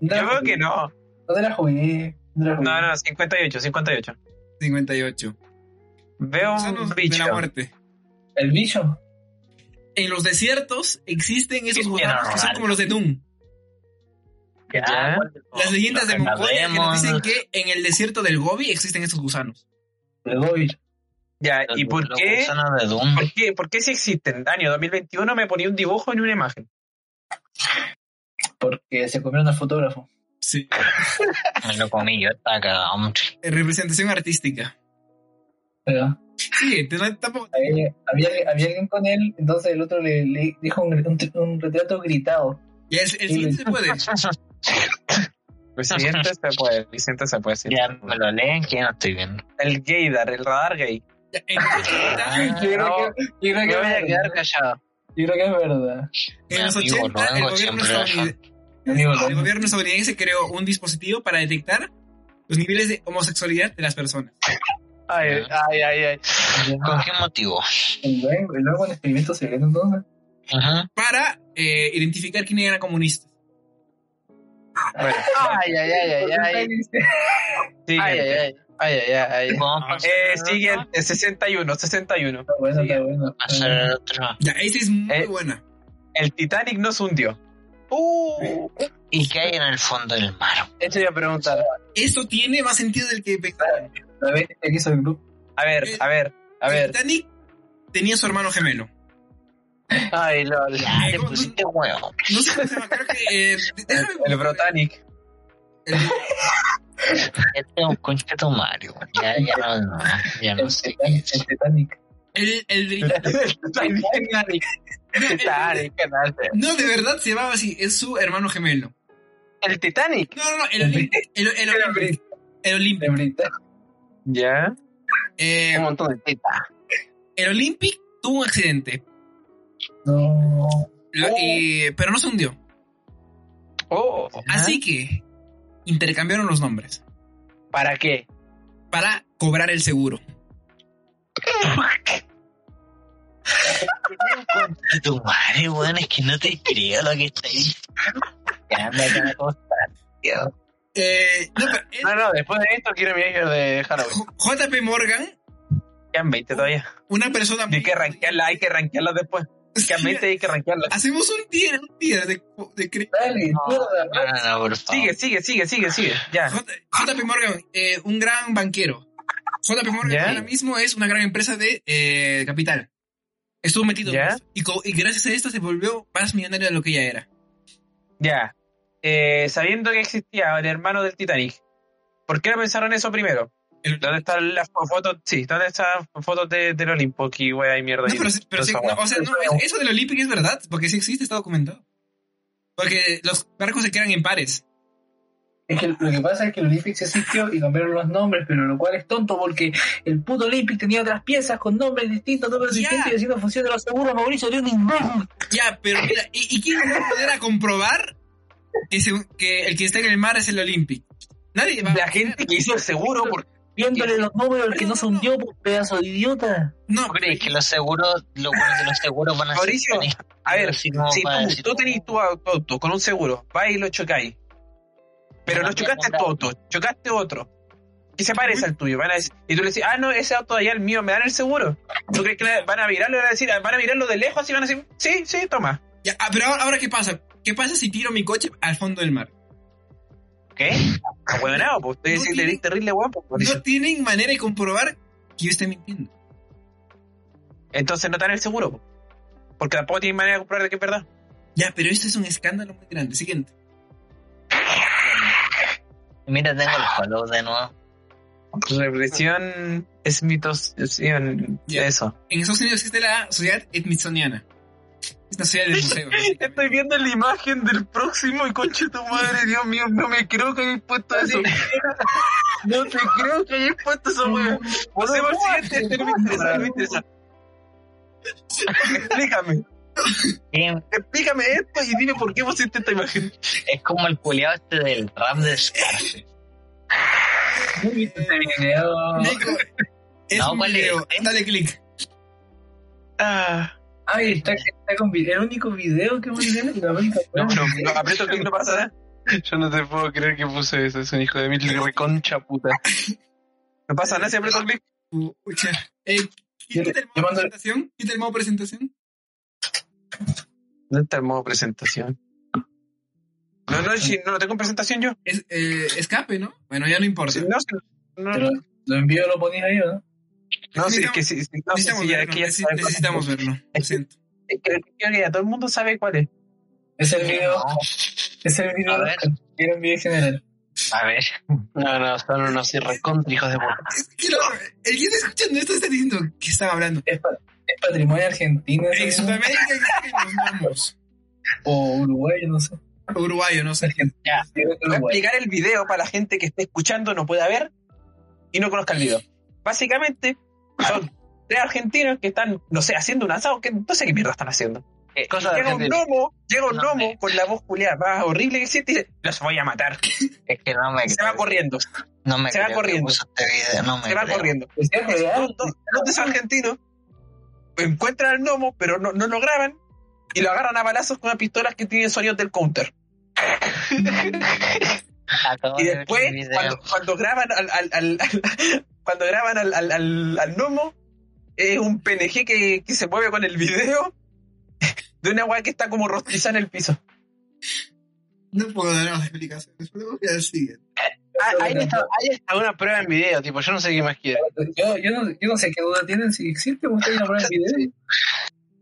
te la
Yo creo
jugué,
que no.
No te la jugué. No, te la jugué.
No, no, 58, 58.
58.
Veo un
Gusanos de
Ah, bicho.
la muerte.
El bicho.
En los desiertos existen esos
Sí,
gusanos que son
normal.
como los de Doom.
Ya.
Las leyendas de
Los que
Mongolia que nos dicen
sabemos.
que en el desierto del Gobi existen esos gusanos.
El Gobi.
Ya, ¿y por
Los
qué?
gusanos de Doom.
¿Por qué? ¿Por qué si existen? Año 2021 me ponía un dibujo en una imagen.
Porque se comieron al fotógrafo.
Sí.
Me lo comí yo, está cagado. hombre.
Eh, Representación artística.
Pero
Siguiente, no, tampoco.
había, había, había alguien con él, entonces el otro le, le dijo un, un- un retrato gritado.
Ya, el, el siguiente se puede.
Pues
El siguiente se puede, el siguiente se puede. sí.
Ya me lo leen que ya no estoy viendo.
El gaydar, el radar gay.
Ya, en los 80,
Yo creo
No,
que, yo creo
Me
que
voy a
es
quedar
verdad.
callado.
Yo creo que es verdad.
Mi
en los
amigo
80, el
Luengo
gobierno
siempre
estadounidense.
Amigo,
El
¿no?
gobierno estadounidense creó un dispositivo para detectar los niveles de homosexualidad de las personas.
Ay, ay, ay, ay.
¿Con qué motivo?
el luego, el luego el experimento secreto entonces.
Ajá.
Para eh, identificar quién era comunista.
Ay, ay, ay, ay, ay. Ay, ay,
Siguiente.
ay. Ay, ay, ay.
Vamos a pasar
Eh,
al otro?
siguiente, 61, 61.
Está bueno, está bueno.
Pasar al otro.
Ya, esa es muy
Eh.
buena.
El Titanic no se hundió.
Uh,
¿Y qué hay en el fondo del mar?
eso iba a preguntar.
Esto tiene más sentido del que pensaban.
La vez que quiso el grupo.
A ver, a ver, a
El
ver.
Titanic tenía su hermano gemelo.
Ay, LOL.
Ya, le pusiste huevo.
No sé cómo se llama, creo que. eh, déjame
El Brotanic.
El-
Este es un concheto Mario. Ya, ya no, no, ya no
El
sé.
Titanic. El Titanic.
El, el británico.
El Titanic.
El Titanic, canal.
No, de verdad se llamaba así. Es su hermano gemelo.
El Titanic.
No, no, no. El Olympic. El, el Olympic. El Olympic.
El Británico.
Ya.
Eh,
Un montón de teta.
el Olympic tuvo un accidente.
No.
Lo- eh, pero no se hundió.
Oh,
Así que intercambiaron los nombres
¿Para qué?
para cobrar el seguro.
Tu madre, weón, es que no te creo lo que está diciendo. Ya me acabo de costar, tío.
Eh, no, pero él-
No, no, después de esto quiero mi Iger de Halloween.
J- JP Morgan,
quedan 20 todavía.
una persona muy-
Hay que rankearla, hay que rankearla después. Quedan 20 hay que rankearla.
Hacemos un tier, un tier de, de cre-
Dale, mierda.
No, no, no, por favor.
Sigue, sigue, sigue, sigue, sigue. Ya.
J- JP Morgan, eh, un gran banquero. JP Morgan
Ya.
ahora mismo es una gran empresa de eh, capital. Estuvo metido en
Ya.
esto, y, co- y gracias a esto se volvió más millonario de lo que ya era.
Ya. Eh, sabiendo que existía el hermano del Titanic, ¿por qué no pensaron eso primero?
El-
¿Dónde están las fo- fotos? Sí, ¿dónde están las fotos de, del Olimpo? Aquí, wea, hay mierda.
No,
ahí.
pero, sí- pero
Toda
sí,
esa
Pues no,
wea.
o sea, no, es- eso del Olympic es verdad, porque sí existe, está documentado. Porque los barcos se quedan en pares.
Es que lo que pasa es que el Olympic se asistió y cambiaron los nombres, pero lo cual es tonto porque el puto Olympic tenía otras piezas con nombres distintos, nombres
Ya.
distintos y haciendo función de los seguros, Mauricio de un imbécil.
Ya, pero mira, ¿y, y quién va a poder a comprobar que, se- que el que está en el mar es el Olympic? Nadie va a
La gente que hizo el seguro, ¿por
viéndole los números que no se hundió, pues, pedazo de idiota.
No,
¿Tú crees que los seguros, lo, que los seguros van a ser
Mauricio,
honestos?
A ver,
Así como
si
para
tú,
decir,
tú tenés tu auto, auto con un seguro, vas y lo chocáis, pero no
Cambiamos
chocaste
de
tu
auto.
auto, chocaste otro, que se parece al tuyo, van a decir- y tú le decís, ah, no, ese auto de allá, el mío, me dan el seguro. ¿Tú crees que le- van a mirarlo y van a decir, van a mirarlo de lejos y van a decir, sí, sí, toma?
Ya, ah, pero ahora, ahora ¿qué pasa? ¿Qué pasa si tiro mi coche al fondo del mar?
¿Qué? Ahueonado, pues estoy
No
diciendo,
tiene-
eres terrible pues, guapo.
No tienen manera de comprobar que yo esté mintiendo.
Entonces no te dan el seguro, po. porque tampoco tienes manera de comprobar de que es verdad.
Ya, pero esto es un escándalo muy grande. Siguiente.
Mira, tengo el follow de nuevo.
Represión es mitos,
Ya.
eso.
En Estados Unidos existe la sociedad Smithsoniana. Es una sociedad de museos. así que-
Estoy viendo la imagen del próximo y conche tu madre, Dios mío, no me creo que hayas puesto eso. No te creo que hayas puesto eso, weón. Pasemos al siguiente, este no me interesa, no me interesa. Explícame,
Bien,
explícame esto y dime por qué pusiste esta imagen.
Es como el culiado este del rap de Scarface.
Nico, es
No,
un
¿cuál es?
video. Dale click.
Ah,
Ay, está, está con video. El único video que hemos tenido. la única
no,
prueba.
no, no, aprieto que no pasa nada.
Yo no te puedo creer que puse eso, es un hijo de mil reconcha puta.
No pasa nada, siempre con
Pucha. Eh,
Yo-
quita el
yo
modo
mando-
presentación. Quita el modo presentación.
¿Dónde está el modo presentación? No, no, si no tengo presentación yo.
Es- eh, escape, ¿no? Bueno, ya no importa.
No, si- no,
Te lo, lo envío, lo ponéis ahí, ¿no?
no, si es que sí, sí, no,
necesitamos
si ya, es
verlo.
que ya
neces-
sabe cuál es.
necesitamos verlo. Lo siento.
Es que- creo que ya todo el mundo sabe cuál es.
Es el video. Es el video.
A ver.
que Era un video general.
A ver,
No, no, son unos recontra hijos de puta.
Es que no, el que está escuchando esto está diciendo que están hablando.
Es, pa- es patrimonio argentino. ese
En
video.
Sudamérica existen los mamos.
O uruguayo, no sé.
Uruguayo, no sé.
Ah,
Sí,
Voy a
uruguayo.
explicar el video para la gente que esté escuchando, no pueda ver y no conozca el video. Básicamente, son tres argentinos que están, no sé, haciendo un asado, que no sé qué mierda están haciendo.
Eh, Cosa de
Llega un
Argentina.
gnomo, llega un
No,
gnomo
hombre.
con la voz culiada más horrible que existe y dice, los voy a matar.
es que no me
Se va
creo.
corriendo,
No me
se va
creo que
corriendo.
puso este video, no me
se va
creo.
corriendo.
Es que es real.
Los dos- los dos argentinos encuentran al gnomo, pero no, no lo graban y lo agarran a balazos con unas pistolas que tienen sonidos del counter.
Acabo
Y
de ver
después,
el video.
cuando, cuando graban al, al- al- al- cuando graban al, al- al- al gnomo, es un PNG que, que se mueve con el video de una weá que está como rostizada en el piso.
No puedo dar más explicaciones. Podemos ir al siguiente.
Ah, Ahí está, ahí está una prueba en video, tipo, yo no sé qué más quiero.
Yo, yo, no, yo no sé qué duda tienen si existe pues, ustedes la prueba en video.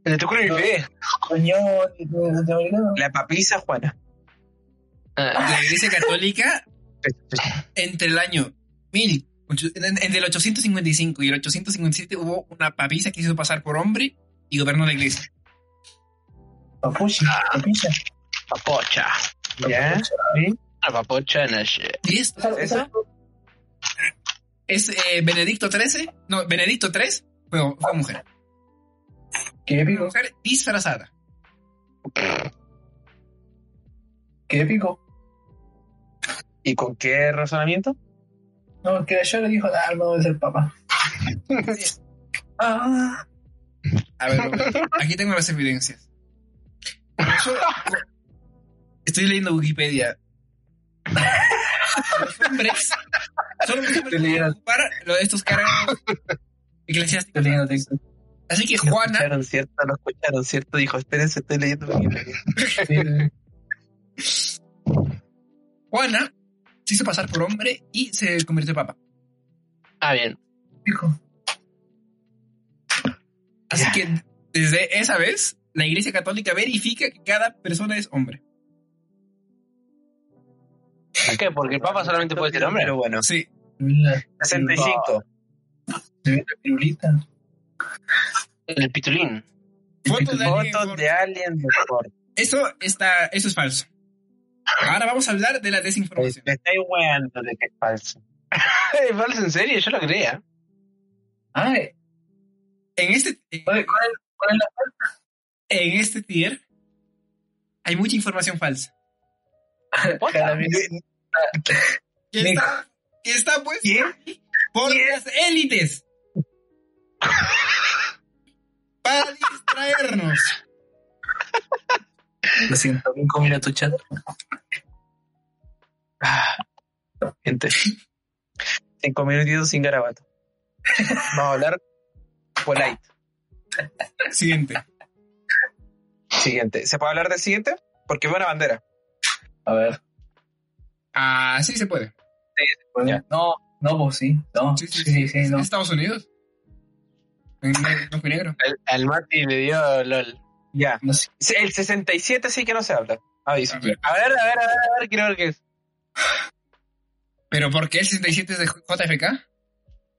Le tocó mi bebé.
Español, norteamericano.
La papisa Juana.
Ah,
La Iglesia Católica, entre el año 1000, ocho- en- entre el 855 y el 857, hubo una papisa que hizo pasar por hombre y gobernó la iglesia.
Papuchi, papucha.
papocha.
¿Ya?
Una papocha en el shit.
Y esto
¿Esa?
es eh, Benedicto XIII. No, Benedicto III fue, fue mujer.
Qué
Una
épico,
mujer disfrazada.
qué épico.
¿Y con qué razonamiento?
No, que yo le dijo, ah, no es el papá. Ah,
A ver, Roberto, aquí tengo las evidencias. Yo- Estoy leyendo Wikipedia. Los hombres, solo los hombres pueden ocupar lo de estos cargos
estoy
eclesiásticos.
leyendo texto.
Así que
Lo
Juana,
escucharon, ¿cierto? Lo escucharon, ¿cierto? Dijo, espérense, estoy leyendo Wikipedia".
Sí,
Juana se hizo pasar por hombre y se convirtió en papa.
Ah, bien.
Dijo,
Así que desde esa vez, la Iglesia Católica verifica que cada persona es hombre.
¿Por qué? Porque el papa solamente puede ser hombre.
Pero bueno,
Sí.
mira,
65.
se ve la pirulita.
El pitulín.
Foto de alguien
Fotos
gordo.
de Alien de Ford.
Eso está, eso es falso. Ahora vamos a hablar de la desinformación.
Me estáis weando de que es falso.
¿Vales en serio? Yo lo creía.
Ah, eh,
En este, en
¿cuál, cuál es- cuál es la
en este tier hay mucha información falsa.
cara? Mira,
Que está, que está pues
¿Quién?
por las élites. Para distraernos.
Lo siento, Nico, mira tu chat.
Ah, Gente. Cinco minutitos sin garabato. Vamos a hablar polite.
Siguiente.
Siguiente. ¿Se puede hablar del siguiente? Porque veo una bandera.
A ver.
Ah, sí se puede.
pues,
Ya.
No, no, pues sí. No, sí, sí, sí,
¿Es
no.
Estados Unidos. En ne- blanco y negro.
Al, al Mati le dio LOL.
Ya.
No sé.
El 67 sí que no se habla. Aviso.
A ver,
A ver, a ver, a ver, a ver, quiero ver qué es.
¿Pero por qué el 67 es de JFK?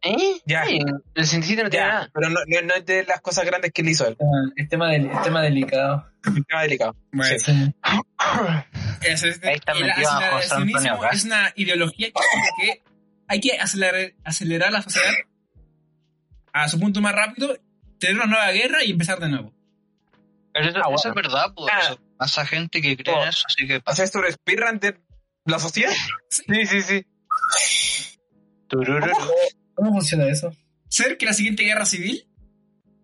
¿Eh?
Ya.
Sí, El 67 no tiene
Ya,
nada.
pero no, no- no es de las cosas grandes que él hizo él.
Es tema, del, es tema delicado.
Un tema delicado.
Bueno,
Sí.
es, es-
Ahí está
el
metido bajo
aceleracionismo
San Antonio,
es una ideología que, que hay que acelerar, acelerar la sociedad a su punto más rápido, tener una nueva guerra y empezar de nuevo.
Pero eso,
Ah, bueno.
eso es verdad, pues.
Ah.
eso Pasa gente que cree
Oh.
en eso, así que
O
pasa.
sea, esto es speedrun de la sociedad.
Sí, sí, sí. Turururu.
¿Cómo funciona eso?
Ser que la siguiente guerra civil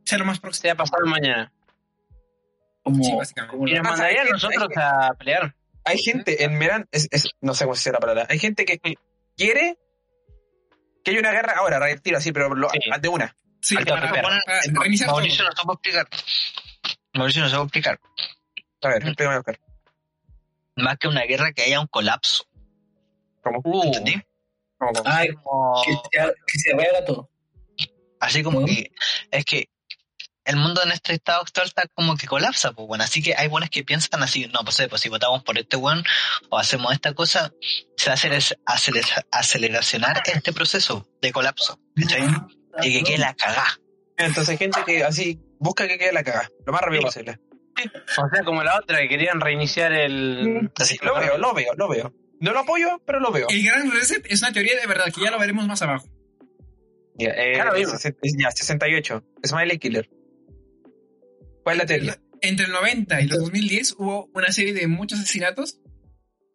sea lo más
Se
próximo.
va a pasar mañana.
Como,
Sí, básicamente.
como
Y
la-
nos
Ah,
mandarían
hay
a
gente,
nosotros
hay gente.
a pelear.
Hay gente en Merán, es, es- no sé cómo se dice la palabra. Hay gente que quiere que haya una guerra ahora, retiro así, pero lo,
Sí.
de una.
Sí,
Ahí está,
para,
espera.
para- para reiniciar todo.
Mauricio nos sabe explicar. Mauricio nos sabe explicar.
A
Mm.
ver, explícame, Oscar.
Más que una guerra, que haya un colapso.
¿Cómo?
¿Entendí?
¿Cómo, cómo?
Ay,
Como-
que, se- que se vea todo.
Así como
¿Mm?
que es que el mundo en este estado actual está como que colapsa, pues bueno, así que hay buenas que piensan así, no, pues, eh, pues si votamos por este weón o hacemos esta cosa, se va a aceler- aceler- aceleracionar este proceso de colapso, ¿cachai? Y que quede la cagá.
Entonces hay gente que así busca que quede la caga, lo más rápido
Sí.
posible.
O sea, como la otra, que querían reiniciar el...
Así, lo veo, lo veo, lo veo. No lo apoyo, pero lo veo.
El gran reset es una teoría de verdad que ya lo veremos más abajo.
Ya, eh,
Claro, digo.
sesen- ya, 68. Smiley Killer. ¿Cuál es la teoría?
Entre el 90 y los 2010 hubo una serie de muchos asesinatos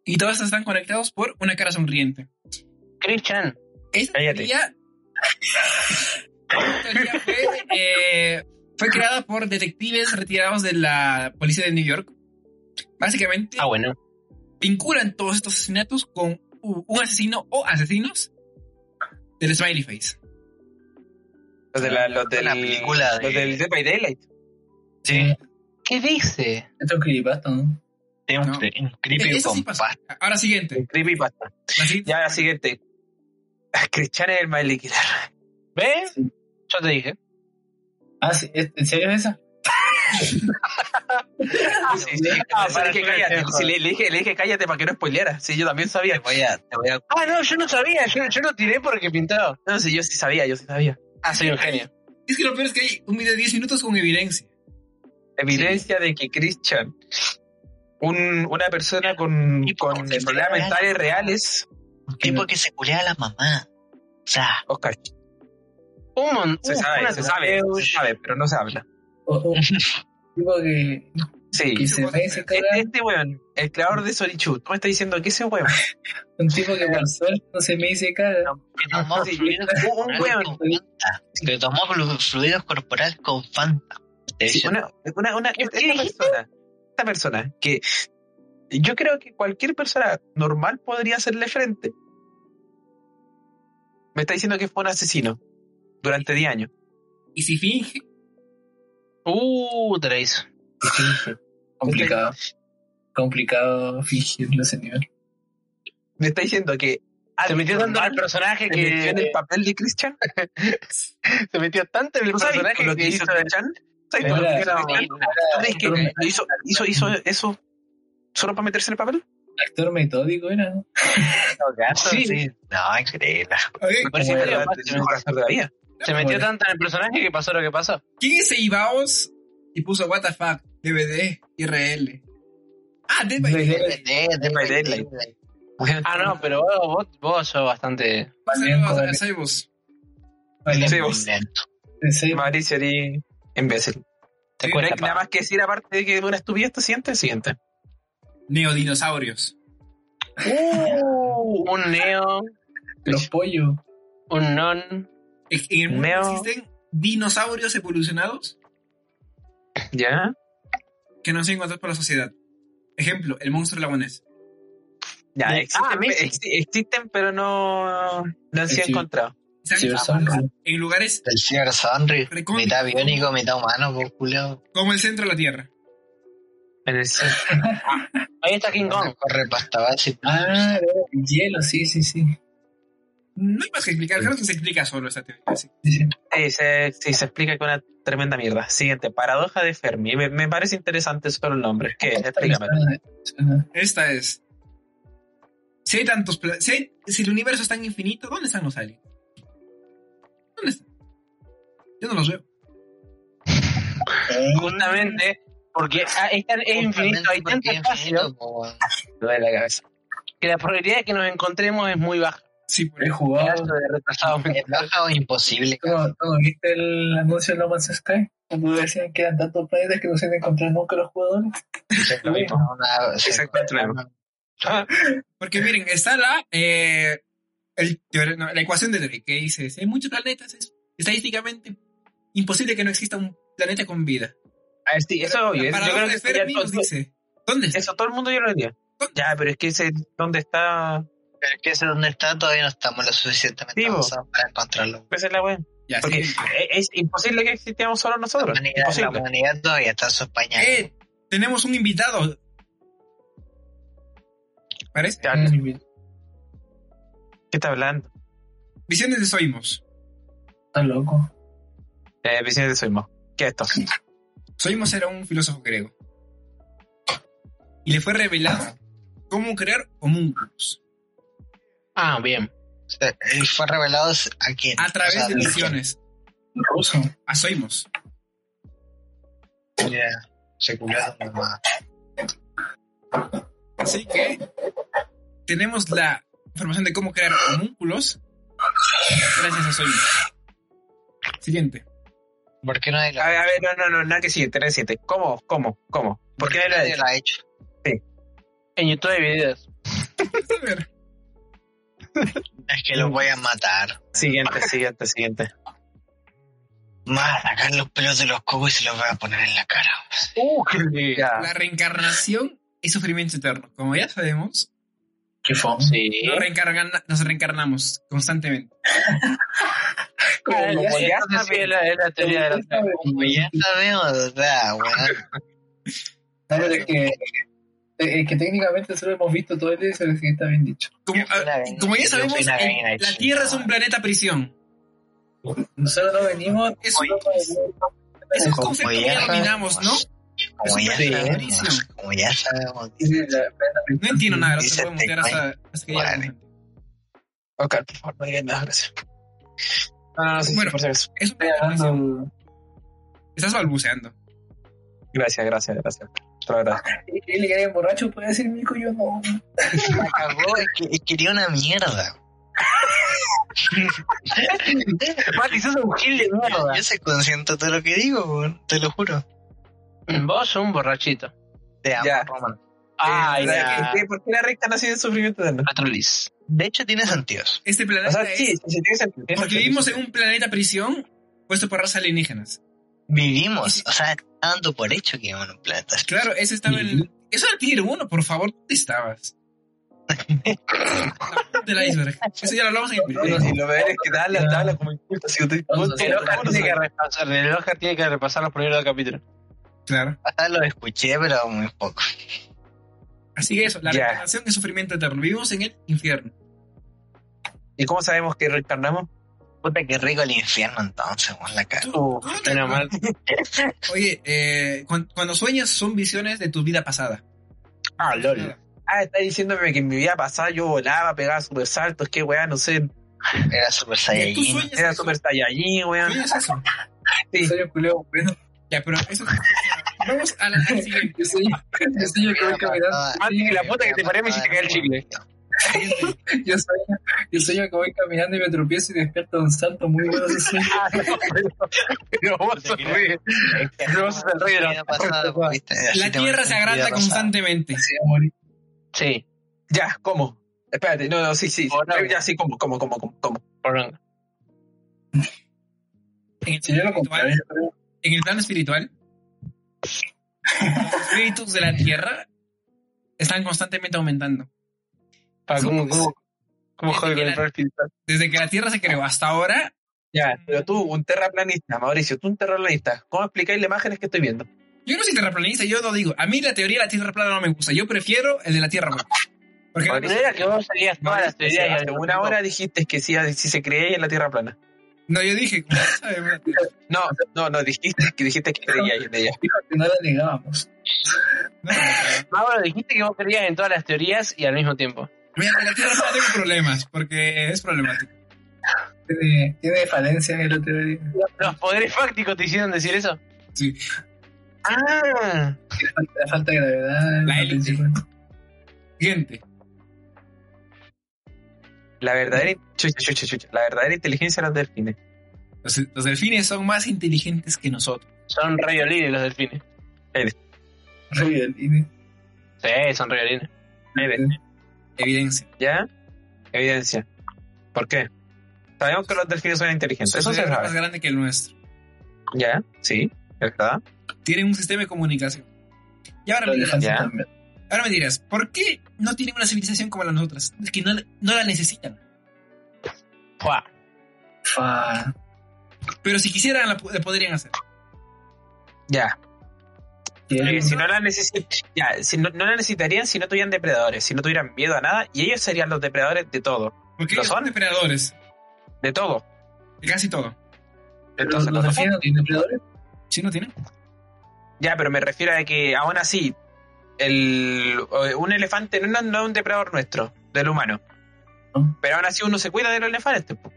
y todos están conectados por una cara sonriente.
Christian.
Esta
Cállate.
teoría, esta teoría fue, eh, fue creada por detectives retirados de la policía de New York. Básicamente
Ah, bueno.
vinculan todos estos asesinatos con u- un asesino o asesinos del Smiley Face.
Los de la, los del,
La película de-
Los del Dead by Daylight.
Sí,
¿Qué dice?
Esto es creepypasta, ¿no?
es un,
No.
cre- un creepy
Eso sí
con
pasó.
pasta.
Ahora siguiente.
Creepypasta.
La siguiente-
Ya, la siguiente. Ah, Christian es el Smiley Killer.
¿Ves?
Sí.
Yo te dije.
Ah, sí, ¿es- ¿en serio es esa?
Sí, sí.
Ah,
Sí,
para
le dije,
que
cállate.
pendejo.
Sí, le, le dije, le dije cállate para que no spoileara. Sí, yo también
Te
sabía.
voy a, te voy a
Ah, no, yo no sabía. Yo, yo lo tiré porque pintaba.
No, sí, yo sí sabía, yo sí sabía.
Ah, soy un genio.
Es que lo peor es que hay un video de 10 minutos con evidencia.
Evidencia de que Christian, un, una persona con,
Y
con
porque
problemas
fue
mentales
real.
reales,
un tipo que se culea a la mamá. O sea,
Oscar,
Un mon-
se
un-
sabe,
Uh, una
se sabe, se sabe, pero no se habla.
O, o, digo que,
Sí,
que se ve ese
E-
cara,
Este weón, el creador de Solichu, tú me estás diciendo que ese weón.
un tipo que por suerte no se me dice cara.
que tomó
Sí,
fluidos
un- un
corporales
weón.
con Fanta. Que tomó flu- fluidos corporales con Fanta. Te
Sí,
dicen,
una, una, una-
¿Qué
esta
dijiste?
persona, esta persona que yo creo que cualquier persona normal podría hacerle frente. Me está diciendo que fue un asesino durante 10 años.
Y si finge,
Uh, te la hizo.
Complicado. Complicado fingirlo, señor.
Me está diciendo que
Se
alguien
metió tanto en el
normal
personaje
se metió en el
que.
papel de Christian.
Se metió tanto en el
¿Tú sabes
personaje
con lo que hizo Christian? ¿Sabes con lo que hizo
Era-
Christian? ¿Tú crees que lo hizo, hizo, hizo eso solo para meterse en el papel?
Actor metódico era, ¿no?
Sí,
"Ah, Sí. No, increíble.
Oye,
Parece que
Como era
era
Batman.
el mejor actor de la vida.
Se metió tanto en el personaje que pasó lo que pasó.
¿Quién es Ibaos? Y puso WTF, DVD, IRL. Ah, Dead by Daylight.
Dead by Daylight.
Ah, no, pero vos, vos, vos sos bastante.
Un saludo a- a
Valiente,
Saibos.
Sí,
valiente.
vos.
Sí,
Mauricio era imbécil.
Te
No
cuesta
hay nada más que decir aparte de que una estupidez te siente, el siguiente.
Neodinosaurios.
Uh, un neo.
Los pollos.
un non.
En el mundo
Meo.
existen dinosaurios evolucionados
¿Ya?
que no se encuentran para la sociedad. Ejemplo, el monstruo lagonés.
Ya,
De-
existen,
ah,
pe-
Messi.
ex- existen, pero no, no han sido
Sí.
encontrados.
Se han
Sí,
encontrado
exacto.
en lugares
El señor Sandry,
recónditos
mitad biónico, mitad humano, por culo.
como el centro de la Tierra.
En el sur.
Ahí está King Kong.
Corre pasta base.
Ah, el hielo, sí, sí, sí.
No hay más que explicar, creo que se explica solo esta teoría. sí.
Sí, se, sí, se explica que una tremenda mierda. Siguiente, paradoja de Fermi. Me, me parece interesante solo el nombre. ¿Qué? Explícame.
Ajá.
Esta es. Si hay tantos pla- si, hay- si el universo es tan infinito, ¿dónde están los aliens? ¿Dónde están? Yo no los veo.
Justamente, porque ah, es, tan- es infinito, hay tanto espacio
Me duele la cabeza.
que la probabilidad de que nos encontremos es muy baja.
Sí, por
He
eso.
jugado.
Pedazo de retrasado mental.
Es baja o imposible.
¿Tú no, tú no viste el anuncio de No Man's Sky? Cuando decían que eran tantos planetas que no se han encontrado nunca los jugadores.
Lo mismo. Una- se-
Exactamente lo mismo.
Porque miren, está la, eh, el teore- no, la ecuación de Drake que dice: si hay muchos planetas, es estadísticamente imposible que no exista un planeta con vida.
Ah, sí, eso es obvio. Yo
Para
creo que
de
eso, ya
Fermi nos
todo,
dice: ¿dónde está?
eso todo el mundo yo lo diría. Ya, pero es que ese, ¿dónde está?
Pero es que ese donde está todavía no estamos lo suficientemente
Sí, vos.
avanzados para encontrarlo.
Esa Pues es la wea.
Ya,
Porque
sí.
es, es imposible que existiéramos solo
La
nosotros.
humanidad, la
Imposible.
humanidad todavía está en sus pañales.
Eh, tenemos un invitado. Parece.
Ya, ¿Qué
Están
está hablando?
Visiones de Soimos.
locos.
Eh, visiones de Soimo. ¿Qué es esto?
Soimos era un filósofo griego. Y le fue revelado cómo crear homúnculos
Ah, bien.
Se- Y fue revelado a quién.
Eh, a través
O sea,
de visiones.
Ruso.
A Soimos.
Ya, Se culió a su mamá.
Así que tenemos la información de cómo crear homúnculos gracias a Soimos. Siguiente.
¿Por qué nadie lo,
A ver, a ver, no, no, no, nada que siguiente, nada que siguiente. ¿Cómo? ¿Cómo? ¿Cómo? ¿Por qué
Ah,
habla de
nadie lo ha hecho?
En YouTube hay videos.
A ver.
Es que los voy a matar.
Siguiente, siguiente, siguiente.
Más a sacar los pelos de los cocos y se los voy a poner en la cara.
Ya.
La reencarnación es sufrimiento eterno. Como ya sabemos,
Qué fome.
Sí.
nos, reencargan- nos reencarnamos constantemente.
Como
Ah, ya
ya
sabes.
sabía la, es la teoría de la
Como ya sabemos, o sea, weón.
No, pero es que, es que técnicamente solo hemos visto todo el día y se que está bien dicho.
Como,
Yo soy una
ah,
gallina-
como ya
yo soy
sabemos,
una
el-
gallina de
la
China.
Tierra es un planeta prisión.
Nosotros no venimos. pues,
Es
solo para venir.
Es un
Como
concepto que
ya
ya dominamos, ¿no?
Como
Es
ya
una
sabemos.
prisión.
Como ya sabemos.
Sí, la- la- la-
No entiendo nada, no
Dice
se puede mutear
Tecmai.
hasta, hasta que ya
Vale.
comenten.
Ok, por favor, no digas nada, gracias. No, no, no, sí,
Ah, Bueno.
sí, por si acaso.
Es un
Estoy
planeta prisión.
hablando.
Estás balbuceando.
Gracias, gracias, gracias. Te lo agradezco.
Dile que eres borracho, puede decir mico, yo no.
La cagó, es que, es que dio una mierda.
Mati, sos un gil de mierda.
Yo soy consciente de lo que digo, weón, te lo juro.
Mm.
Vos sos un borrachito.
Te amo,
Ya.
Roman.
Ay,
¿Sabes
ya.
qué? ¿Qué? ¿Por qué la recta nació de sufrimiento eterno?
Patrolis.
De hecho, tiene sentido.
Este
O
planeta
sea, sí, sí,
es...
sí, tiene sentido. tiene
Porque
sentido.
vivimos en un planeta prisión puesto por razas alienígenas.
Vivimos, o sea, dando por hecho que íbamos en un planeta.
Claro, ese estaba en... Eso era Tier 1, por favor, ¿dónde estabas? Del iceberg. Eso ya lo hablamos en el
No, no,
primer.
y lo peor es que da la tabla como inculta. Si usted-
No,
vos-
no,
tú-
El
no,
¿cómo
Oscar
no
tiene que
sabes?
repasar, el Oscar tiene que repasar los primeros dos capítulos.
Claro.
O sea, lo escuché, pero muy poco.
Así que eso, la
Ya.
reencarnación es sufrimiento eterno. Vivimos en el infierno.
¿Y cómo sabemos que reencarnamos?
Puta, qué rico el infierno entonces, weón, la cara.
Tú-
Uf,
tú-
menos mal.
Oye, eh, cuan- cuando sueñas son visiones de tu vida pasada.
Ah, lol.
Nada.
Ah, está diciéndome que en mi vida pasada yo volaba, pegaba super saltos, qué weá, no sé,
Era super
Ya, Tú
saiyajin.
sueñas
era
eso.
super allí, weón.
Sueñas eso.
Sí.
Soy un culeo bueno.
Ya, pero eso Vamos a la al siguiente.
Yo soy, yo soy yo que voy caminando.
Ah,
Mati, la puta que te paré me hiciste caer el chicle.
Yo soy, yo soy yo que voy caminando y me tropiezo y despierto de un salto muy bueno. Yo soy-
Pero vos sos rey. Pero vos sos el rey de los-
Vida pasada, pues, viste, así
La
te
tierra
manejas
se
en vida
agranda
pasada.
constantemente.
se va a morir.
Sí,
Ya, ¿cómo? Espérate, no, no, sí, sí. sí.
Hola,
ya, sí, ¿cómo, cómo, cómo, cómo, cómo?
poronga.
En el
Si yo
plano
lo compré,
espiritual,
yo creo.
en el plano espiritual, los espíritus de la tierra están constantemente aumentando.
Pa, ¿Cómo, cómo, cómo
Sí,
joder con el
mira.
rol espiritual?
Desde que la tierra se creó hasta ahora,
Ya, pero tú, un terraplanista, Mauricio, tú un terraplanista, ¿cómo explicáis las imágenes que estoy viendo?
yo no soy terraplanista, yo lo digo. A mí la teoría de la tierra plana no me gusta. Yo prefiero el de la tierra hueca. Porque
No era que vos salías todas las
Mauricio,
teorías y
hace
al-
una hora dijiste que sí, si se creía en la Tierra plana.
no, yo dije, ¿cómo sabes?
No, no, no, dijiste que dijiste que creía en ella.
que no la negábamos.
No, no,
Mauro, dijiste que vos creías en todas las teorías y al mismo tiempo.
Mira, con la tierra plana tengo problemas, porque es problemático.
Tiene, tiene falencias en la teoría.
¿Los poderes fácticos te hicieron decir eso?
Sí.
Ah,
La falta de gravedad.
La
lo
élite.
principal.
Siguiente.
La verdadera, chucha, chucha, chucha, la verdadera inteligencia los delfines.
Los, los delfines son más inteligentes que nosotros.
son radiolines los delfines.
Re violines.
Sí, son radiolines.
Miren,
Evidencia.
¿Ya? Evidencia. ¿Por qué? Sabemos que los delfines son inteligentes. Eso
Su
se
cerebro es
sabe.
más grande que el nuestro.
¿Ya? Sí, es verdad.
Tienen un sistema de comunicación. Y ahora
Los
me, dirás,
elefantes
Ya.
también.
ahora me dirás, ¿por qué no tienen una civilización como la nosotras? Es que no, no la necesitan.
Fua.
Fa.
Pero si quisieran, la, pu- la podrían hacer.
Ya.
Tiene-
Eh, si no la necesitan, ya, si no, no la necesitarían si no tuvieran depredadores, si no tuvieran miedo a nada, y ellos serían los depredadores de todo,
Porque
¿Lo
ellos son
son?
depredadores
de todo.
de casi todo.
Los,
Entonces, los-
los delfines no tienen depredadores.
¿Sí no tienen?
ya, pero me refiero a que aún así, el, eh, un elefante no, no es un depredador nuestro, del humano.
¿No?
Pero aún así uno se cuida de los elefantes. po.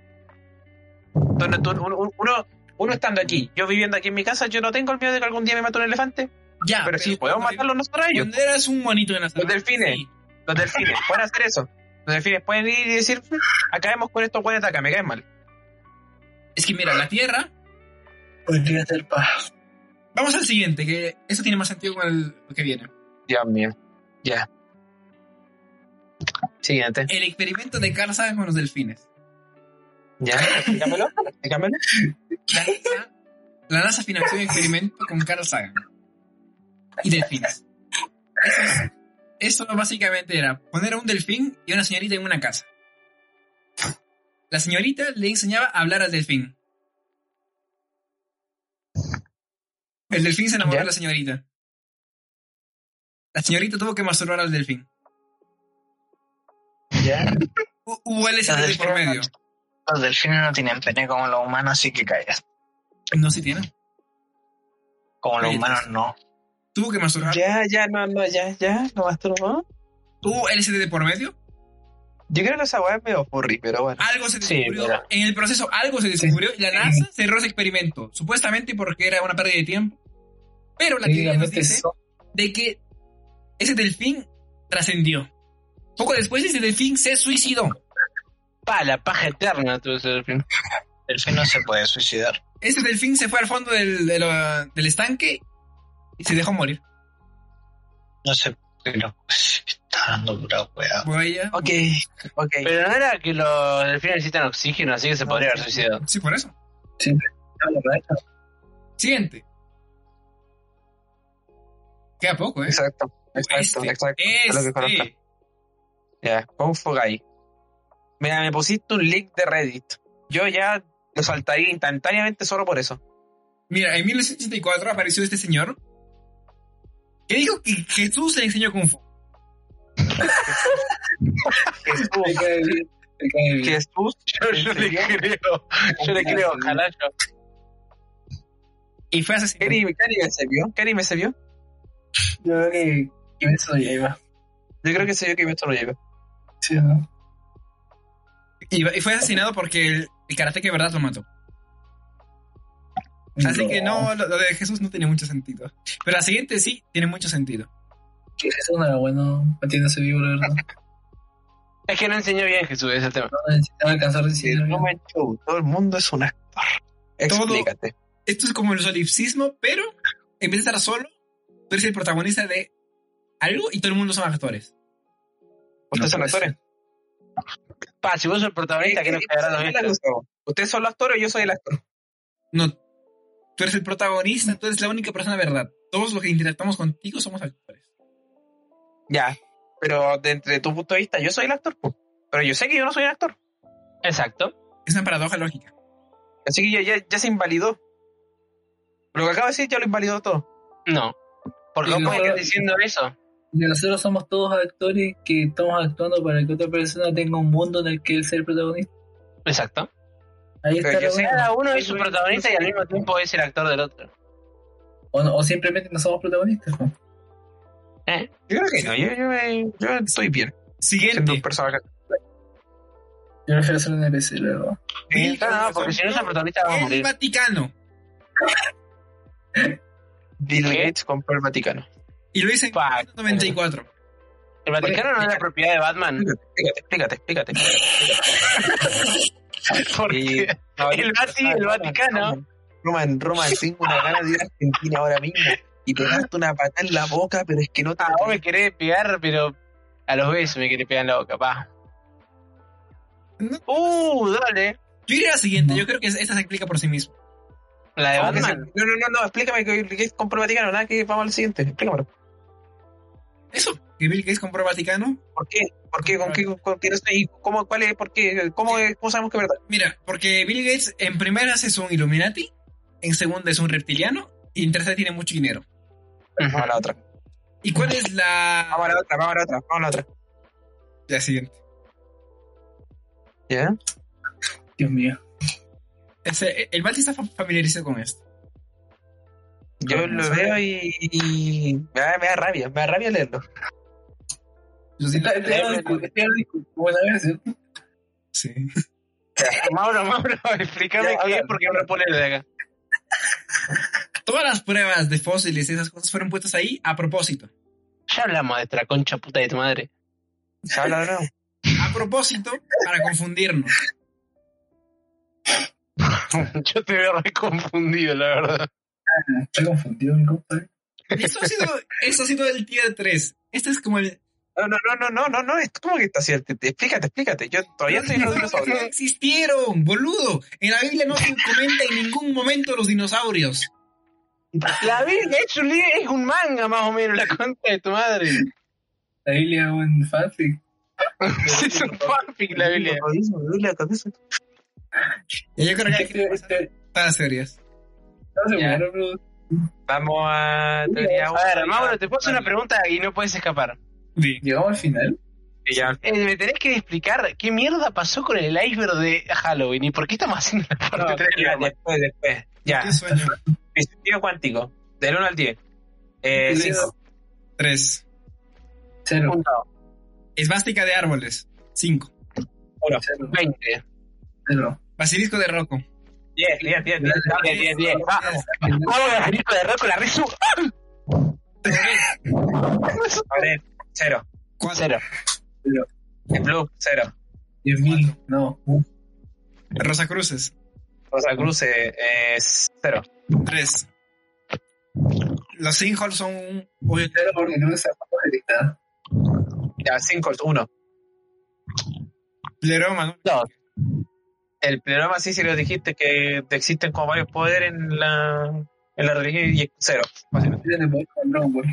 Entonces, tú- uno, uno- uno estando aquí, yo viviendo aquí en mi casa, yo no tengo el miedo de que algún día me mate un elefante,
Ya,
pero sí, podemos
cuando-
matarlos nosotros a ellos. pues,
Cuando eras un monito de la sabana,
delfines.
sí.
Los delfines pueden hacer eso. Los delfines pueden ir y decir, "Mm, acabemos con estos buenos de acá, me caen mal.
Es que mira, la Tierra...
Podría ser pa.
Vamos al siguiente, que eso tiene más sentido con el- lo que viene.
Dios mío. Ya. Siguiente.
El experimento de Carl Sagan con los delfines.
Ya, explícamelo. explícamelo.
La NASA, la NASA financió un experimento con Carl Sagan y delfines. Eso, es- eso básicamente era poner a un delfín y a una señorita en una casa. La señorita le enseñaba a hablar al delfín. El delfín se enamoró
¿Ya?
de la señorita. La señorita tuvo que masturbar al delfín.
Ya.
Hu- Hubo
Ah,
LSD de por medio.
Los delfines no tienen pene como los humanos, así que callas.
No se tiene.
Como los
Oye,
humanos no.
Tuvo que masturbar.
Ya, ya, no, no, ya, ya. No masturbó.
Hubo LSD de por medio.
Yo creo que esa weá es medio furry, pero bueno.
algo se
Sí,
descubrió.
mira.
en el proceso algo se descubrió y la NASA cerró ese experimento, supuestamente porque era una pérdida de tiempo. Pero la teoría nos
Técnicamente
dice
son.
de que ese delfín trascendió. Poco después ese delfín se suicidó.
Pa, la paja eterna tuvo ese delfín.
El delfín no se puede suicidar.
Ese delfín se fue al fondo del, de la- del estanque y se dejó morir.
No se... Pero... Está dando pura wea.
Vaya.
Ok, ok.
Pero no era que los delfines necesitan oxígeno, así que se
No,
podría haber
sí.
suicidado.
Sí, por eso.
Ah, la racha.
Siguiente. Queda poco, ¿eh?
Exacto, exacto,
Este,
exacto. Es lo que conozco.
Este.
Ya, Kung Fu Guy. Mira, me pusiste un link de Reddit. Yo ya lo saltaría instantáneamente solo por eso.
Mira, en 1984 apareció este señor que dijo que Jesús le enseñó Kung Fu.
Me
Jesús,
cae bien, me cae bien.
Jesús,
Yo, yo le creo, yo le creo, ojalá yo.
Y fue asesinado.
Kenny, Kenny me se vio, Kenny me se vio.
Yo creo que, que eso lo lleva.
Yo creo que se vio que esto lo lleva.
Sí, ¿no?
Y, y fue asesinado porque el, el karateka de verdad lo mató. Así que no, lo, lo de Jesús no tiene mucho sentido. Pero la siguiente sí tiene mucho sentido.
Que Jesús no era bueno manteniéndose vivo, la verdad.
Es que no enseñó bien Jesús ese tema.
No, me- no me alcanzó a decir.
No me show, todo el mundo es un actor. Explícate.
Esto es como el solipsismo, pero en vez de estar solo, tú eres el protagonista de algo y todo el mundo son actores.
Ustedes son actores.
Pa, si vos sos el protagonista, que no
Eh,
quedará los
esa es la
hechos.
cosa, vos. Ustedes son los actores o yo soy el actor.
No, tú eres el protagonista, tú eres la única persona verdad. Todos los que interactuamos contigo somos actores.
Ya. Pero desde tu punto de vista, yo soy el actor. po. Pero yo sé que yo no soy el actor.
Exacto.
Es una paradoja lógica.
Así que ya, ya, ya se invalidó. Lo que acabo de decir ya lo invalidó todo.
No. Porque vos
No.
podés estar diciendo eso.
Nosotros somos todos actores que estamos actuando para que otra persona tenga un mundo en el que él sea el protagonista.
Exacto.
Ahí
Pero
está
yo
la
sé-
weá.
Cada Ah, uno es su protagonista y al mismo tiempo es el actor del otro.
o, no- o simplemente no somos protagonistas. ¿no?
Yo creo que no, yo, yo, me- yo estoy bien. Siendo un
Siguiente.
personaje.
Yo prefiero ser un NPC luego.
Sí,
No, no, porque si no es el protagonista va a
El
morir.
Vaticano.
Bill
¿Qué?
Gates compró el Vaticano.
Y lo hice en
Pa-
94.
El Vaticano no es la propiedad de Batman.
Explícate, explícate, explícate.
Porque
Y- no,
el, Vati, el Vaticano.
Roman, Roman, tengo una gana de ir a Argentina ahora mismo y pegarte una patada en la boca, pero es que no te
Ah, vos me querés pegar, pero a los besos me querés pegar en la boca, pa.
No.
Uh, dale.
Yo iré a la siguiente. Yo creo que esta se explica por sí mismo.
La de
¿Cómo que se-
Batman.
No, no, no, no, explícame que Bill Gates compró el Vaticano, nada que vamos al siguiente, explícamelo.
Eso. Que Bill Gates compró el Vaticano.
¿Por qué? ¿Por qué? ¿Con qué? ¿Con qué? No sé, ¿Y cómo, cuál es? ¿Por qué? ¿Cómo, es- cómo sabemos que es verdad?
Mira, porque Bill Gates en primeras es un Illuminati, en segunda es un reptiliano y en tercera tiene mucho dinero.
Vamos a la otra.
¿Y cuál es
Vamos a
la...
la otra, vamos a la otra, vamos a la otra.
La siguiente.
¿Ya?
Dios mío.
Ese- el Bati está fa- familiarizado con esto.
Yo lo veo y, y me, da, me da rabia, me da rabia leerlo.
Los
Está-
Illuminati-
está- está- está- Buena vez, ¿sí?
Sí.
Mauro, Mauro, explícame
Ya,
qué es
habla.
porque no pone la de acá.
Todas las pruebas de fósiles y esas cosas fueron puestas ahí a propósito.
Ya hablamos de esta concha puta de tu madre.
¿Se habla o no?
A propósito para confundirnos.
Yo te veo reconfundido, la verdad.
Estoy confundido, mi compadre.
Y Eso ha sido, eso ha sido el tier 3. Este es como el...
No, no, no, no, no, no, no, es- ¿cómo que está cierto? Explícate, explícate. Yo todavía estoy en los
No
dinosaurios.
existieron, boludo. En la Biblia no se comenta en ningún momento los dinosaurios.
La Biblia es un, li- es un manga, más o menos, la concha de tu madre.
La Biblia es un fanfic.
es un fanfic la Biblia.
Y yo creo que hay que
Este- este-
todas las teorías.
No se
Ya.
muero, bro.
Vamos a teoría
A
uno.
ver, Mauro, te puedo hacer una pregunta y no puedes escapar.
Llegamos al final.
Ya.
Eh, me tenés que explicar qué mierda pasó con el iceberg de Halloween y por qué estamos haciendo la parte
No,
3 de
ya,
la
después, después. Ya.
¿Qué sueño?
Principio cuántico. Del 1 al 10. Eh,
Diez.
cinco.
3.
Cero.
Esvástica de árboles. 5.
Cero.
20.
Cero.
Basilisco de Rocco.
10, 10, 10, 10.
Diez,
Vamos, 10, 10. Vamos.
Vamos Ah, a abrir con el rock con la resu.
A ver, cero.
4.
Cero.
El blue, cero.
Diez mil. No. Uh,
Rosa Cruces.
Rosa Cruz, eh, eh, cero.
3. Los Sinholes son un hoyo
Cero porque no se apaga el listado.
Ya, cinco, uno.
pleroma, ¿no?
Dos.
El pleroma sí, sí lo dijiste, que existen como varios poderes en la, en la religión y cero. básicamente.
Tiene poder con Dragon Ball.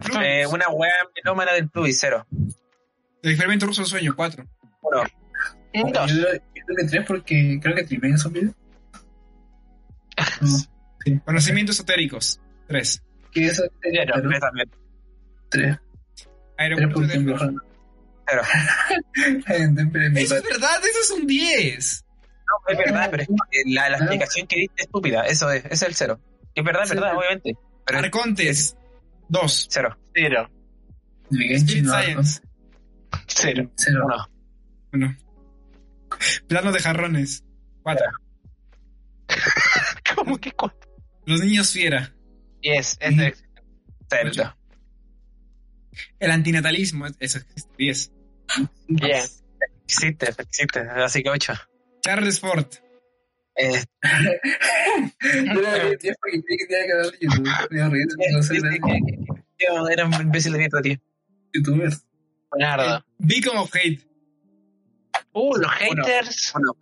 Plumos.
Eh, una weá melómana del Pluy, cero.
El experimento ruso del sueño. 4.
Uno.
Un Dos.
Yo, creo- yo creo que tres porque creo que Trimen son videos. No,
Conocimientos esotéricos. 3.
que eso sería
Cero, tres también.
tres. Tres
Aeropuerto
porque en
de
Wuhan.
Cero.
En Temple de mi
Eso es
patria.
verdad, eso es un 10.
No, es verdad, pero es que la, la
Claro.
explicación que diste es estúpida. Eso es, es el cero. Es verdad, es
Sí.
verdad, obviamente. Pero es
Arcontes. 2.
cero.
Cero.
Vigenchi
Street
no,
Science.
Cero.
no. Cero.
Uno.
1. Plano de jarrones. 4.
¿Cómo que cuatro?
Los niños fiera.
Yes, es de-
Cero.
El antinatalismo. Eso existe. 10.
Bien.
Existe, existe. Así que ocho.
Charles Ford.
Eh,
Yo le daría diez porque creí que tenía canal de YouTube. Me dio risa, no sé, era
yo era un imbécil de nieto, tío.
youtuber.
Buenardo.
Beacon of Hate.
Uh, los haters.
Uno.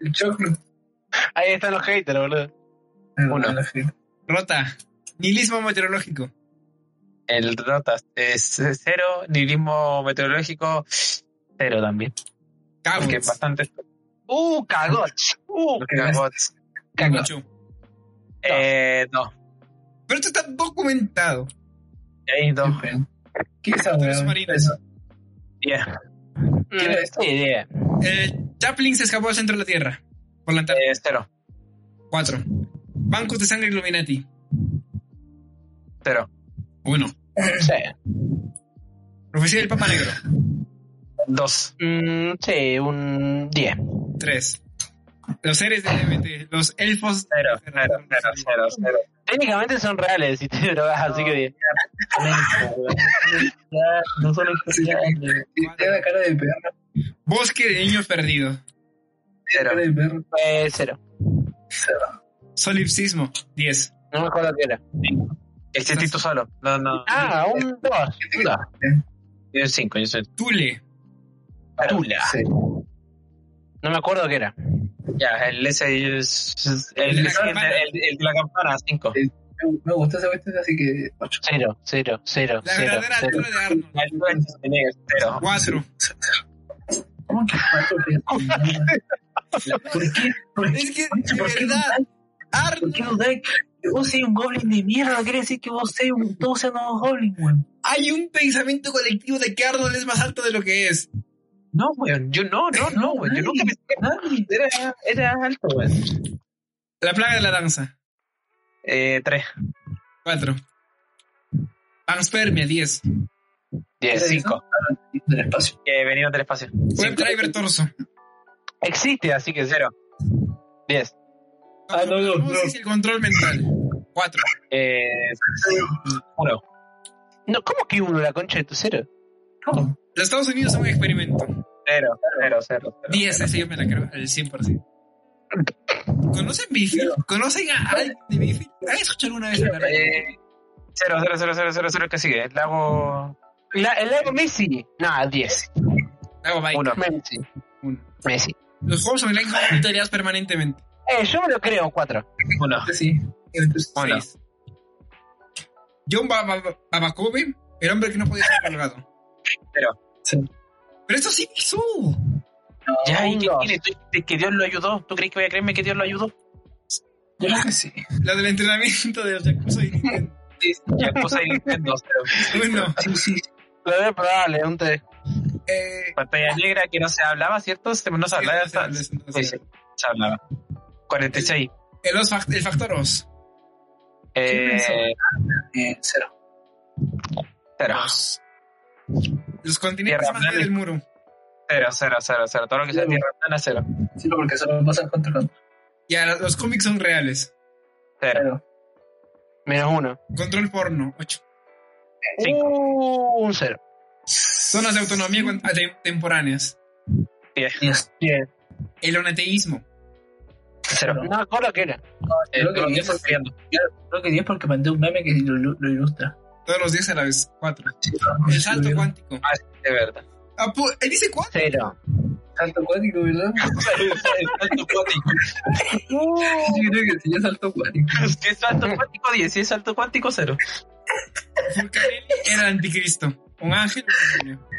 El choclo. Ah,
Ahí están los haters, boludo.
Uno.
Rota. Nihilismo meteorológico.
El Rotas es cero, nihilismo meteorológico, cero también.
Cabo.
Porque es bastante.
Uh, cagots. Uh,
Lo que más-
cagots.
cagots.
Eh, no.
Pero esto está documentado.
Hay dos.
¿Qué es esa
Torres
weá?
marinas.
Yeah.
Mm, ni idea.
Eh, Chaplin se escapó del centro de la Tierra. Por la tarde.
Eh, cero.
4. Bancos de sangre Illuminati.
Cero.
1.
Sí.
Profecía del Papa Negro.
Dos.
Mm, sí, un 10.
3. Los seres de LGBT. Los elfos.
Cero, cero, cero, cero, cero.
Técnicamente son reales si te drogas, así que 10.
No son especiales.
Sí, Tiene la cara de perro.
Bosque de niños perdidos.
Cero.
Cara de perro.
Eh, cero.
Solipsismo. 10.
No me acuerdo qué era.
Existí tú solo. No, no.
Ah, un 2.
Yo soy cinco, yo soy.
Tule.
Tula.
Sí.
No me acuerdo qué era.
Ya, el ese es. El,
El de
el,
la campana.
el- el de la campana, cinco.
Me- Me gustó esa cuestión, así que 8.
Cero, cero, cero,
La
cero.
verdadera
cero.
altura de Arnold.
La altura de Schwarzenegger, cero.
4.
¿Cómo que 4 ¿Por qué? ¿Por qué?
Es que, de verdad,
¿Por qué
Arnold,
no dais? Que vos seas un goblin de mierda, quiere decir que vos seas un 12 nuevo goblin, weón.
hay un pensamiento colectivo de que Arnold es más alto de lo que es.
No, weón. Yo no, no, no, weón. Yo nunca pensé
Nadie.
que era, era alto, weón.
La plaga de la danza.
Eh, tres.
4. Panspermia, 10.
Diez.
cinco.
Del espacio.
Que venimos del espacio.
Webdriver torso.
Existe, así que cero. 10.
Ah, no, no,
¿Cómo se
no.
dice el control mental? 4.
Eh, uno.
No, ¿cómo que uno la concha de tu cero?
¿Cómo?
Los Estados Unidos son un experimento.
Cero, cero, cero. cero.
10, ese yo me la creo al 100%. ¿Conocen Bifi? ¿Conocen a alguien de Bifi? ¿Han escuchado alguna vez hablar de
Eh, cero, cero, cero, cero, cero, cero, que sigue. El lago
La, el lago Messi. No, 10.
Lago Bike?
uno.
Messi.
Uno.
Messi.
Oh, Los juegos online son monitoreados permanentemente.
Eh, yo me lo creo, 4.
Uno.
Sí. Entonces,
Uno.
6. John Babakove, el hombre que no podía ser colgado.
Pero-
Sí.
Pero esto sí pasó.
Ya, ¿y
Un
qué
dos.
tiene? ¿Tú dijiste que Dios lo ayudó? ¿Tú crees que voy a creerme que Dios lo ayudó?
Yo creo que sí.
La del entrenamiento de Yakuza y Nintendo.
Ya, cosa de Nintendo, cero.
Bueno,
Sí, sí.
Lo veo probable, un 3.
eh,
Pantalla negra que no se hablaba, ¿cierto? Se- No se hablaba.
sí,
hasta- Sí,
sí, sí, sí, sí.
sí, se hablaba. 46.
el, os fac- el factor os.
Eh,
Eh, cero.
cero.
Los, los continentes
Tierra
más allá
plana.
del muro.
Cero, cero, cero, cero. Todo lo que sea
Cero.
tierra plana, cero.
Sí, porque solo pasan controlando.
Ya, la- los cómics son reales.
Cero.
Claro.
Menos 1.
Control porno, 8.
Cinco.
Uh, un 0.
Zonas de autonomía con- ah, tem- temporáneas.
Dios.
El onateísmo.
Cero.
No me acuerdo qué era.
Eh,
Creo que
todo lo que
diez
fue
porque-
creando.
Creo que 10 porque mandé un meme que lo, lo- lo ilustra.
Todos los días a la vez, 4. El salto cuántico.
De verdad.
Ah, pu- ¿eh, dice cuánto?
0.
Salto cuántico, ¿verdad? Yo creo que sí, ya salto cuántico.
Si es salto cuántico, 10. Si es salto cuántico, cero.
Fulcanelli era el anticristo. Un ángel. un demonio.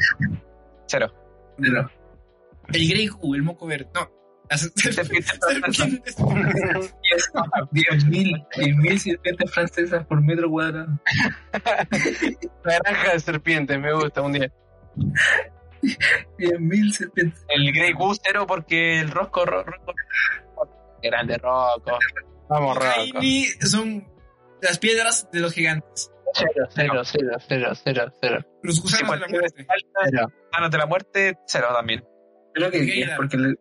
Cero.
Pero,
El Grey Goo, el moco verde. No. las- serpientes.
10.000 10.000 serpientes francesas por metro cuadrado.
La granja de serpientes, me gusta, un 10.
10.000 serpientes.
El Grey Goose, cero, porque el Rosco. Ro- Rosco- Grande Rosco.
Vamos, Rocco.
Kaini son las piedras de los gigantes.
0, 0, 0, 0, 0, 0.
Los
Si
gusanos de la
cualquiera
muerte.
salta, gusanos de la muerte, cero también.
Creo que 10 porque le.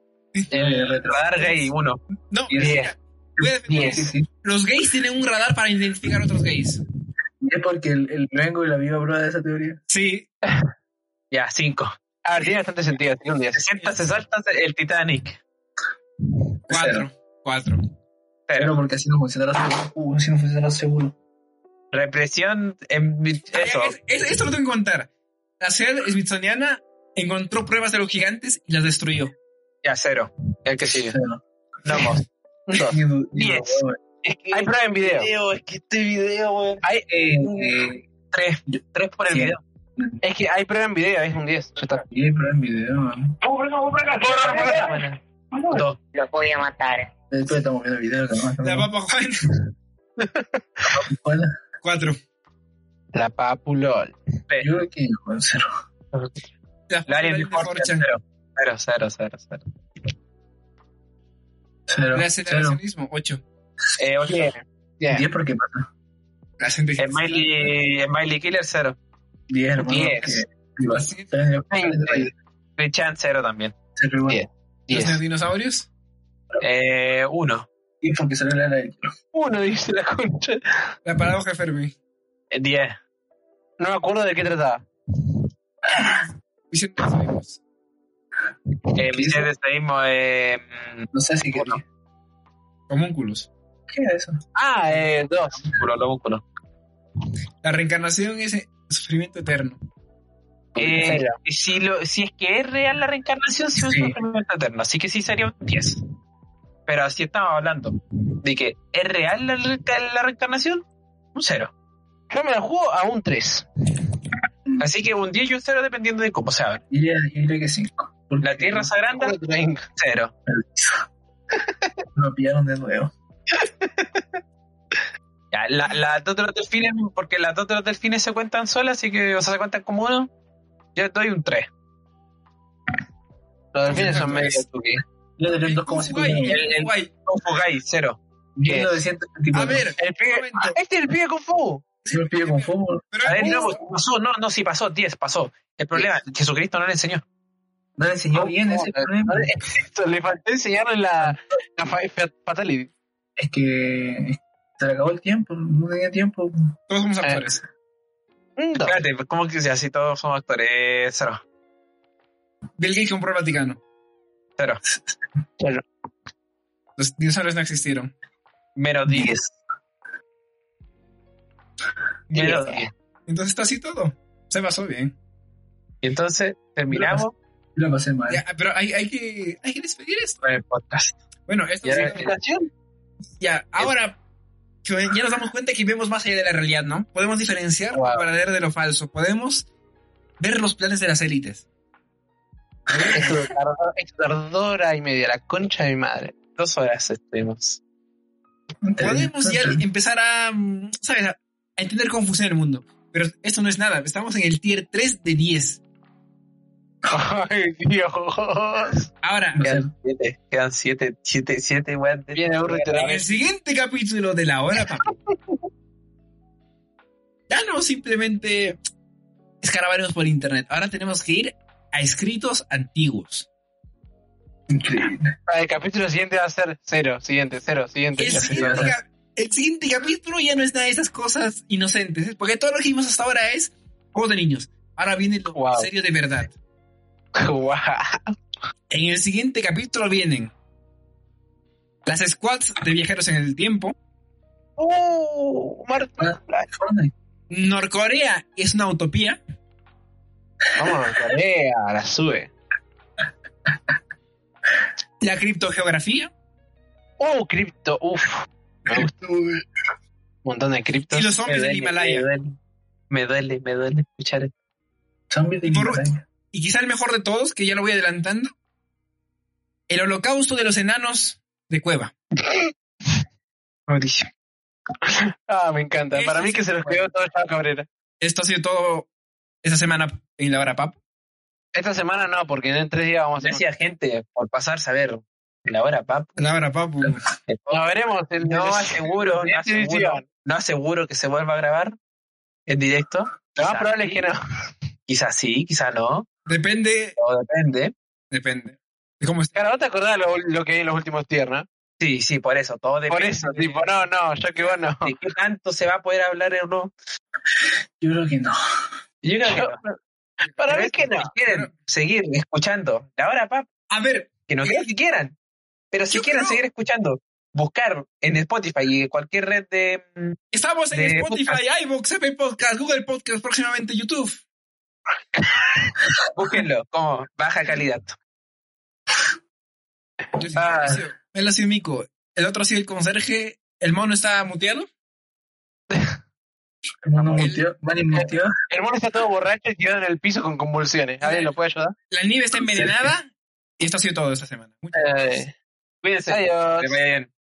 El radar gay, uno.
No,
Diez.
mira, voy a defender
Sí,
eso.
sí.
Los gays tienen un radar para identificar otros gays.
Es porque el, el Rengo y la viva prueba de esa teoría.
Sí.
Ya, cinco.
A ver, Ah, tiene bastante sentido, tiene un 10.
Se sienta, se salta el Titanic.
Cuatro. Cuatro.
Pero
Cero.
porque así no funciona seguro. Uh, así no funciona seguro.
Represión, em, eso.
Ah, ya, es- es- esto lo tengo que contar. La ciudad smithsoniana encontró pruebas de los gigantes y las destruyó.
Ya, cero. El que sigue.
Cero.
No, vos. Dos.
Ni du- ni
Diez.
dudó, weón.
Es que
Hay prueba en video.
es que este video, weón.
Hay
Eh, eh,
tres. Tres por el
Sí.
video.
Es que hay prueba en video, es un 10. Ya está.
sí, pero en video, weón.
Bueno,
Dos.
Lo voy a matar.
Después estamos viendo el video, cabrón,
La
estamos-
papa Juan,
Bueno,
cuatro.
La papulol.
Eh,
Yo creo que con cero.
Las
La área
papas
de
de Forcha.
Cero. Cero, cero, cero, cero.
Cero.
El
Cero.
aceleracionismo, ocho.
Eh, ocho.
Bien.
Diez porque pasa.
La gente dice,
El Miley, el Miley Killer, cero.
Diez, hermano.
Diez.
porque-
Así que-
Cero.
Veinte.
Big Chan, cero también.
Cero igual.
Diez.
¿Los
10.
dinosaurios?
Eh, uno.
Diez porque salió la era del hielo.
Uno dice la concha.
La paradoja de Fermi.
Eh, diez.
No me acuerdo de qué trataba.
Vicente Fermi.
Eh,
¿Qué
mi
hizo?
de sadismo, eh, mm,
No sé si que
Uno.
Homúnculos.
¿Qué era eso?
Ah, eh, dos.
músculo, lo músculo.
La reencarnación es el sufrimiento eterno.
Eh, si, lo, si es que es real la reencarnación, sí es un
Sí.
sufrimiento eterno. Así que sí sería un 10. Pero así estamos hablando. De que es real la, reenca- la reencarnación, un 0.
Yo me la juego a un 3.
Así que un 10 y un 0 dependiendo de cómo se abre.
Yo diría- yo diría que cinco. porque
La tierra se agranda, 0.
Lo pillaron de nuevo.
Ya, la- las dos de los delfines, porque las dos de los delfines se cuentan solas, así que, o sea, se cuentan como uno. Yo doy un 3.
Los delfines son medio tuki.
Yo diría dos como si tuviera-
el- el-
Uruguay.
Confugáis, 0.
Yo lo decía, tipo,
A ver,
El
un
pibe.
momento.
Este es el pibe con fuego.
si me pide con fútbol,
Pero
A ver,
es
no,
justo.
pasó, no, no, sí pasó, 10, pasó. El problema, Jesucristo no le enseñó.
no le enseñó bien ese problema.
Esto, Le faltó enseñarle la, la fa- fa- fatality.
Es que se le acabó el tiempo, no tenía tiempo.
Todos
Eh.
somos actores.
Un dos.
Espérate, ¿cómo que si así todos somos actores? Eh, Cero,
Bill Gates compró el Vaticano.
cero.
Los dinosaurios no existieron.
Menos 10. Menos 10.
Entonces está así todo. Se basó bien.
Y entonces terminamos
Yo la pasé mal.
Ya, pero hay, hay, que, hay que despedir esto.
con el podcast.
Bueno, esto
Ya,
sí,
ya.
¿Explicación?
Ya, ahora que ya nos damos cuenta que vemos más allá de la realidad, ¿no? Podemos diferenciar
Wow.
lo verdadero de lo falso. Podemos ver los planes de las élites.
Esto tardó, esto tardó hora y media, la concha de mi madre.
Dos horas estuvimos.
Podemos ya empezar a, mm, ¿sabes? A a entender cómo funciona el mundo. Pero esto no es nada. Estamos en el tier 3 de 10.
Ay, Dios.
Ahora,
No sé.
Quedan 7, quedan 7, 7, 7, weón.
Viene un reiterado.
en el siguiente capítulo de la hora, papi. Ya no simplemente escarabaremos por internet. Ahora tenemos que ir a escritos antiguos.
Increíble.
El capítulo siguiente va a ser cero, siguiente, cero, siguiente.
El
Ya sé.
siguiente, cap- el siguiente capítulo ya no es nada de esas cosas inocentes, ¿eh? porque todo lo que vimos hasta ahora es juegos de niños. Ahora viene lo
Wow.
serio de verdad.
Guau.
En el siguiente capítulo vienen las squads de viajeros en el tiempo.
Uh, Marta.
Ah. Fortnite.
Norcorea es una utopía.
Vamos, Corea, la sube.
La criptogeografía
Uh, cripto, uff. Me gusta. Un montón de criptos.
y los zombies del
Me
Himalaya.
duele, me duele, me duele escuchar esto.
Zombies de
Y por-
Himalaya.
Y quizá el mejor de todos, que ya lo voy adelantando, el holocausto de los enanos de cueva.
Mauricio.
Ah, me encanta.
Ese
Para mí
sí
que se los
fue.
quedó todo Chavo Cabrera.
Esto ha sido todo esta semana en la hora pap.
Esta semana no, porque en tres días vamos a hacer.
Gracias, gente, por pasarse a ver la hora, pap.
La hora papu.
Nos veremos. El,
No
el-
aseguro, no
en esta
aseguro,
edición.
no aseguro que se vuelva a grabar en directo.
Lo
Quizá-
más probable es que no.
Quizás sí, quizás no.
Depende,
Todo depende.
depende. De cómo está.
Cara, ¿vos te acordás lo, lo que hay en los últimos tiernos?
Sí, sí, por eso, todo depende.
Por eso, tipo, no, no, yo que vos no.
¿De qué tanto se va a poder hablar en uno?
Yo creo que no.
Yo creo que
Yo-
no.
Para
Pero
mí
es
que no.
si quieren seguir escuchando la hora, pap,
A ver,
que no digan que quieran. Pero si
Yo
quieren
creo-
seguir escuchando, buscar en Spotify y en cualquier red de. mm,
estamos en
De
Spotify, iVoox, Apple Podcast, Google Podcast, próximamente YouTube.
Búsquenlo como baja calidad.
Yo soy Mauricio. Él ha sido Mico. El otro ha sido el conserje. El mono está muteado.
No, no, muteó. Manny muteó.
El mono está todo borracho y tirado en el piso con convulsiones. ¿Alguien lo puede ayudar?
La nieve está envenenada. Y esto ha sido todo esta semana.
Eh,
Muchas gracias.
Cuídense.
Que
Adiós.
vaya bien.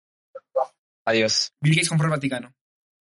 Adiós.
Bill Gates compró el Vaticano.